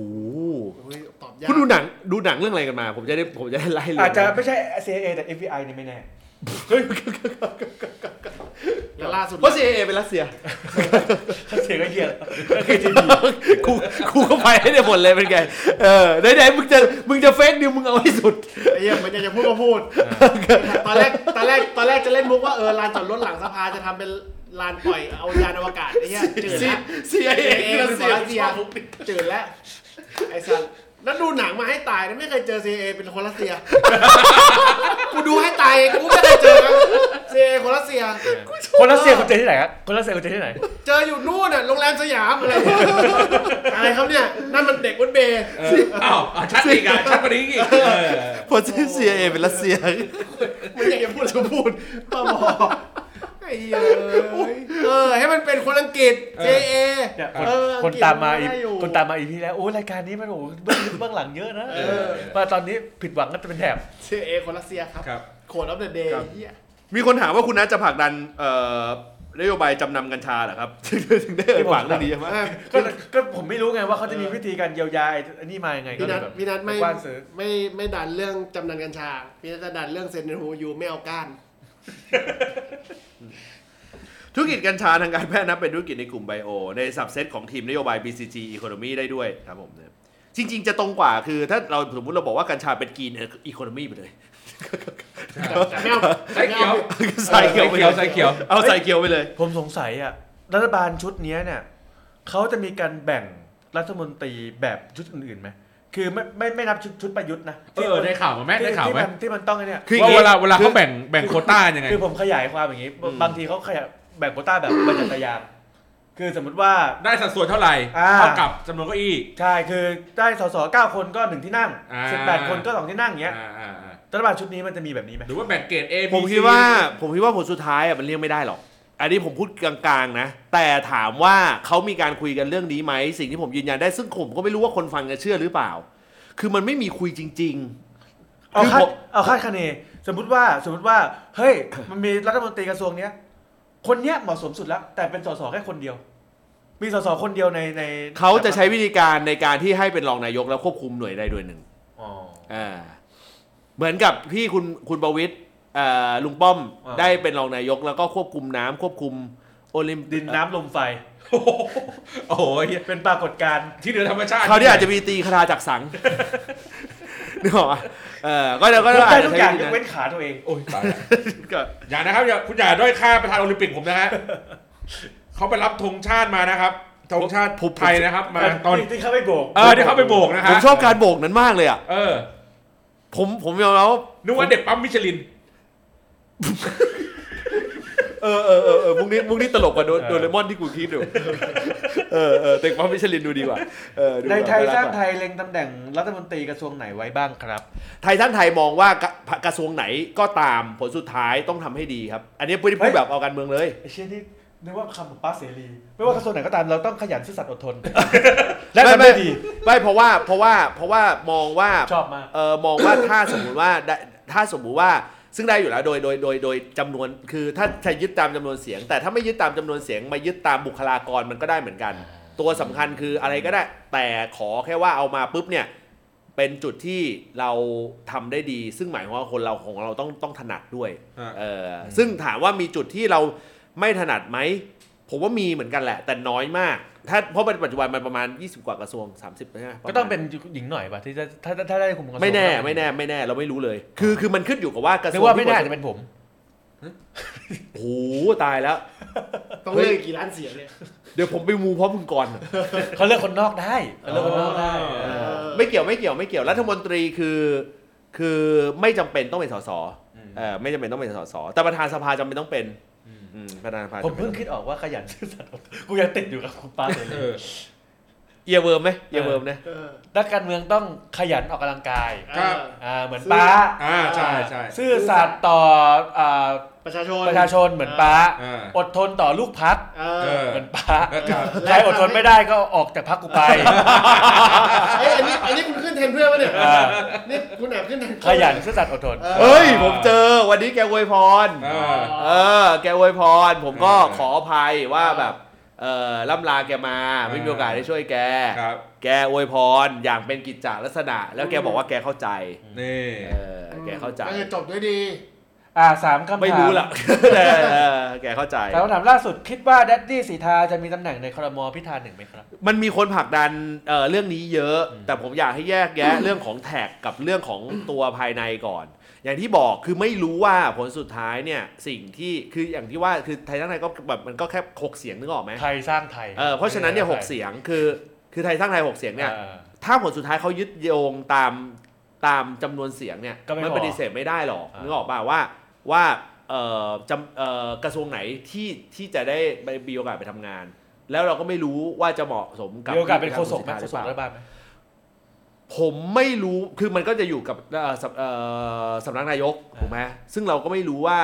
อุ๊ยตอบยาก
คุณดูหนังดูหนังเรื่องอะไรกันมา ผมจะได้ผมจะได้ไล่เลย
อาจจะไม่ใช่ CIA แต่ FBI เนี่ยไม่แน่
แล้วล่าสุด
เพราะ CIA เป็นรัสเซีย
เสียงก็เหี้ย
กูกูก็ไปให้ได้หมดเลยเป็นไง เออไหนๆมึงจะมึงจะเฟกนิวมึงเอาให้สุด
ไอ้เหี้ยมันอยากจะพูดก็ พูด ตอนแรกตอนแรกตอนแรกจะเล่นมุกว่าเออลานจอดรถหลังสภาจะทำเป็นลานปล่อยเอายานอวกาศไอ้เหี้ยจืดละ
CIA
เอเอ
รั
เป็
ส
นข
เซี
อง
ย
รัสเซียจืดละไอ้สัสแล้วดูหนังมาให้ตายนะไม่เคยเจอ CIA เป็นคนรัสเซีย กูดูให้ตายกูไม่เคยเจอนะ CIA คนรัสเซีย
คนรัสเซียคุณเจอที่ไหนครับคนรัสเซียคุณเจอที่ไหน
เจออยู่นู่นน่ะโรงแรมสยามอะไรเนี่ยอะไรครับเนี่ยนั่นมันเด็กวุ้นเบย์
อ้าวอ่ะชัดอีกอ่ะชัดกว่านี้อีกเออ
เพราะ CIA เป็นรัสเซีย
มึงอยากจะพูดหรือพูดป้าบอไอ้เหี้ยเอ้ยเออ ให้มันเป็นคนอังกฤษ JA
เนี่ย
เออ
คนต ามมาอีก
ได้ยู่
คนตามมาอีพีแล้วโอ้ยรายการนี้มันโอ้โหเบื้องลึกเบื้องหลังเยอะนะมาตอนนี้ผิดหวังก็จะเป็นแถบ
JA คนรัสเซียครับ
ครับ
โคดออฟเดอะเดย์
ครับ
เหี้ย
มีคนถามว่าคุณนัทจะผลักดันเอ่อนโยบายจำนำกัญชาเหรอครับ ถึงได้เอ่ยปากเรื่องนี้ใช่ไหม
ก็ก็ผมไม่รู้ไงว่าเขาจะมีวิธีการเยียวยาไอ้อันนี้มายังไงก็
พี่
เล
นั
ย
ท
แบบ
พี่นัทไม่
กว้านซื้อ
ไม่ไม่ดันเรื่องจำนันกัญชา พี่นัทจะดันเรื่องเซนโฮยูไม่เอาก้าน
ธุรกิจกัญชาทางการแพทย์นับเป็นธุรกิจในกลุ่มไบโอ ในสับเซตของทีมนโยบาย BCG Economy ได้ด้วยครับผมเนี่ยจริง ๆ จะตรงกว่าคือถ้าเราสมมติเราบอกว่ากัญชาเป็นกีนอีโคโนมีไปเลย
แต่ไม่เอา
ใส่เขียว
ใส่เขียวไปเล
ใส่เขียวใส่เขียว
เอาใส่เขียวไปเลย
ผมสงสัยอ่ะรัฐบาลชุดเนี้ยเนี่ยเขาจะมีการแบ่งรัฐมนตรีแบบชุดอื่นๆไหมคือไม่ไม่ไม่นับชุดชุดประยุทธ์นะ
เออได้ข่าวมาแม่ได้ข่าว
ที่
ไหม
มันที่มันต้องไอ้เนี่ย
คือ
ว่าเวลาเวลา
คือ
เขาแบ่งแบ่งโควต้ายังไง
คือผมขยายความอย่างนี้
อืม
บางทีเขาขยายแบ่งโควต้าแบบบรรจัตยามคือสมมติว่า
ได้สัดส่วนเท่าไหร่
อ่า
เท่ากับจำนวนเก้าอี้
ใช่คือได้สสเก้าคนก็หนึ่งที่นั่ง
อ่า
สิบแปดคนก็สองที่นั่งอย่างเงี้ย
อ่าอ่าอ่า
รัฐบาลชุดนี้มันจะมีแบบนี้ไหม
หรือว่าแบ่งเกรด A B
ผมคิดว่าผมคิดว่าผลสุดท้ายอ่ะมันเลี่ยงไม่ได้หรอก อันนี้ผมพูดกลางๆนะ แต่ถามว่าเขามีการคุยกันเรื่องนี้ไหมสิ่งที่ผมยืนยันได้ซึ่งผมก็ไม่รู้ว่าคนฟังจะเชื่อหรือเปล่า คือมันไม่มีคุยจริง
เอา
คือ
คาด
ผม
เอาคาดคะเนสมมติว่าสมมติว่าเฮ้ย มันมีรัฐมนตรีกระทรวงเนี้ย คนเนี้ยเหมาะสมสุดแล้ว แต่เป็นสสแค่คนเดียว มีสสคนเดียวในใน
ๆ เขาจะใช้วิธีการในการที่ให้เป็นรองนายกแล้วควบคุมหน่วยใดหน่วยหนึ่ง
อ๋อ
อ่าเหมือนกับที่คุณคุณประวิตรเอ่อลุงป้อม
อ่า
ได้เป็นรองนายกแล้วก็ควบคุมน้ำควบคุมโอลิม
ดินน้ำลมไฟ
โอ้โหเหี้ย
เป็นปรากฏการณ์
ที่เหนือธรรมชาติ
เขาวนี้อาจจะมีตีคาราจัก สัง นึกออกปะเออก็เดี๋ยวก็
ผมได้
อาจ
ทุ
จะ
กอ
ใช้
ย่าง
วิ
ย
ธี
ก
นั้น
เว้นขาตัวเอง
โอ้ยตายละ
ก็
อย่านะครับอย่าคุณอย่าด้อยค่าประธานโอลิมปิกผมนะฮะเขาไปรับธงชาติมานะครับธงชาติไทยนะครับมาตอน
ที่ที่เข้าไปโบก
เออที่เขาไปโบกนะ ฮะ
ผมชอบการโบกนั้นมากเลยอ่ะ
เออ
ผมผมยอมรับว่า
นึกว่าเด็กปั๊มมิชลิน
เออเออเออเออมุกนี้มุกนี้ตลกกว่าโด
เออ
โดเรมอนที่กูคิดอยู่ เออเออแต่ว่าไม่ชลินดูดีกว่าเออดู
ในไทย
แบบ
สร้าง
กกว่
ไทยเล็งตำแหน่งรัฐมนตรีกระทรวงไหนไว้บ้างครับ
ไทยทั้งไทยมองว่ากระกระทรวงไหนก็ตามผลสุดท้ายต้องทำให้ดีครับ อันนี้พูด
เฮ้
พูด
ย
แบบเอาการเมืองเลย
ไอ้เชี่ยนี่นึกว่าคำของป้าเสรี ไม่ว่ากระทรวงไหนก็ตามเราต้องขยันซื่อสัตย์อดทน และทำ
ไม่
ได้ดี
ไม่เพราะว่าเพราะว่าเพราะว่ามองว่า
ชอบมาก
เออมองว่าถ้าสมมุติว่า ได้ถ้าสมมุติว่าซึ่งได้อยู่แล้วโดยโดยโดยโดยจำนวนคือถ้าจะยึดตามจำนวนเสียง แต่ถ้าไม่ยึดตามจำนวนเสียงมายึดตามบุคลากรมันก็ได้เหมือนกัน ตัวสำคัญคืออะไรก็ได้ แต่ขอแค่ว่าเอามาปุ๊บเนี่ยเป็นจุดที่เราทำได้ดี ซึ่งหมายความว่าคนเราของเราต้องต้องถนัดด้วย เออซึ่งถามว่ามีจุดที่เราไม่ถนัดไหม ผมว่ามีเหมือนกันแหละ แต่น้อยมาก ถ้าเพราะปัจจุบันมันประมาณ 20 กว่ากระทรวง 30ใช่ไหม
ก็ต้องเป็นหญิงหน่อยป่ะที่จะถ้าถ้าถ้าได้คุมกระทรวง
ไม่แน่ไม่แน่ไม่แน่เราไม่รู้เลย คือคือมันขึ้นอยู่กับว่ากระท
นึ
ร
ก
วง
ว่าไม่
ที่
แน่
ค
จะเป็นผม
โอ้โหตายแล้ว
ต้องเลือกอีกกี่ล้านเสียงเนี่ย
เดี๋ยวผมไปมูพร้อมคุณก่อน
เขาเลือกคนนอกได้เขาเลือกคนนอกได้
อ๋อ
เออไม่เกี่ยวไม่เกี่ยวไม่เกี่ยวรัฐมนตรีคือคือไม่จำเป็นต้องเป็นสสเออไม่จำเป็นต้องเป็นสสแต่ประธานสภาจำเป็นต้องเป็นอืมประธานสภา
ผม
จำเป็น
เพิ่ง
ต้อง
คิดออกว่าขยันซื่อสัตย์อดทนกูยังติดอยู่กับคุณป้าเส
เอ
รี
อ
เอียเวิร์มไหมเอียเวิร์มนะ
เออ
นักการเมืองต้องขยันออกกำลังกาย
ครับ
อ่าเหมือนป้า
อ่าใช่ใช่
ซื่อสัตย์ต่ออ่า
ประชาชน
ประชาชนเหมือนป้า
อ่า
อดทนต่อลูกพัก
เอ
เอ
อ
อ
เหมือนป้า
ครับ
ใครอดทนไม่ได้ก็ออกจากพักกูไป
เอ้ยอันนี้อันนี้คุณขึ้นเทรนเพื่อนปะเนี่ย
เออ
นี่คุณแอบขึ้นเทรนเพื่อ
ขยันซื่อสัตย์อดทน
เออ
เฮ้ย ผมเจอวันนี้แกอวยพร
อ่า
เออ แกอวยพร ผมก็
เออ
ขออภัยว่าแบบเออล่ำลาแกมา ไม่มีโอกาสได้ช่วยแก
ครับ
แกอวยพรอย่างเป็นกิจจลักษณะ แล้วแกบอกว่าแกเข้าใจ
นี่
เออ แกเข้าใจ
ออจบด้วยดี
อ่าสามคำถาม
ไม่รู้ล่ะ แต่เออแกเข้าใจ
สามคำถามล่าสุดคิดว่าแดดดี้สีทาจะมีตำแหน่งในครมพิธาหนึ่งไหมครับ
มันมีคนผลักดันเอ่อเรื่องนี้เยอะ แต่ผมอยากให้แยกแยะ เรื่องของแท็กกับเรื่องของตัวภายในก่อน อย่างที่บอกคือไม่รู้ว่าผลสุดท้ายเนี่ยสิ่งที่คืออย่างที่ว่าคือไทยทั้งไทยก็แบบมันก็แค่หกเสียงนึกออกไหม
ไทยสร้างไทย
เออเพราะฉะนั้นเนี่ยหกเสียงคือคือไทยทั้งไทยหกเสียงเนี่ย
เออ
ถ้าผลสุดท้ายเขายึดโยงตามตามจำนวนเสียงเนี่ย
ก็ไม่พอ
มันปฏิเสธไม่ได้หรอก
อ่านึ
นึกออกป่าว่าว่าเอ่อจำเอ่อกระทรวงไหนที่ที่จะได้ไปมีโอกาสไปทำงาน แล้วเราก็ไม่รู้ว่าจะเหมาะสมกับ
มีโอกาสเป็นโฆษกไหม
ที่
โฆ
จะ
ษก
ทำห
รั
รือ
ฐ
เปล่า
บาลไหม
ผมไม่รู้คือมันก็จะอยู่กับเอ่อสำเอ่อสำนักนายก
อ่า
ถูกไหมซึ่งเราก็ไม่รู้ว่า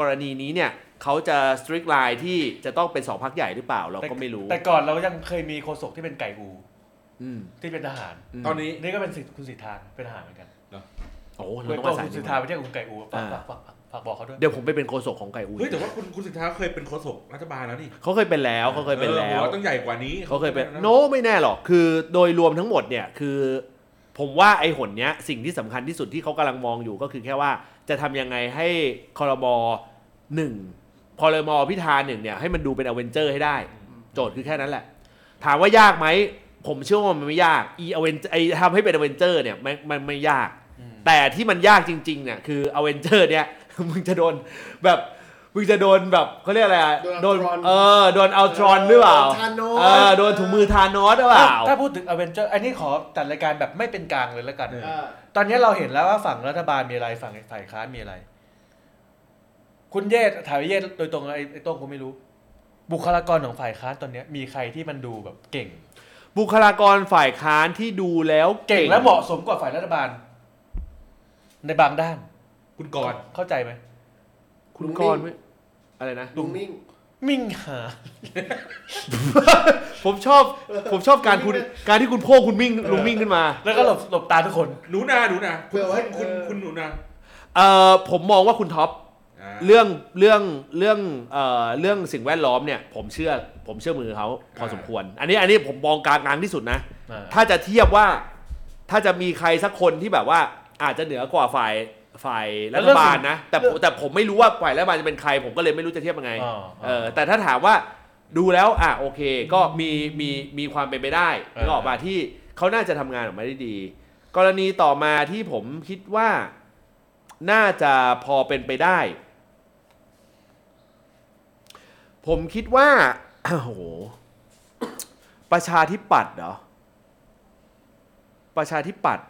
กรณีนี้เนี่ยเขาจะ strict line ที่จะต้องเป็นสองพักใหญ่หรือเปล่าเราก็ไม่รู้
แต่ก่อนเรายังเคยมีโฆษกที่เป็นไก่หู
อืม
ที่เป็นทหาร
ม
ตอนนี้
นี่ก็เป็นสิทธิ์คุณสิทธาเป็นทหารเหมือนกัน
โอ้
คุ
เรา
ณ
ต้องป
ตัว
ระสาน
คุณสิท
กั
ธาน ไปเรียกคุณไก่หูฝาก
อ่า
ฝากฝากฝากบอกเขาด้วย
เดี๋ยวผมไปเป็นโฆษกของไก่อู
เฮ้ยแต่ว่าคุณคุณสิทธาเคยเป็นโฆษกรัฐบาลแล้วนี่
เขาเคยเป็นแล้วเขาเคยเป็นแล้
ออ
ว
ผมาต้องใหญ่กว่านี้
เขาเคยเป็น
แล้วะ
โนไม่แน่หรอกคือโดยรวมทั้งหมดเนี่ยคือ ผมว่าไอ้หนเนี้ยสิ่งที่สำคัญที่สุดที่เขากำลังมองอยู่ก็คือแค่ว่าจะทำยังไงให้คอรมอหนึ่งคอรมอพิธาหนึ่งเนี่ยให้มันดูเป็นอเวนเจอร์ให้ได้ โจทย์คือแค่นั้นแหละ ถามว่ายากไหม ผมเชื่อว่ามันไม่ยากอีอเวนไอทำให้เป็นอเวนเจอร์เนี่ยมันมันไม่ยาก แต่ที่มันยากจริงๆเนี่ยคืออเวนเจอร์เนี่ย มึงจะโดนแบบมึงจะโดนแบบเขาเรียกอะไรอะ
โดน Ultron
เออโดนอัลตรอนหรือเปล่า
โดน Thanos
เออโดนถุงมือทานอสหรือเปล่า
ถ้าพูดถึงอเวนเจอร์อันนี้ขอจัดรายการแบบไม่เป็นกลางเลยแล้วกัน
เอ
เออ
ตอนนี้เราเห็นแล้วว่าฝั่งรัฐบาลมีอะไรฝั่งฝ่ายค้านมีอะไร คุณเยศถามเยศโดยตรงไอ้ไอ้โต้งผมไม่รู้ บุคลากรของฝ่ายค้านตอนเนี้ยมีใครที่มันดูแบบเก่ง
บุคลากรฝ่ายค้านที่ดูแล้ว
เก่
เก่
ง
ง
และเหมาะสมกว่าฝ่ายรัฐบาล ในบางด้าน
คุณกรณ์
เข้าใจไหม
คุณกรณ์ไม่อะไรนะ
ลุงมิ่ง
มิ่งหา
ผมชอบผมชอบการคุณการที่คุณโพ่คุณมิ่งลุงมิ่งขึ้นมา
แล้วก็หลบหลบตาทุกคน
หนูนาหนูนาคุณ
เผื่อไว้
คุณคุณ
เออ
คุณหนูนา
เออผมมองว่าคุณท็อป
อ่า
เรื่องเรื่องเรื่องเอ่อเรื่องสิ่งแวดล้อมเนี่ย ผมเชื่อผมเชื่อมือเขาพอสมควร อันนี้อันนี้ผมมองกลางกลางที่สุดนะ
อ่า
ถ้าจะเทียบว่าถ้าจะมีใครสักคนที่แบบว่าอาจจะเหนือกว่าฝ่ายฝ่ายรัฐบาลนะ แต่ผมแต่ผมไม่รู้ว่าฝ่ายรัฐบาลจะเป็นใคร ผมก็เลยไม่รู้จะเทียบยังไง
อ๋อ
เออแต่ถ้าถามว่าดูแล้วอ่ะโอเค ก็มีมีมีความเป็นไปได้
อ่า
นึกออกมาที่เขาน่าจะทำงานออกมาได้ดี กรณีต่อมาที่ผมคิดว่าน่าจะพอเป็นไปได้ ผมคิดว่า โอ้โห ประชาธิปัตย์เหรอ ประชาธิปัตย์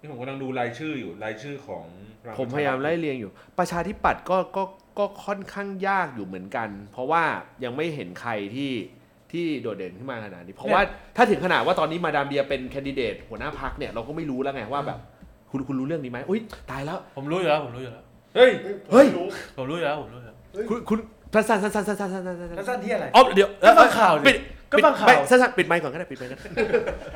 นี่ผมกำลังดูรายชื่ออยู่รายชื่อของพลัง
ผมพยายามไล่เรียงอยู่ ประชาธิปัตย์ก็ก็ก็ค่อนข้างยากอยู่เหมือนกัน เพราะว่ายังไม่เห็นใครที่ที่โดดเด่นขึ้นมาขนาดนี้ เพราะว่าถ้าถึงขนาดว่าตอนนี้มาดามเดียเป็นแคนดิเดตหัวหน้าพักเนี่ยเราก็ไม่รู้แล้วไงว่าแบบ คุณคุณรู้เรื่องนี้ไหมอุ้ยตายแล้ว
ผมรู้อยู่แล้วผมรู้อยู่แล้ว
เฮ้ย
เฮ้ย
ผมรู้อยู่แล้วผมรู้อยู่แล้ว
คุณคุณสั้นสั้นสั้นสั้นสั้นสั้นสั้น
สั้นที่อะไร
อ๋อเดี๋ยว
ก็ฟังข่าวดิ
ปิด
ก็ฟังข่าว
ไม่สั้นๆปิดไมค์ก่อนก็ได้ปิดไมค์ก็ได้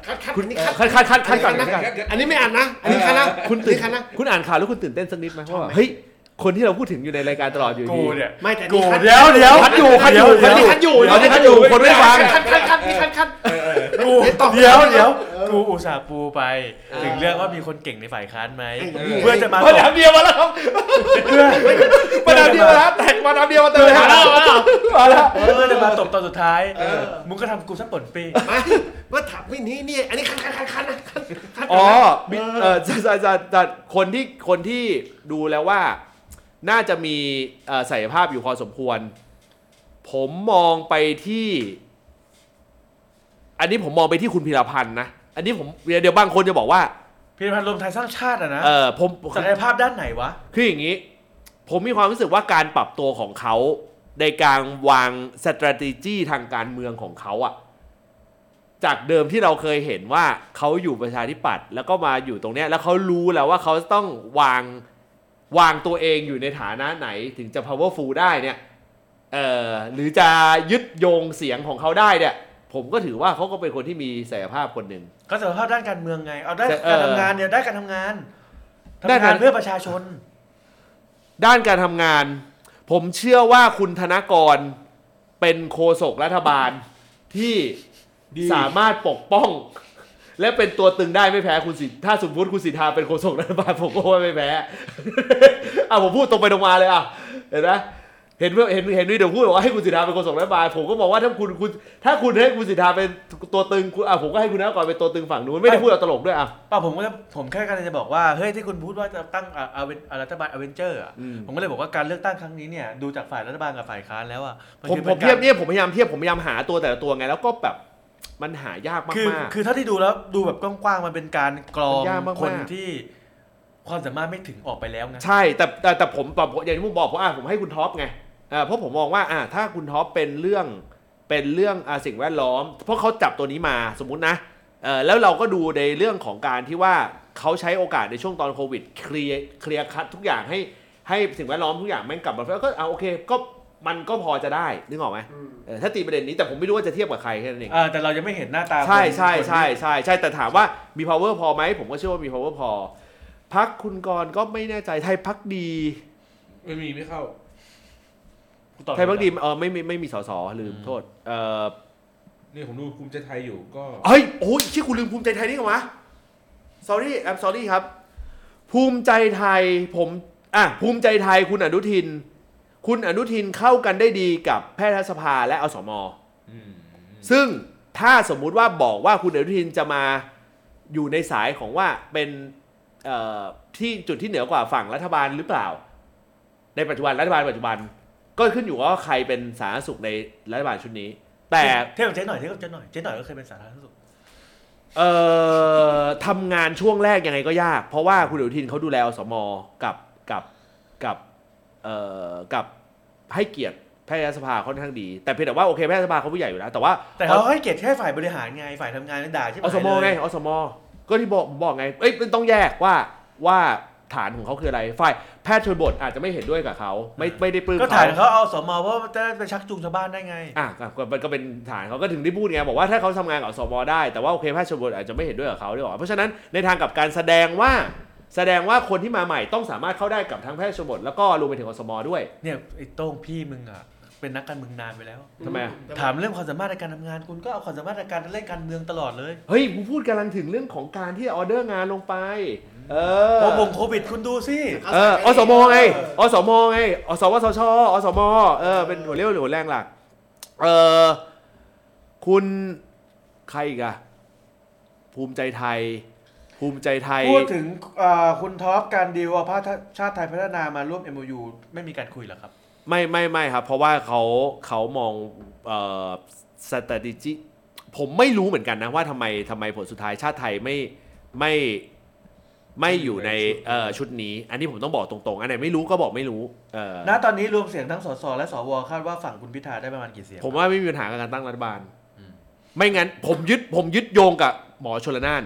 คัดคัด
คุณ
อัน
นี่
นี่คัด
คัดคัดคัดคัดก่อนคัดก่อน
อันนี้ไม่อ่านนะ อันนี้คัดนะ
คุณ
อัน
ตื่น
นี้คัดนะ
คุณอ่านข่าวแล้วคุณตื่นเต้นสักนิดไหมว่าแบบเฮ้ย คนที่เราพูดถึงอยู่ในรายการตลอดอยู่
กู
ดี
เนี่ย
ไม่แต่อัน
โกรธ
นี่คัด
เดี๋ยวเดี๋ยว
คัดอยู่คัดอยู่
เดี๋ยว
คัดอยู่เดี๋ยวคัดอยู่คนไม่ฟัง
คัดคัดคัดนี่คัดคัด
กู
ตอบ
เดี๋ยวเดี๋ยว
เออ
กูอุตส่าห์ปูไป
เออ
ถึงเรื่องว่ามีคนเก่งในฝ่ายค้านไหม
ไ
เออ
เพื่อจะมา
มาดามเดียวมาแล้วครับ
เพื่อ
มาดามเดียวมาแล้วแท็กมาดามเดียวมาเติมมาแล้วมาแล้ว
เพื่อจะมาตบตอนสุดท้าย
เออ
มึงก็ทำกูซะป่นปี้
มาว่าถามไม่นี่นี่อันนี้คัดคัดคัดคัดนะคัดคัด
อ๋อ
เออ
เออจะจะจะจะคนที่คนที่ดูแล้วว่า น่าจะมีเอ่อศักยภาพอยู่พอสมควร ผมมองไปที่ อันนี้ผมมองไปที่คุณพิรพันธ์นะ อันนี้ผมเดี๋ยวบางคนจะบอกว่า
พิรพันธ์รวมไทยสร้างชาติอะนะ
เออผม
ศักยภาพด้านไหนวะ
คืออย่างนี้ ผมมีความรู้สึกว่าการปรับตัวของเขาในการวาง s t r a t e g y ทางการเมืองของเขาอะจากเดิมที่เราเคยเห็นว่าเขาอยู่ประชาธิปัตย์แล้วก็มาอยู่ตรงเนี้ยแล้วเขารู้แล้วว่าเขาต้องวางวางตัวเองอยู่ในฐานะไหนถึงจะ powerful ได้เนี่ยเอ่อหรือจะยึดโยงเสียงของเขาได้เนี่ย ผมก็ถือว่าเขาก็เป็นคนที่มีศักยภาพคนหนึ่ง
ก็ศักยภาพด้านการเมืองไง เอาได้
เออ
การทำงานเนี่ยได้การทำงาน
ได้กาง
ทำาร นเพื่อประชาชน
ด้านการทำงาน ผมเชื่อว่าคุณธนกรเป็นโคศกรัฐบาลที่
ดี
สามารถปกป้อง และเป็นตัวตึงได้ไม่แพ้คุณสิทธิ์ถ้าสมมติคุณสิทธาเป็นโฆษกรัฐบาลผมก็ว่าไม่แพ้ อ่ะผมพูดตรงไปตรงมาเลยอ่ะเห็นไหมเห็นเพื่อนเห็นเห็นนี่เดี๋ยวพูดบอกว่าให้คุณสิทธาเป็นโฆษกรัฐบาลผมก็บอกว่าถ้าคุณคุณถ้าคุณให้คุณสิทธาเป็นตัวตึงคุณอ่ะผมก็ให้คุณนะก่อนเป็นตัวตึงฝั่งนู้นไม่ได้พูดเอาตลกด้วยอ่ะ
เปล่าผมก็จะผมแค่กำลังจะบอกว่าเฮ้ยที่คุณพูดว่าจะตั้งอ่าอาเวนอ่ารัฐบาลอเวนเจอร์อ่ะ
อืม
ผมก็เลยบอกว่าการเลือกตั้งครั้งนี้เนี่ยดูจากฝ่ายรัฐบาลกับฝ่ายค้านแล้วอ่ะน
ผม
คือ
ผ
ป็
ม
น
เทียบ
การ
เนี่ยผมพยายามเทียบผมพยายามหาตัวแต่ละตัวไงแล้วก็แบบมันหายากมา
คือก คือเท่าที่ดูแล้วดูแบบกว้างๆมันเป็นการกรอง
มันยากมากๆ
คนที่ความสามารถไม่ถึงออกไปแล้วนะ
ๆใช่แต่แต่แต่ผมแบบอย่างที่ผมบอกผมอ่ะผมให้คุณท็อปไงเอ่อเพราะผมมองว่าอ่ะถ้าคุณท็อปเป็นเรื่องเป็นเรื่องอ่ะสิ่งแวดล้อม เพราะเขาจับตัวนี้มาสมมุตินะเออแล้วเราก็ดูในเรื่องของการที่ว่าเขาใช้โอกาสในช่วงตอนโควิดเคลียร์เคลียร์คัดทุกอย่างให้ให้สิ่งแวดล้อมทุกอย่างแม่งกลับมาแล้วก็เอาโอเคก็มันก็พอจะได้นึกออกไหม
อืม
เออถ้าตีประเด็นนี้แต่ผมไม่รู้ว่าจะเทียบกับใครแค่นั้นเอง
เอ่อแต่เรายังไม่เห็นหน้าตา
ใช่
คน
ใช่
คนที่
ใช่ใช่ใช่แต่ถามว่ามี power พอไหมผมก็เชื่อว่ามี power พอพักคุณกรณ์ก็ไม่แน่ใจไทยพักดี
ไม่มีไม่เข้า
กูตอบ
ไทยพักดีเออไม่ไม่ไม่มีสสลืมโทษเออ
นี่ผมดูภูมิใจไทยอยู่ก็
เฮ้ยโอ้ยชื่อคุณลืมภูมิใจไทยนี่เหรอวะ sorry I'm sorry ครับ ภูมิใจไทยผมอ่ะภูมิใจไทยคุณอนุทิน คุณอนุทินเข้ากันได้ดีกับแพทยสภาและอสม
อืม
ซึ่งถ้าสมมุติว่าบอกว่าคุณอนุทินจะมาอยู่ในสายของว่าเป็นเอ่อที่จุดที่เหนือกว่าฝั่งรัฐบาลหรือเปล่า ในปัจจุบันรัฐบาลปัจจุบัน ก็ขึ้นอยู่ว่าใครเป็นสาธารณสุขในรัฐบาลชุดนี้ แต่
เทียบกับเจ๊หน่อยเทียบกับเจ๊หน่อยเจ๊หน่อยก็เคยเป็นสาธารณสุข
เอ่อทำงานช่วงแรกยังไงก็ยาก เพราะว่าคุณอนุทินเขาดูแลอสมกับกับกับเอ่อกับให้เกียรติแพทยสภาค่อนข้างดี แต่เพียงแต่ว่าโอเคแพทยสภาเขาผู้ใหญ่อยู่แล้วแต่ว่า
แต่เขาให้เกียรติแค่ฝ่ายบริหารไงฝ่ายทำงานก็ด่าที่
อสมไงอสมก็ที่บอกผมบอกไงเอ้ยมันต้องแยกว่าว่าฐานของเขาคืออะไรฝ่ายแพทย์ชนบทอาจจะไม่เห็นด้วยกับเขาไม่ไม่ได้ปลื้ม
ก็
เขา
ถ่ายเขาเอาสมเพราะว่าจะไปชักจูงชาวบ้านได้ไง
อ่ะก็ก็มันก็เป็นฐานเขาก็ถึงได้พูดไงบอกว่าถ้าเขาทำงานกับอสมได้แต่ว่าโอเคแพทย์ชนบทอาจจะไม่เห็นด้วยกับเขาด้วยหรอเพราะฉะนั้นในทางกลับการแสดงว่า แสดงว่าคนที่มาใหม่ต้องสามารถเข้าได้กับทั้งแพทย์ชนบทแล้วก็รวมไปถึงอสมด้วย
เนี่ยไอ้โต้งพี่มึงอ่ะเป็นนักการเมืองนานไปแล้ว
ทำไมอ่ะ
ถามเรื่องความสามารถในการทำงานคุณก็เอาความสามารถในการเล่นการเมืองตลอดเลย
เฮ้ยกูพูดกำลังถึงเรื่องของการที่ออเดอร์งานลงไป เออ
โควงโควิดคุณดูสิ
เอออสมไงอสมไงอสวสชอสมเออเป็นหัวเรี่ยวหัวแรงหลักเออคุณใครอีกอะภูมิใจไทย ภูมิใจไทย
พูดถึงเอ่อคุณท็อปการดีลเอาพาชาติไทยพัฒนามาร่วม MOU ไม่มีการคุยเหรอครับ
ไม่ไม่ไม่ครับ เพราะว่าเขาเขามองเอ่อ strategy ผมไม่รู้เหมือนกันนะว่าทำไมทำไมผลสุดท้ายชาติไทยไม่ไม่ไม่อยู่ในเอ่อชุดนี้ อันนี้ผมต้องบอกตรงๆ อันไหนไม่รู้ก็บอกไม่รู้เออ
ณตอนนี้รวมเสียงทั้งสสและสวคาดว่าฝั่งคุณพิธาได้ประมาณกี่เสียง
ผมว่าไม่มีปัญหากับการตั้งรัฐบาล ไม่งั้นผมยึดผมยึดโยงกับหมอชลนาน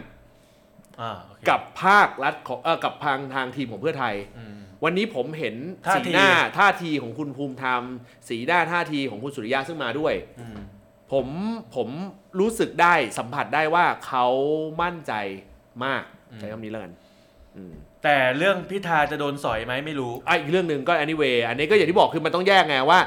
อ่าโอเค
กับภาครัฐของเออกับทางทางทีมของเพื่อไทย
อืม
วันนี้ผมเห็น
ท่า
สี
ที
หน้าท่าทีของคุณภูมิธรรม สีหน้าท่าทีของคุณสุริยะซึ่งมาด้วย
อืม
ผมผมรู้สึกได้สัมผัสได้ว่าเขามั่นใจมาก
อืม
ใช้คำนี้แล้วกันอืม
แต่เรื่องพิธาจะโดนสอยไหมไม่รู้
อ่ะอีกเรื่องหนึ่งก็ anyway อันนี้ก็อย่างที่บอกคือมันต้องแยกไงว่า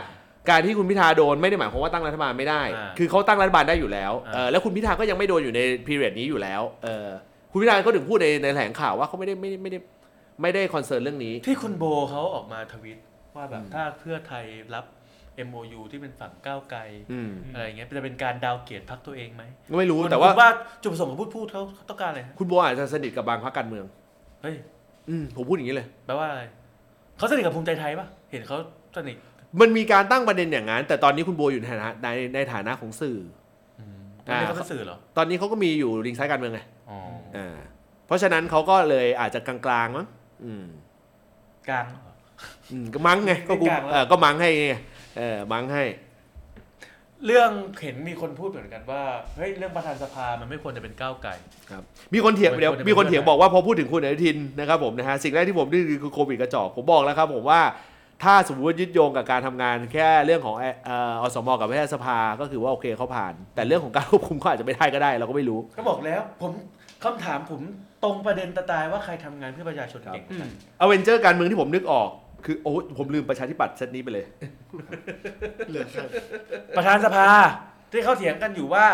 การที่คุณพิธาโดนไม่ได้หมายความว่าตั้งรัฐบาลไม่ได้
อ่า
คือเขาตั้งรัฐบาลได้อยู่แล้ว
อ่า
เออแล้วคุณพิธาก็ยังไม่โดนอยู่ใน period นี้อยู่แล้วเออคุณพิธาก็ถึงพูดในในแถลงข่าวว่าเขาไม่ได้ไม่ได้ไม่ได้ไม่ได้คอนเซิร์นเรื่องนี้
ที่คุณโบเขาออกมาทวิตว่าแบบถ้าเพื่อไทยรับ MOU ที่เป็นฝั่งก้าวไกล
อืม
อะไรเงี้ยจะเป็นการดาวเกตพักตัวเองไหม
ไม่รู้
คุณ
แต่ว่า
คุณว่าจุดประสงค์ของพูดพูดเขาเขาต้องการอะไรฮะ
คุณโบอาจจะสนิทกับบางพรรคการเมือง
เฮ้ย
อืมผมพูดอย่างนี้เลย
แปลว่าอะไรเขาสนิทกับภูมิใจไทยปะเห็นเขาสนิท
มันมีการตั้งประเด็นอย่างนั้น แต่ตอนนี้คุณโบอยู่ในฐานะในในฐานะของสื่อ
ตอนนี้
อ่า
เขาเป็นสื่อเหรอ
ตอนนี้เขาก็มีอยู่ลิงก์ซ้ายการเมืองไง
อ๋อ
อ่าเพราะฉะนั้นเขาก็เลยอาจจะกลางๆมั้งอืม
กลาง
อืมก็มั้งไงก็กู
ไม่กลางแล้ว
เออก็มั้งให้ไงเออมั้งให้
เรื่องเห็นมีคนพูดเหมือนกันว่าเฮ้ยเรื่องประธานสภามันไม่ควรจะเป็นก้าวไกล
ครับมีคนเถียง
มัน
เดี๋ยว
ควรจะ
มีคน
เป็น
เถียง
เพื่
บ
อน
อกว่าพอพูดถึงคุณอนุทินนะครับผมนะฮะสิ่งแรกที่ผมได้ยินคือโควิดกระจอกผมบอกแล้วครับผมว่าถ้าสมมติว่ายึดโยงกับการทำงานแค่เรื่องของเอ่อเอ่ออสมกับแพทยสภาก็คือว่าโอเคเขาผ่าน แต่เรื่องของการควบคุมเขาอาจจะไม่ได้ก็ได้เราก็ไม่รู้
ก็บอกแล้ว ผมคำถามผมตรงประเด็นตะตายว่าใครทำงานเพื่อประชาชนเก่ง
อืม
อเวนเจอร์การเมืองที่ผมนึกออก คือโอ้ยผมลืมประชาธิปัตย์เซตนี้ไปเลย
เหลือใคร
ประธานสภา ที่เขาเถียงกันอยู่ว่า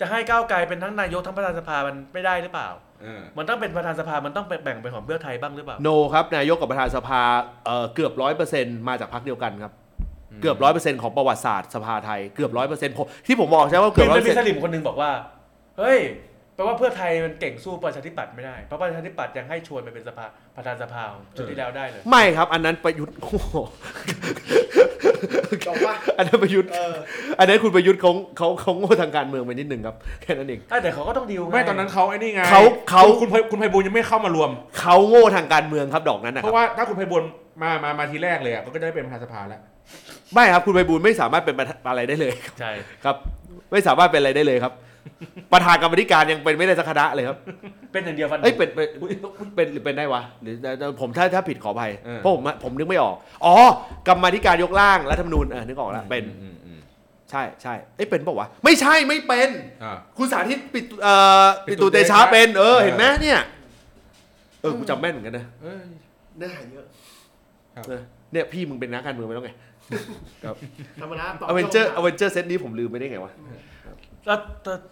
จะให้ก้าวไกลเป็นทั้งนายกทั้งประธานสภามันไม่ได้หรือเปล่า
เออ
มันต้องเป็นประธานสภามันต้องไปแบ่งเป็นของเพื่อไทยบ้างหรือเปล่า
โนครับ นายกกับประธานสภาเอ่อเกือบร้อยเปอร์เซ็นต์มาจากพรรคเดียวกันครับ เกือบร้อยเปอร์เซ็นต์ของประวัติศาสตร์สภาไทยเกือบร้อยเปอร์เซ็นต์ที่ผมบอกใช่ไหมว่าเกื
คื
อบ
อ
ร้อย
มัน
เปอ
มี
ร์เซ็น
ส
ต์
ลิมคนหนึ่งบอกว่า เฮ้ย แปลว่าเพื่อไทยมันเก่งสู้ประชาธิปัตย์ไม่ได้ เพราะประชาธิปัตย์ยังให้ชวนไปเป็นสภาประธานสภาของชุดที่แล้วได้เลย
ไม่ครับ อันนั้นประยุทธ์โอ้ โห
จบปะ
อันนั้นประยุทธ์
เออ
อันนั้นคุณประยุทธ์เขาเขาเขาโง่ทางการเมืองไปนิดหนึ่งครับแค่นั้นเอง
อ่ะแต่เขาก็ต้องดีลง
ไม่ตอนนั้นเขาไอ้นี่ไง
เขาเขา
คุณคุณไพคุณไพบูลย์ยังไม่เข้ามารวม
เขาโง่ทางการเมืองครับดอกนั้นนะค
เพ
รับ
ราะว่าถ้าคุณไพบูลย์มามามาทีแรกเลยอะก็ได้เป็นประธานสภาแล้ว
ไม่ครับคุณไพบูลย์ไม่สามารถเป็นประธานอะไรได้เลย
ใช่
ครับ ไม่สามารถเป็นอะไรได้เลยครับ ประธานกรรมธิการยังเป็นไม่ได้สักคณะเลยครับ
เป็นอย่างเดียวฟัน
เอ้ยเป็นเป็นเป็นหรือเป็นได้วะหรือผมถ้าถ้าผิดขออภัย
เออ
เพราะผมผมนึกไม่ออก อ๋อกรรมาธิการยกร่างรัฐธรรมนูญเออนึกออกแล้วเป็น
อืมอืม
ใช่ใช่เอ้ยเป็นปะวะไม่ใช่ไม่เป็น
อ่า
คุณสาธิตปิดเอ่อปิ
ปิ
ตุ
ตุ
เต
เต
ชะ
ชะ
เป็นเออ
เออ
เห็นไหมเนี่ยเออกูจำแม่นเหมือนกันนะ
เอ้ย
เนื้อหาเยอะ
ครับ
เออเนี่ยพี่มึงเป็นนักการเมืองไปแล้วไง
ธรรมดาตอบ
อเวนเจอร์อเวนเจอร์เซตนี้ผมลืมไปได้ไงวะ
แล้ว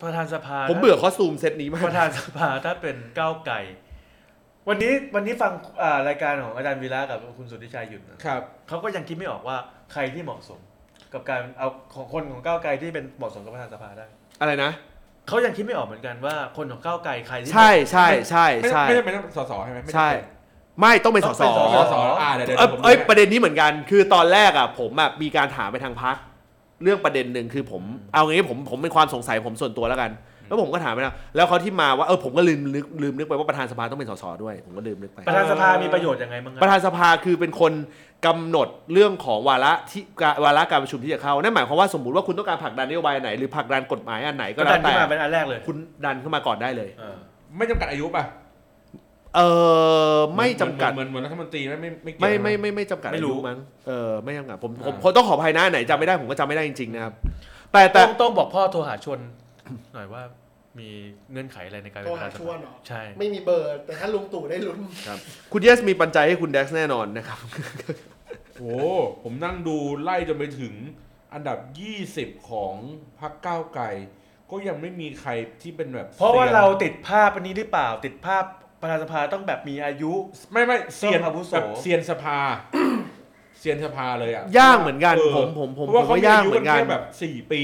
ประธานสภา
ผมเบื่อคอสตูมเซตนี้มา
ประ
ก
ธานสภาถ้าเป็นก้าวไก่ วันนี้วันนี้ฟังอ่ารายการของอาจารย์วีระกับคุณสุทธิชัยหยุ่นนะครับ เขาก็ยังคิดไม่ออกว่าใครที่เหมาะสม กับการเอาของคนของก้าวไกลที่เป็นเหมาะสมกับประธานสภาได้
อะไรนะ
เขายังคิดไม่ออกเหมือนกันว่าคนของก้าวไกลใครที่
ใช่ใช่ใช่
ไม่
ใช่
ไม่ไม่ต้องเป็นสสใช่ไหมไม่ต้อ
ใช่
งเป็น
ไม่ต้องเป็นสส
ต้องเป็น
สสอ่าเดี๋ยวเดี๋ยว
เอ้ย
ผม
เอ้ยประเด็นนี้เหมือนกันคือตอนแรกอ่ะผมอ่ะมีการถามไปทางพักเรื่องประเด็นหนึ่งคือผมเอางี้ผมผมเป็นความสงสัยผมส่วนตัวแล้วกัน แล้วผมก็ถามไปนะแล้วเขาที่มาว่าเออผมก็ลืมนึกลืมนึกไปว่าประธานสภาต้องเป็นสสด้วย ผมก็ลืมนึกไป
ประธานสภามีประโยชน์ยังไงบ้างค
ประ
รับ
ธานสภาคือเป็นคนกำหนดเรื่องของวาระที่วาระการประชุมที่จะเข้านั่นหมายความว่าสมมติว่าคุณต้องการผลักดันนโยบายไหนหรือผลักดันกฎหมายอันไหน
ก็
ก็แล้ว
ดั
น แต่
ขึ้นมาเป็นอันแรกเลย
คุณดันเข้ามาก่อนได้เลย
เออ
ไม่จำกัดอายุป่ะ
เออไม่จำกัด
เหมือนเหมือนเหมือนรัฐมนตรีไหม่ไม่ไม่เกี่ยว
ไม่
นะ
ไม่ไม่ไม่จำกัดอายุมั้งเออไม่จำกัดผมผม
อ่า
ผมต้องขออภัยนะไหนจำไม่ได้ผมก็จำไม่ได้จริงๆนะครับแต่แต่
ต้องต้องบอกพ่อโทรหาชวน หน่อยว่ามีเงื่อนไขอะไรในการเป็
โทร
นประ
หา
ธานส
ชว
ภาน
เหรอ
ใช่
ไม่มีเบอร์ แต่ถ้าลุงตู่ได้ลุ้น
คุณเยสมีปัจจัยให้คุณแดกซ์แน่นอนนะครับ
โอ้ผมนั่งดูไล่จนไปถึงอันดับ 20 ของพรรคก้าวไกลก็ยังไม่มีใครที่เป็นแบบ
เพราะว่า
ซียน
เราติดภาพอันนี้หรือเปล่า ติดภาพประธานสภาต้องแบบมีอายุ
ไม่ไม่เซียน
ต้องอาวุโส
แบบเซียนสภา เซียนสภาเลยอ่ะ
ยากเหมือนกันผมผมผม
เพราะว่า
ผม
เขา
ว่า
มี
ยาก
อายุ
เหมือน น
กั
กัน
แค่แบบ 4 ปี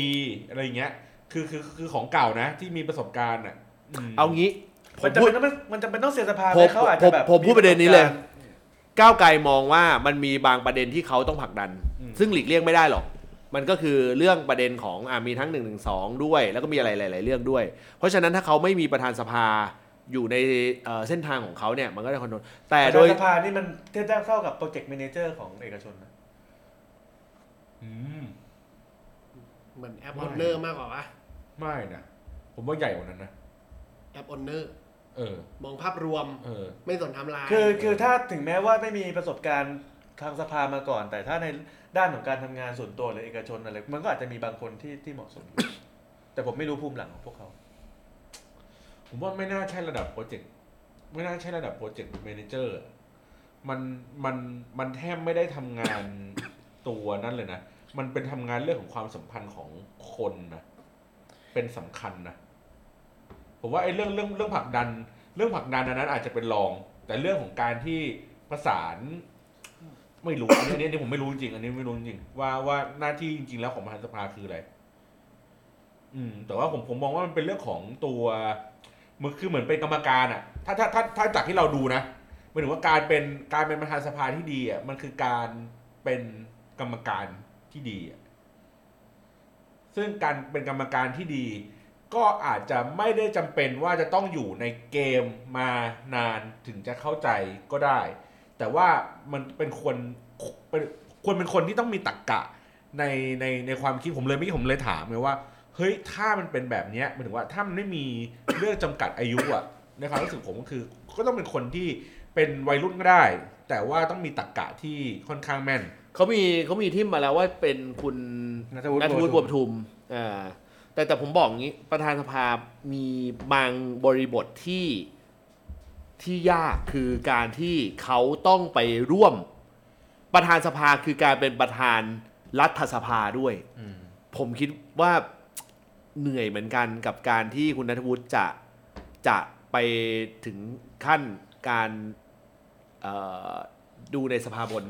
อะไรอย่างเงี้ยคือคือคือของเก่านะ ที่มีประสบการณ์อ่ะม
เอางี้ผ
มั
ม
นจะ
พูด
เป็นต้องมันจะเป็นต้องเสียสภาไห
ผม ม
เขาอาจจะแบบ
ผมผมพูดประเด็นนี้เลย
มีปสบการณ์
ก้าวไกลมองว่ามันมีบางประเด็นที่เขาต้องผลักดัน
อืม
ซึ่งหลีกเลี่ยงไม่ได้หรอก มันก็คือเรื่องประเด็นของอ่ะมีทั้ง1นึด้วย แล้วก็มีอะไรหลาย ๆ เรื่องด้วย เพราะฉะนั้นถ้าเขาไม่มีประธานสภาอยู่ในเอ่อเส้นทางของเขาเนี่ยมันก็ได้คอนโทรลแต่
ประ
โด
ธาน
ย
สภานี่มันเทียบเท่ากับโปรเจกต์แมเนเจอร์ของเอกชนนะ
อืม
เหมือนแอปออนเนอร์มากกว่าปะ
ไม่นะ ผมว่าใหญ่กว่านั้นนะ
แอปออนเนอร์
เออ
มองภาพรวม
เออ
ไม่สนไทำลาย
คือคือถ้าถึงแม้ว่าไม่มีประสบการณ์ทางสภามาก่อน แต่ถ้าในด้านของการทำงานส่วนตัวหรือเอกชนอะไรมันก็อาจจะมีบางคนที่ที่เหมาะส มอยู่แต่ผมไม่รู้ภูมิหลังของพวกเขา
ผมว่าไม่น่าใช่ระดับโปรเจกต์ ไม่น่าใช่ระดับโปรเจกต์แมเนเจอร์ มัน มัน มันแทบไม่ได้ทำงาน ตัวนั้นเลยนะ มันเป็นทำงานเรื่องของความสัมพันธ์ของคนนะ เป็นสำคัญนะ ผมว่าไอ้เรื่องเรื่องเรื่องผลักดัน เรื่องผลักดันอันนั้นอาจจะเป็นรอง แต่เรื่องของการที่ประสาน ไม่รู้ อันนี้อันนี้อันนี้ผมไม่รู้จริง อันนี้ไม่รู้จริงว่าว่าหน้าที่จริงๆแล้วของประธานสภาคืออะไร อืม แต่ว่าผมผมมองว่ามันเป็นเรื่องของตัว มันคือเหมือนเป็นกรรมการอะถ้าถ้าถ้าถ้าจากที่เราดูนะหมายถึงว่าการเป็นการเป็นประธานสภาที่ดีอะมันคือการเป็นกรรมการที่ดีอะซึ่งการเป็นกรรมการที่ดี ก็อาจจะไม่ได้จำเป็นว่าจะต้องอยู่ในเกมมานานถึงจะเข้าใจก็ได้ แต่ว่ามันเป็นคนเป็นควรเป็นคนที่ต้องมีตรรกกะในในในความคิดผมเลยเมื่อกี้ผมเลยถามไงว่า เฮ้ย ถ้ามันเป็นแบบเนี้ยหมายถึงว่าถ้ามันไม่มี เรื่องจำกัดอายุอะในความรู้สึกผมก็คือ ก็ต้องเป็นคนที่เป็นวัยรุ่นก็ได้ แต่ว่าต้องมีตรรกกะที่ค่อนข้างแม่น
เขามีเขามีทิมมาแล้วว่าเป็นคุณ
นัทวุฒิ
ฒิ
บั
บัว
วปทุม
ปทุมอ่าแต่แต่ผมบอกงี้ประธานสภามีบางบริบทที่ที่ยากคือการที่เขาต้องไปร่วม ประธานสภาคือการเป็นประธานรัฐสภาด้วย ผมคิดว่า เหนื่อยเหมือนกันกับการที่คุณนัทวุฒิจะจะไปถึงขั้นการเอ่อดูในสภาบน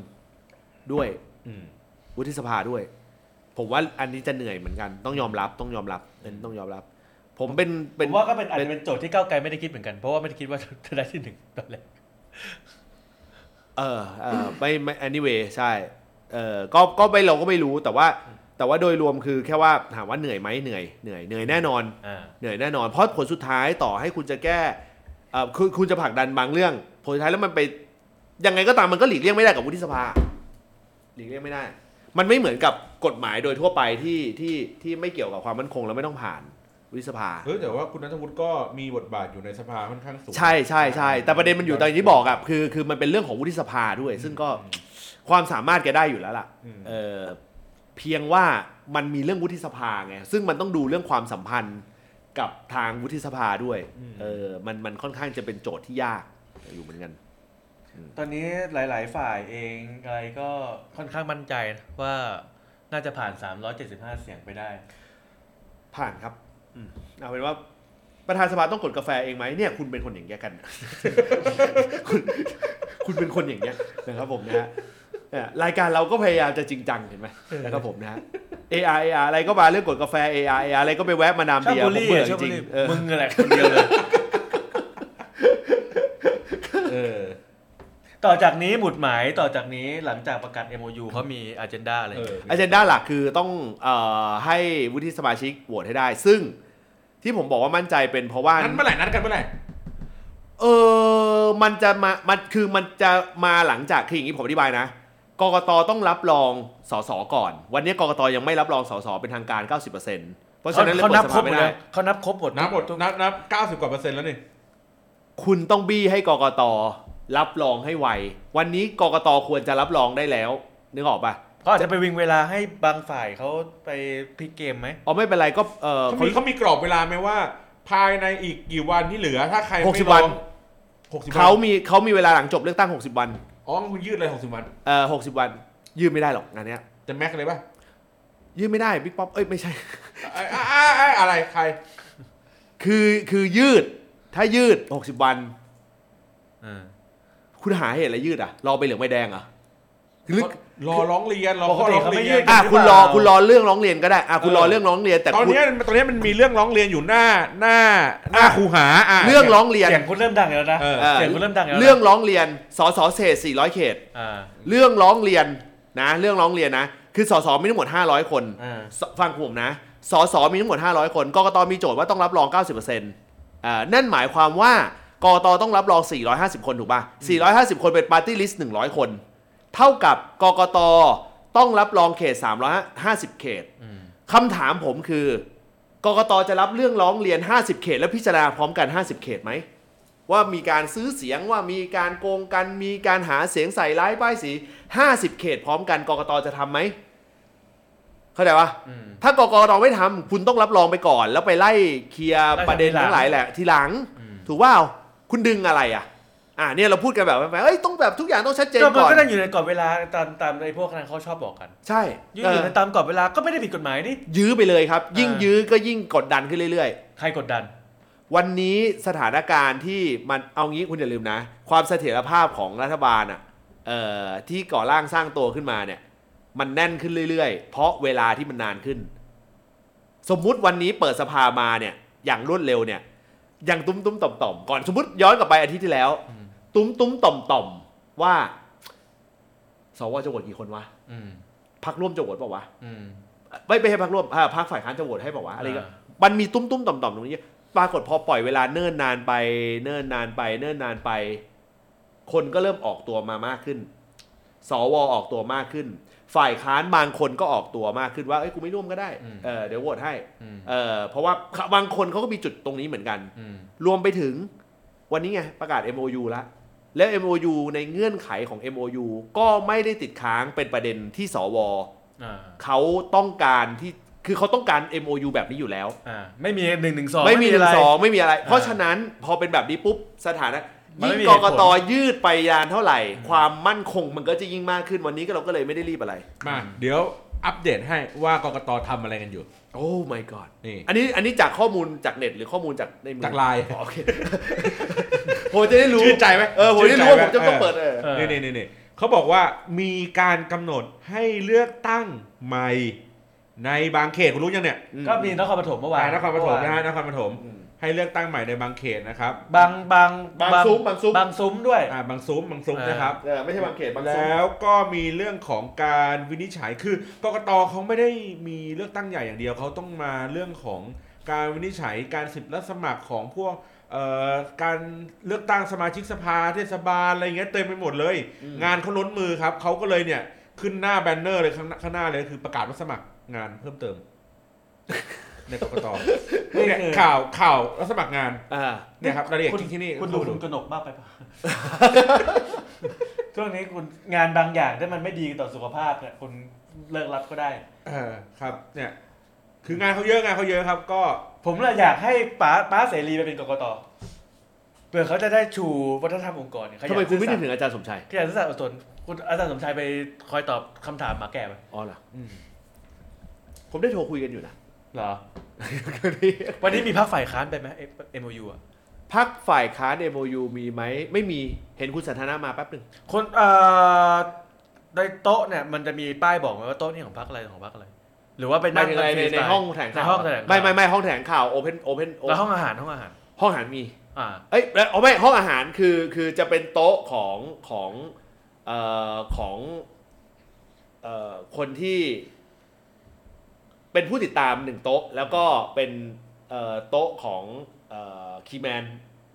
ด้วยวุฒิสภาด้วย ผมว่าอันนี้จะเหนื่อยเหมือนกัน ต้องยอมรับต้องยอมรับเป็นต้องยอมรับ ผมเป็น
ผ
เป็น
มว่าก็เป็นอาจจะเป็นโจทย์ที่ก้าวไกลไม่ได้คิดเหมือนกัน เพราะว่าไม่ได้คิดว่าจะได้ที่หนึ่ง ตอนแรก
เออเออไม่ไม่ anyway ใช่ เออก็ก็ไม่เราก็ไม่รู้แต่ว่าแต่ว่าโดยรวมคือแค่ว่าถามว่าเหนื่อยไหมเหนื่อยเหนื่อยเหนื่อยแน่นอน
อ่า
เหนื่อยแน่นอน เพราะผลสุดท้ายต่อให้คุณจะแก้เออคือคุณจะผลักดันบางเรื่อง ผลสุดท้ายแล้วมันไปยังไงก็ตามมันก็หลีกเลี่ยงไม่ได้กับวุฒิสภา หลีกเลี่ยงไม่ได้ มันไม่เหมือนกับกฎหมายโดยทั่วไปที่ที่ที่ไม่เกี่ยวกับความมั่นคงแล้วไม่ต้องผ่านวุฒิสภา
เฮ้ยแต่ว่าคุณนัทวุฒิก็มีบทบาทอยู่ในสภาค่อนข้างสูง
ใช่ใช่ใช่แต่ประเด็นมันอยู่ตอนที่บอกอะคือคือมันเป็นเรื่องของวุฒิสภาด้วย ซึ่งก็ความสามารถแกได้อยู่แล้วล่ะ
อืม
เออเพียงว่ามันมีเรื่องวุฒิสภาไงซึ่งมันต้องดูเรื่องความสัมพันธ์กับทางวุฒิสภาด้วยเออมันมันค่อนข้างจะเป็นโจทย์ที่ยากอยู่เหมือนกัน
ตอนนี้หลาย ๆ ฝ่ายเองอะไรก็
ค่อนข้างมั่นใจนะว่าน่าจะผ่าน 375 เสียงไปได้
ผ่านครับเอาเป็นว่าประธานสภาต้องกดกาแฟเองไหมเนี่ยคุณเป็นคนอย่างเงี้ยกัน คุณคุณเป็นคนอย่างเงี้ยนะครับผมนะฮะเอ่อรายการเราก็พยายามจะจริงจังเห็นไหมนะครับผมนะฮะ AR AR อะไรก็มาเรื่องกดกาแฟ AR AR อะไรก็ไปแวะมาดามเบียร์ผมเบื่อจริงๆเออ
มึงนั่นแหละคนเดียวเลย
เออ
ต่อจากนี้หมุดหมายต่อจากนี้หลังจากประกาศ MOU เขามีอ g e n d a อะไรอย่างเงี้ย
อเจนด้าหลักคือต้องเอ่อให้วุฒิสมาชิกโหวตให้ได้ ซึ่งที่ผมบอกว่ามั่นใจเป็นเพราะว่า
นัดเมื่อไหร่นัดกันเมื่อไหร่
เออ มันจะมา มันคือมันจะมาหลังจากคืออย่างนี้ผมอธิบายนะ กกตต้องรับรองสสก่อน วันนี้กกตยังไม่รับรองสสเป็นทางการ 90%เพราะฉะนั้นเลย
เขา
เปิ
นับ
ดส
คร
ภา
บหม
ไม่
ดเล
ได้
ยเขานับครบหมด
นับหมดนับนับเก้าสิบกว่าเปอร์เซ็นต์แล้วนี่
คุณต้องบี้ให้กกตรับรองให้ไว วันนี้กกตควรจะรับรองได้แล้ว นึกออกปะ
เขาอาจจะไปวิงเวลาให้บางฝ่ายเขาไปพลิกเกมไหม
อ๋อไม่เป็นไรก็เออ
เขามีเขามีกรอบเวลาไหมว่า ภายในอีกกี่วันที่เหลือ ถ้าใคร
หก
ไม่
สิบวัน
หกสิบ
เขามีเขามีเวลาหลังจบเลือกตั้ง 60 วัน
อ๋อคุณยืดเลยหกสิบวัน
เออหกสิบวัน ยืมไม่ได้หรอกงานเนี้ย
จะแม็กเลยป่ะ
ยืมไม่ได้บิ๊กป๊อปเอ้ยไม่ใช่
ไอ้ไอ้ไอ้อะไรใคร
คือคือยืดถ้ายืด 60 วัน
เออ
คุณหาเหตุอะไรยืดอ่ะ รอไปเหลืองใบแดงเหรอ่ะหรือ
รอร้องเรียนรอ
ป
ข้
ก
อ
ติ
ร้อง
เขาไม่
เรี
ยื
ยน
ด
อ่ะ
หรือเปล่า
คุณรอคุณรอเรื่องร้องเรียนก็ได้อ่ะคุณรอเรื่องร้องเรียนแต่
ตอน
คุณ
เนี้ยตอนเนี้ยมันมีเรื่องร้องเรียนอยู่หน้าหน้าหน้าครูหาะ
เรื่องร้องเรียน
เสียงคุณเริ่มดังแล้วนะ
เออ
เอ่อ
เสียงคุณเริ่มดังแล้วนะ
เรื่องร้องเรียนสสเศษ400 เขต
อ่า
เรื่องร้องเรียนนะ เรื่องร้องเรียนนะ คือสสมีทั้งหมด 500 คน
อ่า
สฟังผมนะสสมีทั้งหมด 500 คนกกตมีโจทย์ว่าต้องรับรอง 90%อ่านั่นหมายความว่ากกตต้องรับรอง 450 คนถูกป่ะ 450 คนเป็นปาร์ตี้ลิสต์100 คน เท่ากับกกตต้องรับรองเขต 350 เขตคำถามผมคือกกตจะรับเรื่องร้องเรียน 50 เขต แล้วพิจารณาพร้อมกัน 50 เขตไหม ว่ามีการซื้อเสียงว่ามีการโกงกันมีการหาเสียงใส่ร้ายป้ายสี 50 เขตพร้อมกันกกตจะทำไหม เข้าใจปะถ้ากกตไม่ทำคุณต้องรับรองไปก่อน แล้วไปไล่เคลียร์ประเด็นทั้งหลายแหละทีหลัง ถูกว่าคุณดึงอะไรอ่ะ อ่าเนี่ยเราพูดกันแบบแบบเอ้ยต้องแบบทุกอย่างต้องชัดเจน
ก็มัน
ก่อน
ก็นั่งอยู่ในกรอบเวลาตามตามไอ้พวกนั้นเขาชอบบอกกัน
ใช่
ยืด
เอ
อ
อยู่
ในตามกรอบเวลาก็ไม่ได้ผิดกฎหมายนี่
ยื้อไปเลยครับ ยิ่ง
อ่ายื้
ยื้อก็ยิ่งกดดันขึ้นเรื่อย ๆ
ใครกดดัน
วันนี้สถานการณ์ที่มันเอางี้คุณอย่าลืมนะ ความเสถียรภาพของรัฐบาลอ่ะเอ่อที่ก่อร่างสร้างตัวขึ้นมาเนี่ย มันแน่นขึ้นเรื่อยๆ เพราะเวลาที่มันนานขึ้น สมมุติวันนี้เปิดสภามาเนี่ย อย่างรวดเร็วเนี่ย อย่างตุ้มตุ้มต่อมต่อมก่อนสมมติย้อนกลับไปอาทิตย์ที่แล้ว ตุ้มตุ้มต่อมต่อมว่าสวจะโหวตกี่คนวะ
อืม
พักร่วมจะโหวตเปล่าวะ
อืม
ไม่ไม่ให้พักร่วมอ่าพักฝ่ายค้านจะโหวตให้บอกว่าวะอะไรก็
อ่า
มันมีตุ้มตุ้มต่อมต่อมตรงนี้ ปรากฏพอปล่อยเวลาเนิ่นนานไป เนิ่นนานไป เนิ่นนานไป คนก็เริ่มออกตัวมามากขึ้น สวออกตัวมากขึ้น ฝ่ายค้านบางคนก็ออกตัวมากขึ้นว่าเอ้ยกูไม่ร่วมก็ได้เออเดี๋ยวโหวตให้
อืม
เออเพราะว่าบางคนเขาก็มีจุดตรงนี้เหมือนกัน
อืม
รวมไปถึงวันนี้ไงประกาศ MOU ละแล้ว MOU ในเงื่อนไขของ MOU ก็ไม่ได้ติดค้างเป็นประเด็นที่สว
อ่า
เขาต้องการที่ คือเขาต้องการ MOU แบบนี้อยู่แล้ว
อ่า ไม่มีหนึ่งหนึ่งสอง
ไม่มีหนึ่งสองไม่มีอะไร เพราะฉะนั้นพอเป็นแบบนี้ปุ๊บสถานะ
มัน
ยิ่ง
ไม่มี
ก
เหตุผล
กตยืดไปยานเท่าไหร่ ความมั่นคงมันก็จะยิ่งมากขึ้นวันนี้ก็เราก็เลยไม่ได้รีบอะไร
มา เดี๋ยว อัปเดตให้ว่ากกตทำอะไรกันอยู่
โอ้ my god
นี่
อันนี้อันนี้จากข้อมูลจากเน็ตหรือข้อมูลจากในมื
จากไลน์
อ๋อโอเค ผมจะได้รู้
ชื่นใจไหม
เออผมจะได้รู้ว่าผมจะต้องเปิดเออ
เออ
นี่นี่นี่นี่เขาบอกว่ามีการกำหนดให้เลือกตั้งใหม่ ในบางเขตคุณรู้ยังเนี่ย
ก็มีนครปฐมเมื่อวาน
อ่านครปฐมนะฮะนครปฐม
อืม
ให้เลือกตั้งใหม่ในบางเขตนะครับ
บางบาง
บางซุ้มบางซุ้ม
บางซุ้มด้วย
อ่าบางซุ้มบางซุ้มนะครับ
เออไม่ใช่บางเขตบางซุ้ม
แล้วก็มีเรื่องของการวินิจฉัยคือกกตเขาไม่ได้มีเลือกตั้งใหญ่อย่างเดียวเขาต้องมาเรื่องของการวินิจฉัยการสิบรับสมัครของพวกเอ่อการเลือกตั้งสมาชิกสภาเทศบาลอะไรอย่างเงี้ยเต็มไปหมดเลย งานเขาล้นมือครับเขาก็เลยเนี่ยขึ้นหน้าแบนเนอร์เลยข้างหน้าข้างหน้าเลยคือประกาศรับสมัครงานเพิ่มเติม ในกกตเนี่ยข่าวข่าวรับสมัครงาน
อ่า
เนี่ยครับรายละเอียด
คุณ
จริงที่นี่
คุณดู
เข้าไป
คุณกนกมากไปปะ ช่วงนี้คุณงานบางอย่างถ้ามันไม่ดีต่อสุขภาพเนี่ยคุณเลิกรับก็ได้
เออครับเนี่ยคืองานเขาเยอะงานเขาเยอะครับ ก็
ผมเลยอยากให้ป้าป้าเสรีไปเป็นกกตเผื่อเขาจะได้ชูวัฒนธรรมองค์กรเนี่ยเขาอ
ทำ
ยาก
ไมคุณไม่นึ
ซื่
ก
อสัตย์
ถึงอาจารย์สมชัย
เขาอยากซื่อสัตย์อดทนคุณอาจารย์สมชายไปคอยตอบคำถามหมาแก่ไหม
อ๋อเหรออ
ม
ผมได้โทรคุยกันอยู่นะ
เหรอ วันนี้มีภาคฝ่ายค้านไปไหมเอ็มโอยูอ่ะ
พักฝ่ายค้าน MOU มีไหม ไม่มี เห็นคุณสันทนามาแป๊บหนึ่ง
คนเอ่อในโต๊ะเนี่ยมันจะมีป้ายบอกไหมว่าโต๊ะนี่ของพรรคอะไรของพรรคอะไร หรือว่าไป
หมา
นั่
ย
ง
ถึงอะไร
กัฟ
ใน
รีสต
ใน
ล์
ห้องแถลงข่าว
ในห้องแถลงข่าว
ไม่ไม่ไม่ห้องแถลงข่าวโอเพนโอเพน
แล้วห้องอาหารห้องอาหาร
ห้องอาหารมี
อ่า
เอ้ยแล้วอ๋อไม่ห้องอาหารคือคือจะเป็นโต๊ะของของเอ่อของเอ่อคนที่ เป็นผู้ติดตามหนึ่งโต๊ะ แล้วก็เป็นเอ่อโต๊ะของเอ่อคีแมน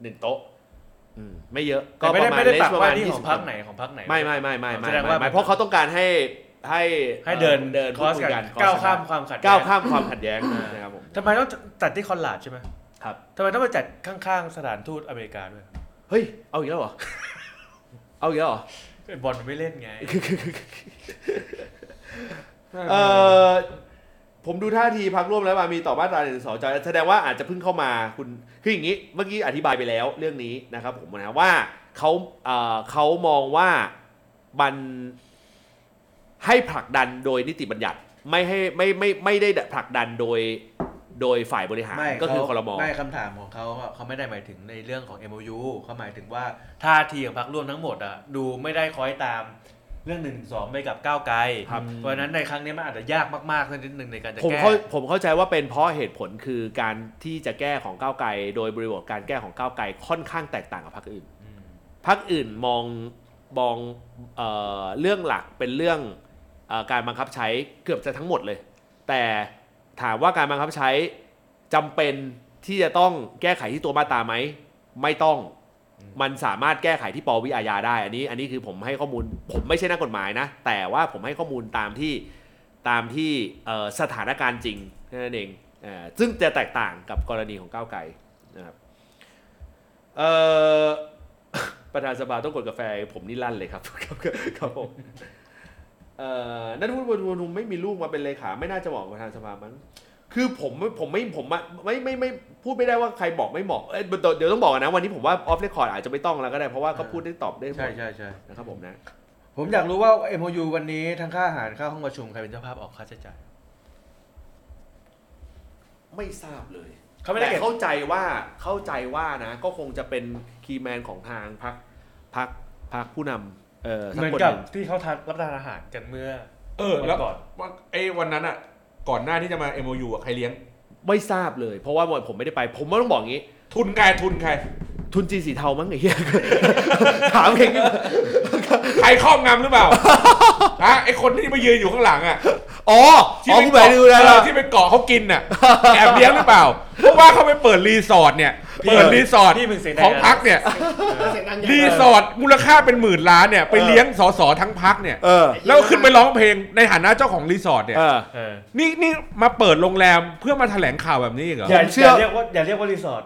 หนึ่งโต๊ะอืมไม่เยอะ
ก็ไม่ได้
ประาณ
ไม่ได้
เลส
ตัก
ประ
ว่า
ณ
ที่ของพัก
20
ไหนของพักไหน
ไม่ไม่ไม่ไม่ไม่
แสดงว่า
ไม่เพราะเขาต้องการให้ให้
ให้เดิน
เดิน
คอส
พูดย
กันก้าวข้าม
คอส
ความขัด
กัน
แย้ง
ก้าวข้ามความขัดแย้งนะครับผม
ทำไมต้องจัดที่คอนหลาดใช่ไหม
ครับ
ทำไมต้องมาจัดข้างๆสถานทูตอเมริกาด้วย
เฮ้ยเอาอีกแล้วเหรอเอาอีกแล้วเหรอ
บอลมันไม่เล่นไง
เออผมดูท่าทีพักร่วมแล้วมามีต่อมาตราหนึ่งสองจแสดงว่าอาจจะเพิ่งเข้ามาคุณคืออย่างนี้เมื่อกี้อธิบายไปแล้วเรื่องนี้นะครับผมนะว่าเขาเอ่อเขามองว่ามันให้ผลักดันโดยนิติบัญญัติ ไม่ให้ไม่ไม่ไม่ได้ผลักดันโดยโดยฝ่ายบริหารก็คือคอรมอ
ไม่คำถามของเขาอะเขาไม่ได้หมายถึงในเรื่องของ MOU เขาหมายถึงว่าท่าทีของพรรคร่วมทั้งหมดอะดูไม่ได้คล้อยตามเรื่องหนึ่งสองไปกับก้าวไกล
ครับ
เพราะฉะนั้นในครั้งนี้มันอาจจะยากมากๆสักนิดหนึ่งในการจะ
ผม
แก้
เข้าผมเข้าใจว่าเป็นเพราะเหตุผลคือการที่จะแก้ของก้าวไกล โดยบริบทการแก้ของก้าวไกลค่อนข้างแตกต่างกับพรรคอื่นพรรคอื่นมองมองเออเรื่องหลักเป็นเรื่องเออการบังคับใช้เกือบจะทั้งหมดเลย แต่ถามว่าการบังคับใช้จำเป็นที่จะต้องแก้ไขที่ตัวมาตราไหมไม่ต้องมันสามารถแก้ไขที่ปวิอาญาได้อันนี้อันนี้คือผมให้ข้อมูลผมไม่ใช่นักกฎหมายนะ แต่ว่าผมให้ข้อมูลตามที่ ตามที่เอ่อสถานการณ์จริงนั่นเองเอ่อซึ่งจะแตกต่างกับกรณีของก้าวไกลนะครับเอ่อ ประธานสภาต้องกดกาแฟผมนี่ลั่นเลยครับ ครับครับผมเอ่อนัทวุฒิวรวนุมไม่มีลูกมาเป็นเลขาไม่น่าจะเหมาะกับประธานสภามั้งคือผมผมไม่ผมอะไม่ไม่ไม่พูดไม่ได้ว่าใครบอกไม่เหมาะเอ้ยเดี๋ยวเดี๋ยวต้องบอกก่อนนะวันนี้ผมว่าออฟเรคคอร์ดอาจจะไม่ต้องแล้วก็ได้เพราะว่าก็พูดได้ตอบได้หม
ใช่
ด
ใช่ใช่
นะครับผมนะ
ผมอยากรู้ว่า MOU วันนี้ทั้งค่าอาหารค่าห้องประชุมใครเป็นเจ้าภาพออกค่าใช้จ่าย
ไม่ทราบเลย
เขาไม่ได้
แต่
เก็บ
เข้าใจว่าเข้าใจว่านะก็คงจะเป็นคีย์แมนของทางพักพักพักผู้นำเออสั
เหมือน
คน
กับ
หนึ่ง
ที่เขาทานรับประทานอาหารกันเมื่อ
เออแล้
วั
ว
นก่อน
วันไอ้วันนั้นอ่ะ ก่อนหน้าที่จะมา MOU อ่ะใครเลี้ยง
ไม่ทราบเลย เพราะว่าผมไม่ได้ไป ผมก็ต้องบอกอย่างนี้
ทุนกายทุนใคร
ทุนจีนสีเทามั้งไอ้เหี้ย ถาม เอง
ใครครอบงำหรือเปล่า ฮะไอ้คนที่มายืนอยู่ข้างหลังอ่ะ
อ๋ออ๋อคุณหมายดูนะ
เออที่ไปเกาะเขากินอ่ะ แอบเลี้ยงหรือเปล่า เพราะว่าเขาไปเปิดรีสอร์ทเนี่ย
พี่
เปิดรีสอร์ท
พี่มึงเสียงดัง
ของพักเนี่ย
เสียงดังใหญ่
รีสอร์ทมูลค่าเป็นหมื่นล้านเนี่ย ไปเลี้ยงสสทั้งพักเนี่ย
เออ
แล้วขึ้นไปร้องเพลงในฐานะเจ้าของรีสอร์ทเนี่ย
เออ
เออ
นี่นี่มาเปิดโรงแรมเพื่อมาแถลงข่าวแบบนี้อีกเหรอ
อย่า
ผมเชื่
อย่า
อ
เรียกว่าอย่าเรียกว่ารีสอร์ท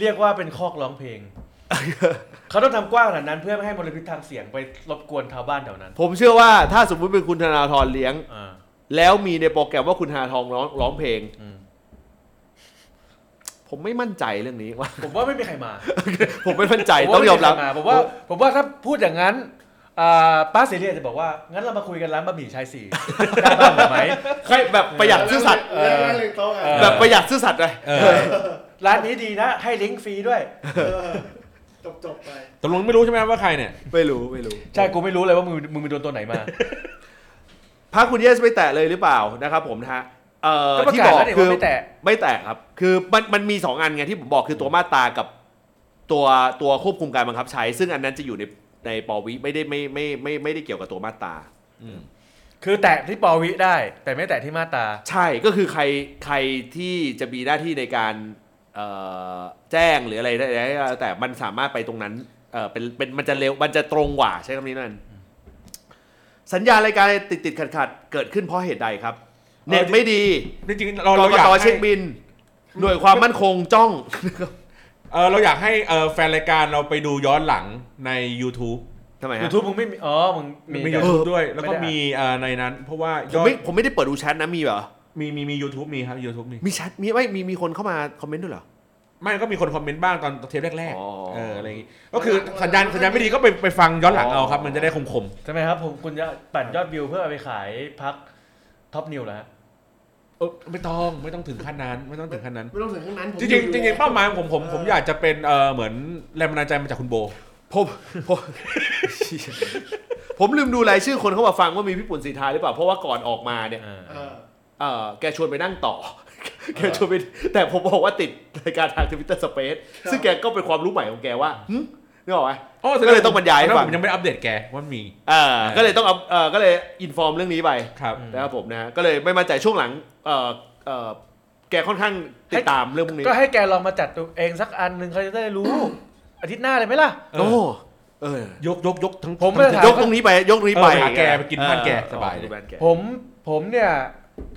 เรียกว่าเป็นคอกร้องเพ ลง เขาต้องทำกว้างขนาดนั้นเพื่อไม่ให้มลพิษทางเสียงไปรบกวนชาวบ้านแถวนั้น
ผมเชื่อว่าถ้าสมมุติเป็นคุณธนาธรเลี้ยง
อ่า
แล้วมีในโปรแกรมว่าคุณธนาธรร้องร้องเพลง
อืม
ผมไม่มั่นใจเรื่องนี้ว่า
ผมว่าไม่มีใครมา
ผมไม่มั่นใจต้องยอมรับ
ผมว่าไใคมาผมว่าผมว่าถ้าพูดอย่างนั้น
อ่าป้าเสรีอาจจะบอกว่า งั้นเรามาคุยกันร้านบะหมี่ชายสี่ ได้บ้างไหม
ใครแบบประหยัดซื่อสัตย์
เออนั่งเรียงโต๊ะกัน
เออ
แบบประหยัดซื่อสัตย์เลย
เออ
ร้านนี้ดีนะ ให้ลิงก์ฟรีด้วย
จบจบๆไป
ตกลงไม่รู้ใช่ไหมว่าใครเนี่ย
ไม่รู้ไม่รู้
ใช่กูไม่รู้เลยว่ามึงมึงไปโดนตัวไหนมา
พระคุณเยสไม่แตะเลยหรือเปล่านะครับผมนะฮะเอ่อ
ก็ประ
ที่บ
กาศ
อก
แล้วนี่
คือ
ว่าไม่แตะ
ไม่แตะครับ คือมันมันมี 2 อันไงที่ผมบอกคือตัวมาตรากับตัวตัวควบคุมการบังคับใช้ ซึ่งอันนั้นจะอยู่ในในปวิไม่ได้ไม่ไม่ไม่ไม่ได้เกี่ยวกับตัวมาตรา
คือแตะที่ปอวิได้ แต่ไม่แตะที่มาตรา
ใช่ก็คือใครใครที่จะมีหน้าที่ในการเอ่อแจ้งหรืออะไรได้ก็แล้วแต่มันสามารถไปตรงนั้นเอ่อเป็นเป็นมันจะเร็วมันจะตรงกว่าใช้คำนี้นั่นสัญญารายการติดติดขัดขัดๆเกิดขึ้นเพราะเหตุใดครับ เน็ตไม่ดี
จริงๆเรา
กร
เรา
ก
อยาก
ต
ให้
เช็คบิน หน่วยความมั่นคงจ้อง
เออเราอยากให้เออแฟนรายการเราไปดูย้อนหลังใน YouTube
ทำไมฮะ
YouTube มึงไม่มี อ๋อ มึงมี
มี
แต่
YouTube ด้วย แล้วก็
ไม่ได้
มีเอ่อในนั้น เพราะว่า
ผ
ย
ม
อด
ไม่ผมไม่ได้เปิดดูแชทนะมีเหรอ
มีมีมี YouTube มีครับ YouTube มี
มีแชทมีไม่มีมีคนเข้ามาคอมเมนต์ด้วยเหรอ
ไม่ก็มีคนคอมเมนต์บ้างตอนเทปแรก
อ๋อ
ๆเอออะไรอย่างงี้ ก็คือสัญญาณสัญญาณไม่ดีก็ไปไปฟังย้อนหลังเอาครับ มันจะได้คม
ใช่ไหมครับผมคุณจะปั่นยอดวิวเพื่อเอาไปขายพักท็อปนิวเหรอฮะ
ๆเออไม่ต้องไม่ต้องถึงขั้นนั้น ไม่ต้องถึงขั้นนั้น
ไม่ต้องถึงขั้นนั้นผม
จริง
อยู่
ๆจริงๆเป้าหมายของผมผมผมอยากจะเป็นเออเหมือนแรงบันดาลใจมาจากคุณโบ
ผมผม ผมลืมดูรายชื่อคนเข้ามาฟังว่ามีพี่ปุ่นสีทาหรือเปล่า เพราะว่าก่อนออกมาเนี่ย
เออ
เอ่อแกชวนไปนั่งต่อ แกชวนไปแต่ผมบอกว่าติดรายการทางทวิตเตอร์สเปซซึ่งแกก็เป็นความรู้ใหม่ของแกว่าหึนี่หรอกไหม
โอ้แสด
ก็เลยต้องบรรยายให้ฟัง
ผมยังไม่อัปเดตแกว่ามี
เออก็เลยต้องเอาเออก็เลยอินฟอร์มเรื่องนี้ไป
ครับ
อืม
นะครับผมนะฮะก็เลยไม่มั่นใจช่วงหลังเออเออแกค่อนข้างติดตามเรื่องพวกนี้
ก็ให้แกลองมาจัดตัวเองสักอันหนึ่งเขาจะได้รู้ อาทิตย์หน้าเลยไหมล่ะ
โอ้เออ
ยกยกยกทั้ง
ผมไม่ได้
ทั้ง
ถาม
ยกตรงนี้ไปยกตรงนี้ไป
เออไปหาแกไปกินบ้านแก
เออ
สบายเลย
ไปบ้นแก
ผม ผมเนี่ย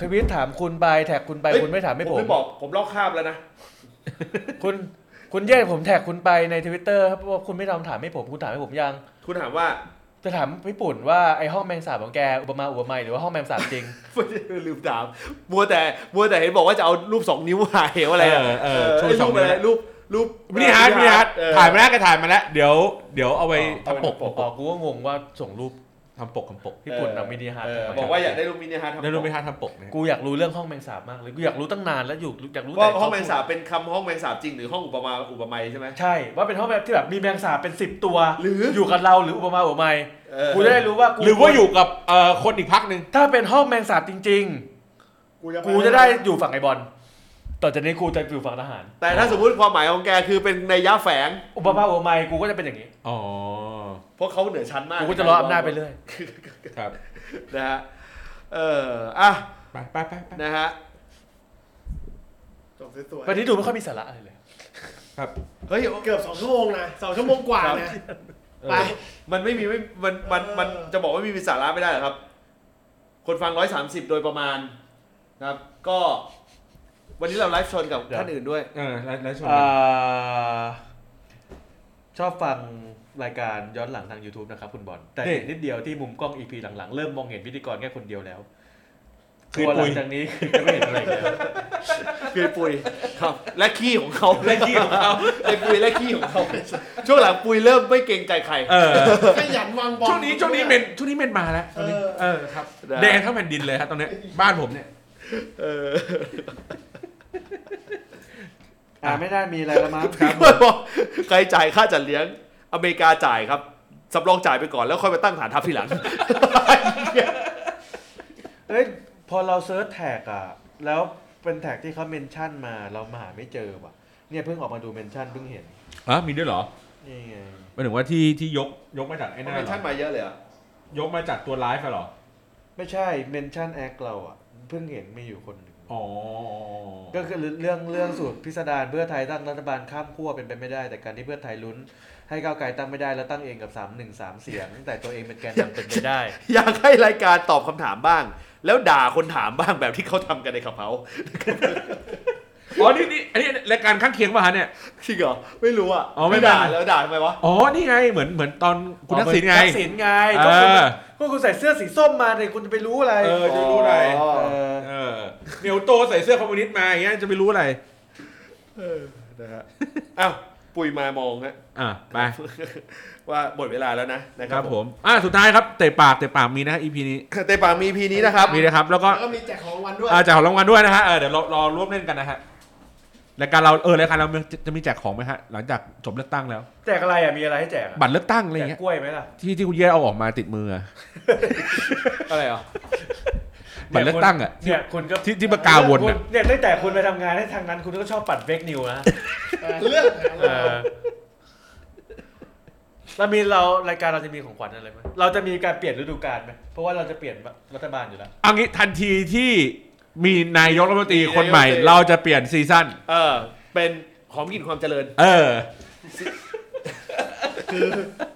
ทวิตถามคุณไปแท็กคุณไป
เอ้ย
คุณไม่ถามไม่
ผ
ผม ม
ไม่บอกผมลอกคราบแล้วนะ
คุณคุณแย่งผมแท็กคุณไปในทวิตเตอร์ครับเพราะว่าคุณไม่ทำถามให้ผมคุณถามให้ผมยัง
คุณถามว่า
จะถามพี่ปุ่นว่าไอห้องแมงสาบของแกอุปมาอุปไมยหรือว่าห้องแมงสาบจริง
ลืมถามมัวแต่มัวแต่เห็นบอกว่าจะเอารูปสองนิ้วหาเหวอะไร
เอ
อะ
อเออ
เออ
ชู
ไอ้
ส
รู
อง
ปอะไรรูปรูป
มินิฮาร์ดมินิฮาร์ด
เออ
ถ่ายมาแล้วแก็ถ่ายมาแล้ว เดี๋ยวเดี๋ยวเอาไปทำปก
ปกกูก็งงว่าส่งรูป
ทำปกทำปก
พี่ปุ่น
เออ
นำมินิฮาร์ด
เออ
ทำไม
บอกว่าอยากได้รูปมินิฮาร์ดทำ
ได้รู้ไหมฮาร์ดทำปกเนี่ย
กูอยากรู้เรื่องห้องแมงสาบมากเลยกูอยากรู้ตั้งนานแล้วอยู่อยากรู้
ว่า
แต่
ห้องแมงสาบเป็นคำห้องแมงสาบจริงหรือห้องอุปมาอุปไมยใช่ไหม
ใช่ ว่าเป็นห้องแบบที่แบบมีแมงสาบเป็นสิบตัว
หรือ
ยู่กับเราหรืออุปมาอุปไมย
เออ
กูจะได้รู้ว่ากู
หรือว่าอยู่กับเอ่อคนอีกพักหนึ่ง
ถ้าเป็นห้องแมงสาบจริง
กูจะ
ๆ กูจะได้อยู่ฝั่งไอบอลต่อจากนี้กูจะอยู่ฝั่งทหาร
แต่ถ้าสมมติความหมายของแกคือเป็นในยยะแฝง
อุปมาอุปไมยกูก็จะเป็นอย่างนี้
อ๋อ
เพราะเขาเหนือชั้นมาก
กูก็จะรออำนาจไปเรื่อย
ครับ
นะฮะเอออ่ะ
ไปไปไปไป
นะฮะ
จบสวย
วันนี้ดูไม่ค่อยมีสาระอะไรเลย
ครับ
เฮ้ย
ๆเกือบสองชั่วโมงนะสองชั่วโมงกว่านะไป
มันไม่มีไม่มันมัน
เออ
มันจะบอกว่าไม่มีสาระไม่ได้เหรอครับ คนฟัง 130 โดยประมาณนะครับ ก็ วันนี้เราไลฟ์ชนกับ
เดี๋ยว
ท่านอื่นด้วย
เออแล้วแล้วชม
อ่าชอบฟังรายการย้อนหลังทาง YouTube นะครับคุณบอลแต่เห็นนิดเดียวที่มุมกล้อง EP หลังๆ เริ่มมองเห็นพิธีกรแค่คนเดียวแล้ว
คือ
พอหลั
ปุย
งจากนี้ คือจะไม่เห็นอะไรอีกแล้ว
คือปุยครับ และขี้ของเขา
เล่นที่ของเขา
ไอ้ปุยและขี้ของเขา ช่วงหลังปุยเริ่มไม่เกรงใจใคร
เออ
ขยันวางบอล
ช่วงนี้ช่วงนี้เมนช่วงนี้เมนมาแล้วตอนนี้
เออ
เออครับ
ได้
แดงทั้งแผ่นดินเลยครับตอนเนี้ยบ้านผมเนี่ย
เออ
อ่าไม่น่ามีอะไรแล้วมั้ง
พี่ก็บอกใครจ่ายค่าจัดเลี้ยง อเมริกาจ่ายครับสำรองจ่ายไปก่อนแล้วค่อยมาตั้งฐานทัพทีหลัง
เอ้ยพอเราเซิร์ชแท็กอ่ะ แล้วเป็นแท็กที่เขาเมนชั่นมาเรามาหาไม่เจอว่ะ เนี่ยเพิ่งออกมาดูเมนชั่นเพิ่งเห็น
อ๋อมีด้วยเหรอ
นี่ไง
หมายถึงว่าที่ที่ยกยกมาจากไอ้นั่น
เมน
เหร
ชั่น
อ
มาเยอะเลยอ่ะ
ยกมาจากตัวไลฟ์อะเหรอ
ไม่ใช่เมนชั่นแอคเราอ่ะ เพิ่งเห็นมีอยู่คนหนึ่ง
อ๋อ
ก็คือเรื่องเรื่องสูตรพิสดารเพื่อไทยตั้งรัฐบาลข้ามขั้วเป็นไปไม่ได้ แต่การที่เพื่อไทยลุ้น ให้ก้าวไกลตั้งไม่ได้แล้วตั้งเองกับ 3 1 3 เสียง แต่ตัวเองเป็นแกนนำเป็นไปได้
อยากให้รายการตอบคำถามบ้าง แล้วด่าคนถามบ้างแบบที่เขาทำกันในขับเฮา
อ๋อ นี่นี่อันนี้รายการข้างเคียงป่ะฮะเนี่ย
จริงเหรอไม่รู้อ่ะ
อ๋อไม่
ด่า
เป็นไร
แล้วด่าทำไมวะ
อ๋อ นี่ไง เหมือน เหมือนตอน คุณทักษิณไง
ทักษิณไง
เอ
ก็คุณ
อ
ก็คุณใส่เสื้อสีส้มมาเนี่ยคุณจะไปรู้อะไร
เออ จะรู้อะไร
อ๋อ
เออ
เออเหนียวโตใส่เสื้อคอมมิวนิสต์มาอย่างเงี้ย จะไปรู้อะไร
เออนะฮะอ้าว ปุยมามองฮะ
อ่ะไป
ว่าหมดเวลาแล้วนะนะค
ค
รั
รั
บบ
ผม อ่ะสุดท้ายครับ เตะปากเตะปากมีนะ EP นี้
เตะปากมีพีนี้นะครับ
มีนะครับ แล้วก็
แล้วก็มีแจกของรางวันด้วย
อ่ะแจกของรางวัลด้วยนะฮะเออเดี๋ยวรอรอร่วมเล่นกันนะฮะรายการเราเออรายการเรามีจะจะมีแจกของไหมฮะ หลังจากจบเลือกตั้งแล้ว
แจกอะไรอ่ะมีอะไรให้แจกอ่ะ
บัตรเลือกตั้งอะไรอก
แจ
ย่างเงี้ย
กล้วยไหมล่ะ
ที่ที่คุณเย่เอาออกมาติดมืออะ
อะไรอ่ะ
บัตรเลือกตั้งอ่ะ
เนี่ยคุณก็
ที่ที่ประกาศวน
คุณ
อ่ะ
เนี่ยตั้งแต่คุณไปทำงานให้ทางนั้น คุณก็ชอบปัดเฟกนิว นะ
เลือก
เออเรามีเรารายการเราจะมีของขวัญอะไรไหมเราจะมีการเปลี่ยนฤดูกาลไหมเพราะว่าเราจะเปลี่ยนรัฐบาลอยู่แล้ว
เอางี้ทันทีที่มีนายกรัฐมนตรีคนใหม่
นายกรัฐมนตรี
เราจะเปลี่ยนซีซั่น
เออ เป็นหอมกลิ่นความเจริญ
เออ
คือ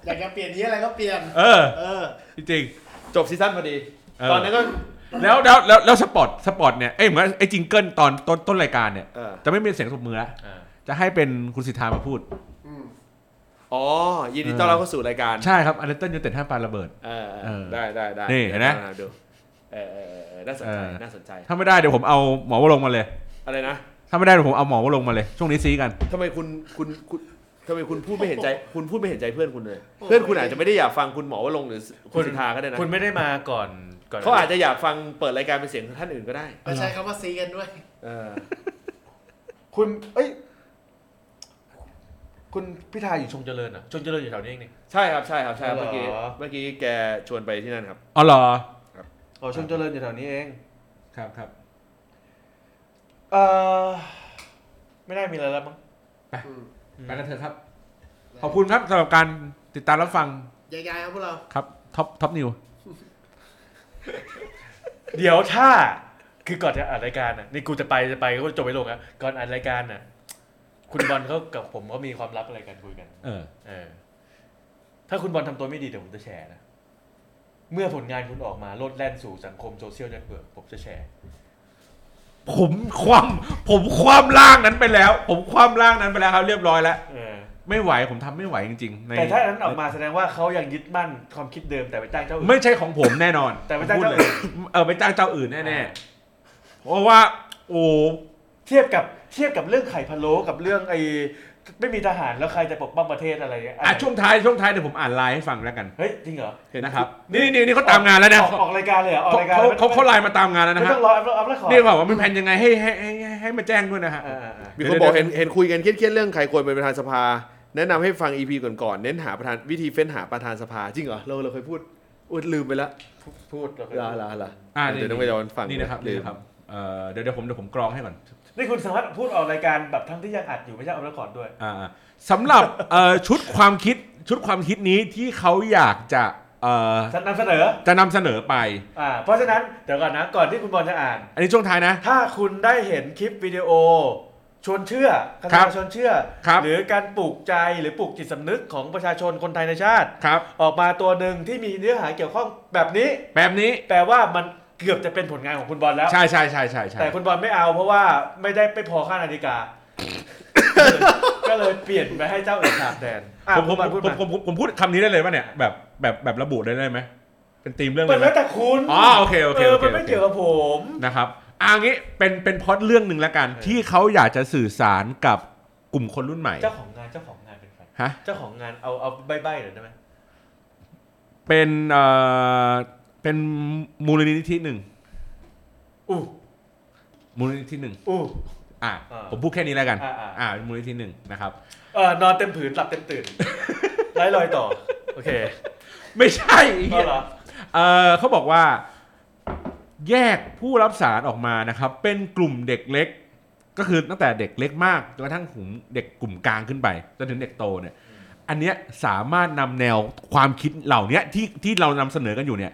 อยากจะเปลี่ยนนี้ยอะไรก็เปลี่ยน
เออ
เออ
จริง
จบซีซั่นพอดี
เออ
ตอนนั้นก็
ๆแล้วแล้วแล้วแล้วสปอตสปอตเนี่ยเอ้ยเหมือนไอ้จิงเกิลตอนต้นต้นรายการเนี่ย
เออ
จะไม่มีเสียงตบมือละ
อ่า
จะให้เป็นคุณสิทธามาพูด
อืม
อ๋อ ยินดีต้อนรับเข้าสู่รายการ
ใช่ครับอันเดอร์ตันยูเต็ดห้ามปาระเบิด
เออเอ
เอ
อ
อ
ได้ได้ได้
นี่เห็นไหม
ดี๋ยวาดูเออเออเออเออน่าสน
เอ
ใจ
อ
น่าสนใจ
ถ้าไม่ได้เดี๋ยวผมเอาหมอวรงค์มาเลย
อะไรนะ
ถ้าไม่ได้เดี๋ยวผมเอาหมอวรงค์มาเลย ช่วงนี้ซีกัน
ทำไมคุณคุณคุณทำไมคุณพูดไม่เห็นใจ คุณพูดไม่เห็นใจเพื่อนคุณเลย
โอ้ย
เพื่อนคุณอาจจะไม่ได้อยากฟังคุณหมอว่าลงค์หรือคุณสิทธาก็ได้นะ
คุณไม่ได้มาก่อนก่อน
เขาอาจจะอยากฟังเปิดรายการเป็นเสียงท่านอื่นก็ได้
ไปใช้คำว่าซีกันด้วย
เออ
คุณเอ้ย คุณพิธาอยู่ชงเจริญเหรอ่ะชงเจริญอยู่แถวนี้เองนี่
ใช่ครับใช่ครับใช่ครับ
เหรอ
เมื่อกี้เมื่อกี้แกชวนไปที่นั่นครับ
อ๋อเหรอ
อ๋อชงเจริญอยู่แถวนี้เอง
ครับครับ
เออไม่ได้มีอะไรแล้วมั้ง
อืม
ไปกันเถอะครับ ขอบคุณครับสำหรับการติดตามรับฟัง
ใหญ่ๆครับพวกเรา
ครับท็อปท็อปนิว
เดี๋ยวถ้า คือก่อนจะอัดรายการน่ะนี่กูจะไปจะไปก็จบไปลงอ่ะก่อนอัดรายการน่ะ คุณบอลเขากับผมก็มีความลับอะไรกันคุยกัน
เออ
เออ ถ้าคุณบอลทำตัวไม่ดีเดี๋ยวผมจะแชร์นะ เมื่อผลงานคุณออกมาโลดแล่นสู่สังคมโซเชียลเน็ตเวิร์กผมจะแชร์
ผมความผมความล่างนั้นไปแล้ว ผมความล่างนั้นไปแล้วครับ เรียบร้อยแล้ว
เออ
ไม่ไหวผมทำไม่ไหวจริงๆใน
แต่ถ้าอันนั้นออกมาแสดงว่าเขายังยึดมั่นความคิดเดิมแต่ไปจ้างเจ้าอื่น
ไม่ใช่ของผมแน่นอน
แต่ไปจ้าง
พูด
เจ้า
เลย
อื่น
เออไปจ้างเจ้าอื่นแน่ๆเพราะว่า โอ้
เทียบกับเทียบกับเรื่องไข่พะโล้กับเรื่องไอ้ไม่มีทหารแล้วใครจะปกป้องประเทศอะไรเนี่ย
อะช่วงท้ายช่วงท้ายเดี๋ยวผมอ่านไลน์ให้ฟังแล้วกัน
เฮ้ยจริงเหรอ
นะครับนี่นี่นี่เขาตามงานแล้วนะ
ออกออกรายการเลยเหรอออก
เขา
รายการ
เขา
แล้ว
เขาเขาไลน์มาตามงานแล้ว
ไม่
นะฮะ
ต้องรออัพอัพแล้วขอ
นี่บอกว่ามันแผนยังไงให้ให้ให้ให้ให้มาแจ้งด้วยนะฮะ
เออเออเออ
มีคนบอกเห็นเห็นคุยกันเครียดๆเรื่องใครควรเป็นประธานสภา แนะนำให้ฟังอีพีก่อนๆเน้นหาประธานวิธีเฟ้นหาประธานสภาจริงเหรอเราเราเคยพูดอุดลืมไปละ
พูดเราเคย
ลา
พูด
ลาลา
อ่า
เดี๋ยวต้องไปย้อนฟัง
นี่นะครับ
ลื
นี่
ม
นะครับเอ่อเดี๋ยวเดี๋ยวผมเดี๋ยวผมกรองให้ก่อน
นี่คุณสามารถพูดออกรายการแบบทั้งที่ยังอัดอยู่ไม่ใช่อัพแล้วขอด้วย
อ่าอ่าสำหรับ เอ่อชุดความคิดชุดความคิดนี้ที่เขาอยากจะเอ่อน
ำเสนอ
จะนำเสนอไป
อ่า เพราะฉะนั้นเดี๋ยวก่อนนะก่อนที่คุณบอลจะอ่าน
อันนี้ช่วงท้ายนะ
ถ้าคุณได้เห็นคลิปวิดีโอ ชวนเชื่อการ
ครับ
ชวนเชื่อ
ครับ
หรือการปลูกใจหรือปลูกจิตสำนึกของประชาชนคนไทยในชาติ
ครับ
ออกมาตัวหนึ่งที่มีเนื้อหาเกี่ยวข้องแบบนี้
แบบนี้
แปลว่ามันเกือบจะเป็นผลงานของคุณบอลแล้ว
ใช่ใช่ใช่ใช่ใช่
แต่คุณบอลไม่เอาเพราะว่าไม่ได้ไปพอค่านาฬิกา ก็เลยเปลี่ยนไปให้เจ้าอื่นฉาบแดนอ่ะ
ผมผ
คุ
มผ
ณบอลพูด
ม
มา
ผมผมผมพูดคำนี้ได้เลยป่ะเนี่ยแบบแบบแบบระบุได้เลยไหมเป็นธีมเรื่องเล
มัน
ยไหม
แล้วแต่คุณ
อ๋อโอเคโอเค
เออ
โอเค
มันไม่
โอเค
เกี่ยวกับผม
นะครับอ่างี้เป็นเป็นพล็อดเรื่องหนึ่งละกัน
เออ
ที่เขาอยากจะสื่อสารกับกลุ่มคนรุ่นใหม่
เจ้าของงานเจ้าของงานเป็นใคร
ฮะ
เจ้าของงานเอาเอาใบ้ๆหน่อยได้ไหม
เป็นเอ่อเป็นมูลนิธิหนึ่ง
อู้
มูลนิธิหนึ่ง
อู้
อ่ะ
เออ
ผมพูดแค่นี้แล้วกัน
อ่าอ่า
อ่ามูลนิธิหนึ่งนะครับ
เออนอนเต็มผืนหลับเต็มตื่น ไล่ลอยต่อ โอเค
ไม่ใช่ไอ้
ก็
เหี้ย
เหรอ
เออเขาบอกว่า แยกผู้รับสารออกมานะครับ เป็นกลุ่มเด็กเล็ก ก็คือตั้งแต่เด็กเล็กมากจนกระทั่งถึงเด็กกลุ่มกลางขึ้นไปจนถึงเด็กโตเนี่ย อันเนี้ยสามารถนำแนวความคิดเหล่าเนี้ยที่ที่เรานำเสนอกันอยู่เนี่ย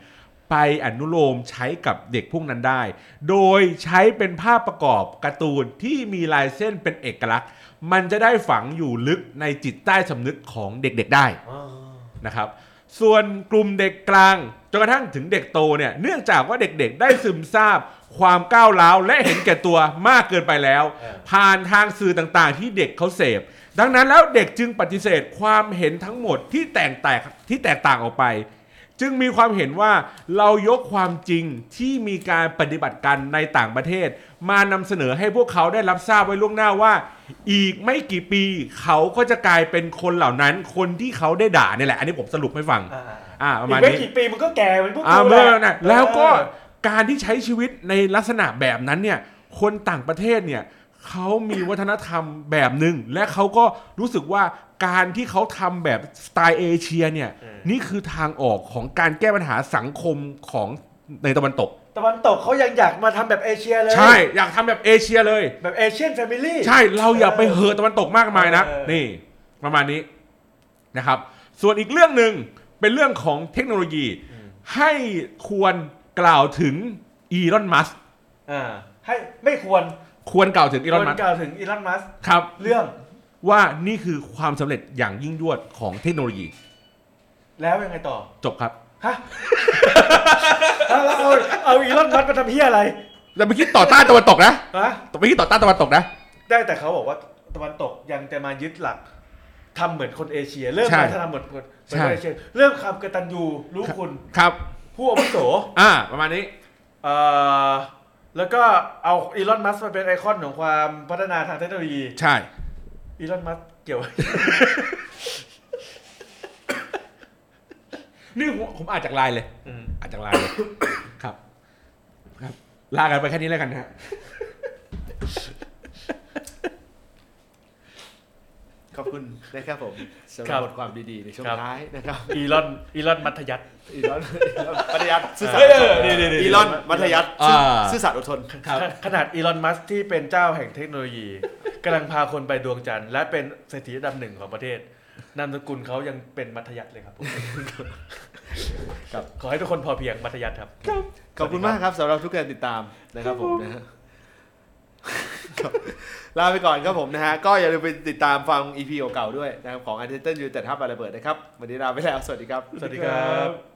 ไปอนุโลมใช้กับเด็กพวกนั้นได้ โดยใช้เป็นภาพประกอบการ์ตูนที่มีลายเส้นเป็นเอกลักษณ์ มันจะได้ฝังอยู่ลึกในจิตใต้สำนึกของเด็กๆได้
อ๋อ
นะครับส่วนกลุ่มเด็กกลางจนกระทั่งถึงเด็กโตเนี่ยเนื่องจากว่าเด็กๆ ได้ซึมซาบความก้าวร้าวและเห็นแก่ตัวมากเกินไปแล้ว ผ่านทางสื่อต่างๆ ที่เด็กเขาเสพ ดังนั้นแล้วเด็กจึงปฏิเสธความเห็นทั้งหมดที่แตกต่างที่แตกต่างออกไป จึงมีความเห็นว่าเรายกความจริงที่มีการปฏิบัติกันในต่างประเทศ มานำเสนอให้พวกเขาได้รับทราบไว้ล่วงหน้าว่า อีกไม่กี่ปีเขาก็จะกลายเป็นคนเหล่านั้น คนที่เขาได้ด่าเนี่ยแหละ อันนี้ผมสรุปให้ฟัง
อ่า
อ่าประมาณ
อีกไม่
นี้
กี่ปีมันก็แก่เหมันพวก
อ่า
กู
เมื่อ
หะ
นะแล้วก็
เออ
การที่ใช้ชีวิตในลักษณะแบบนั้นเนี่ย คนต่างประเทศเนี่ยเขามีวัฒนธรรมแบบหนึ่งและเขาก็รู้สึกว่าการที่เขาทำแบบสไตล์เอเชียเนี่ย นี่คือทางออกของการแก้ปัญหาสังคมของในตะวันตก
ตะวันตกเขายังอยากมาทำแบบเอเชียเลย
ใช่อยากทำแบบเอเชียเลย
แบบเอเชียนแฟมิลี่
ใช่ เราอย่าไปเห่อะตะวันตกมากมายนะ
เออ
นี่ ประมาณนี้นะครับ ส่วนอีกเรื่องหนึ่งเป็นเรื่องของเทคโนโลยี ให้ควรกล่าวถึงอีลอนมัส
อ่าให้ไม่ควร
ควรกล่าวถึงอีลอน
ควร
มัส
กล่าวถึงอีลอนมัส
ครับ
เรื่อง
ว่านี่คือความสำเร็จอย่างยิ่งยวดของเทคโนโลยี
แล้วยังไงต่อ
จบครับ
ฮะ เอาเอาเอาอีลอนมัสมาทำเฮียอะไร
แต่เมื่อกี้ต่อต้านตะวันตกนะ
ฮะ
แต่เมื่อกี้ต่อต้านตะวันตกนะ
ได้แต่เขาบอกว่าตะวันตกยังจะมายึดหลักทำเหมือนคนเอเชีย เริ่ม
ใช่
มาทำเหมือนคนเหมือน
ใช่
คนเอเชียเริ่มคำกตัญญูรู้คุณ
ครับ
ผู้อาวุโส
อ่า ประมาณนี้
เอ่อแล้วก็เอาอีลอนมัสมาเป็นไอคอนของความพัฒนาทางเทคโนโลยี
ใช่
อีลอนมัสเกี่ยว
นี่ผมผมอ่านจากไลน์เลย
อืม
อ่านจากไลน์เลย ครับ ครับลากันไปแค่นี้แล้วกันนะฮะ
ขอบคุณนะครับผมสำห
ค
รั
รั
บบ บทความดีๆในช่วงท้ายนะครับ
อีลอนอีลอนมัธยัต
อีลอนอีลอนมัธยัติซื่อสัต
เอ
ย์
อดีดีดี
อีลอนมัธยัติ
อ่า
ซื่อสัตย์อดทน
ขนาดอีลอนมัสที่เป็นเจ้าแห่งเทคโนโลยี กำลังพาคนไปดวงจันทร์และเป็นเศรษฐีอันดับหนึ่งของประเทศนามสกุลเขายังเป็นมัธยัตเลยครับผม
ครับ
ขอให้ทุกคนพอเพียงมัธยัตครับ
ขอบคุณมากครับสำหรับทุกการติดตามนะครับผมนะฮะครับลาไปก่อนครับผมนะฮะ ก็อย่าลืมไปติดตามฟัง EP เก่าๆด้วยนะครับของ a n t e n t e n United ทับอะไรเปิดนะครับ วันนี้ลาไปแล้ว สวัสดีครับ
สวัสดีครับ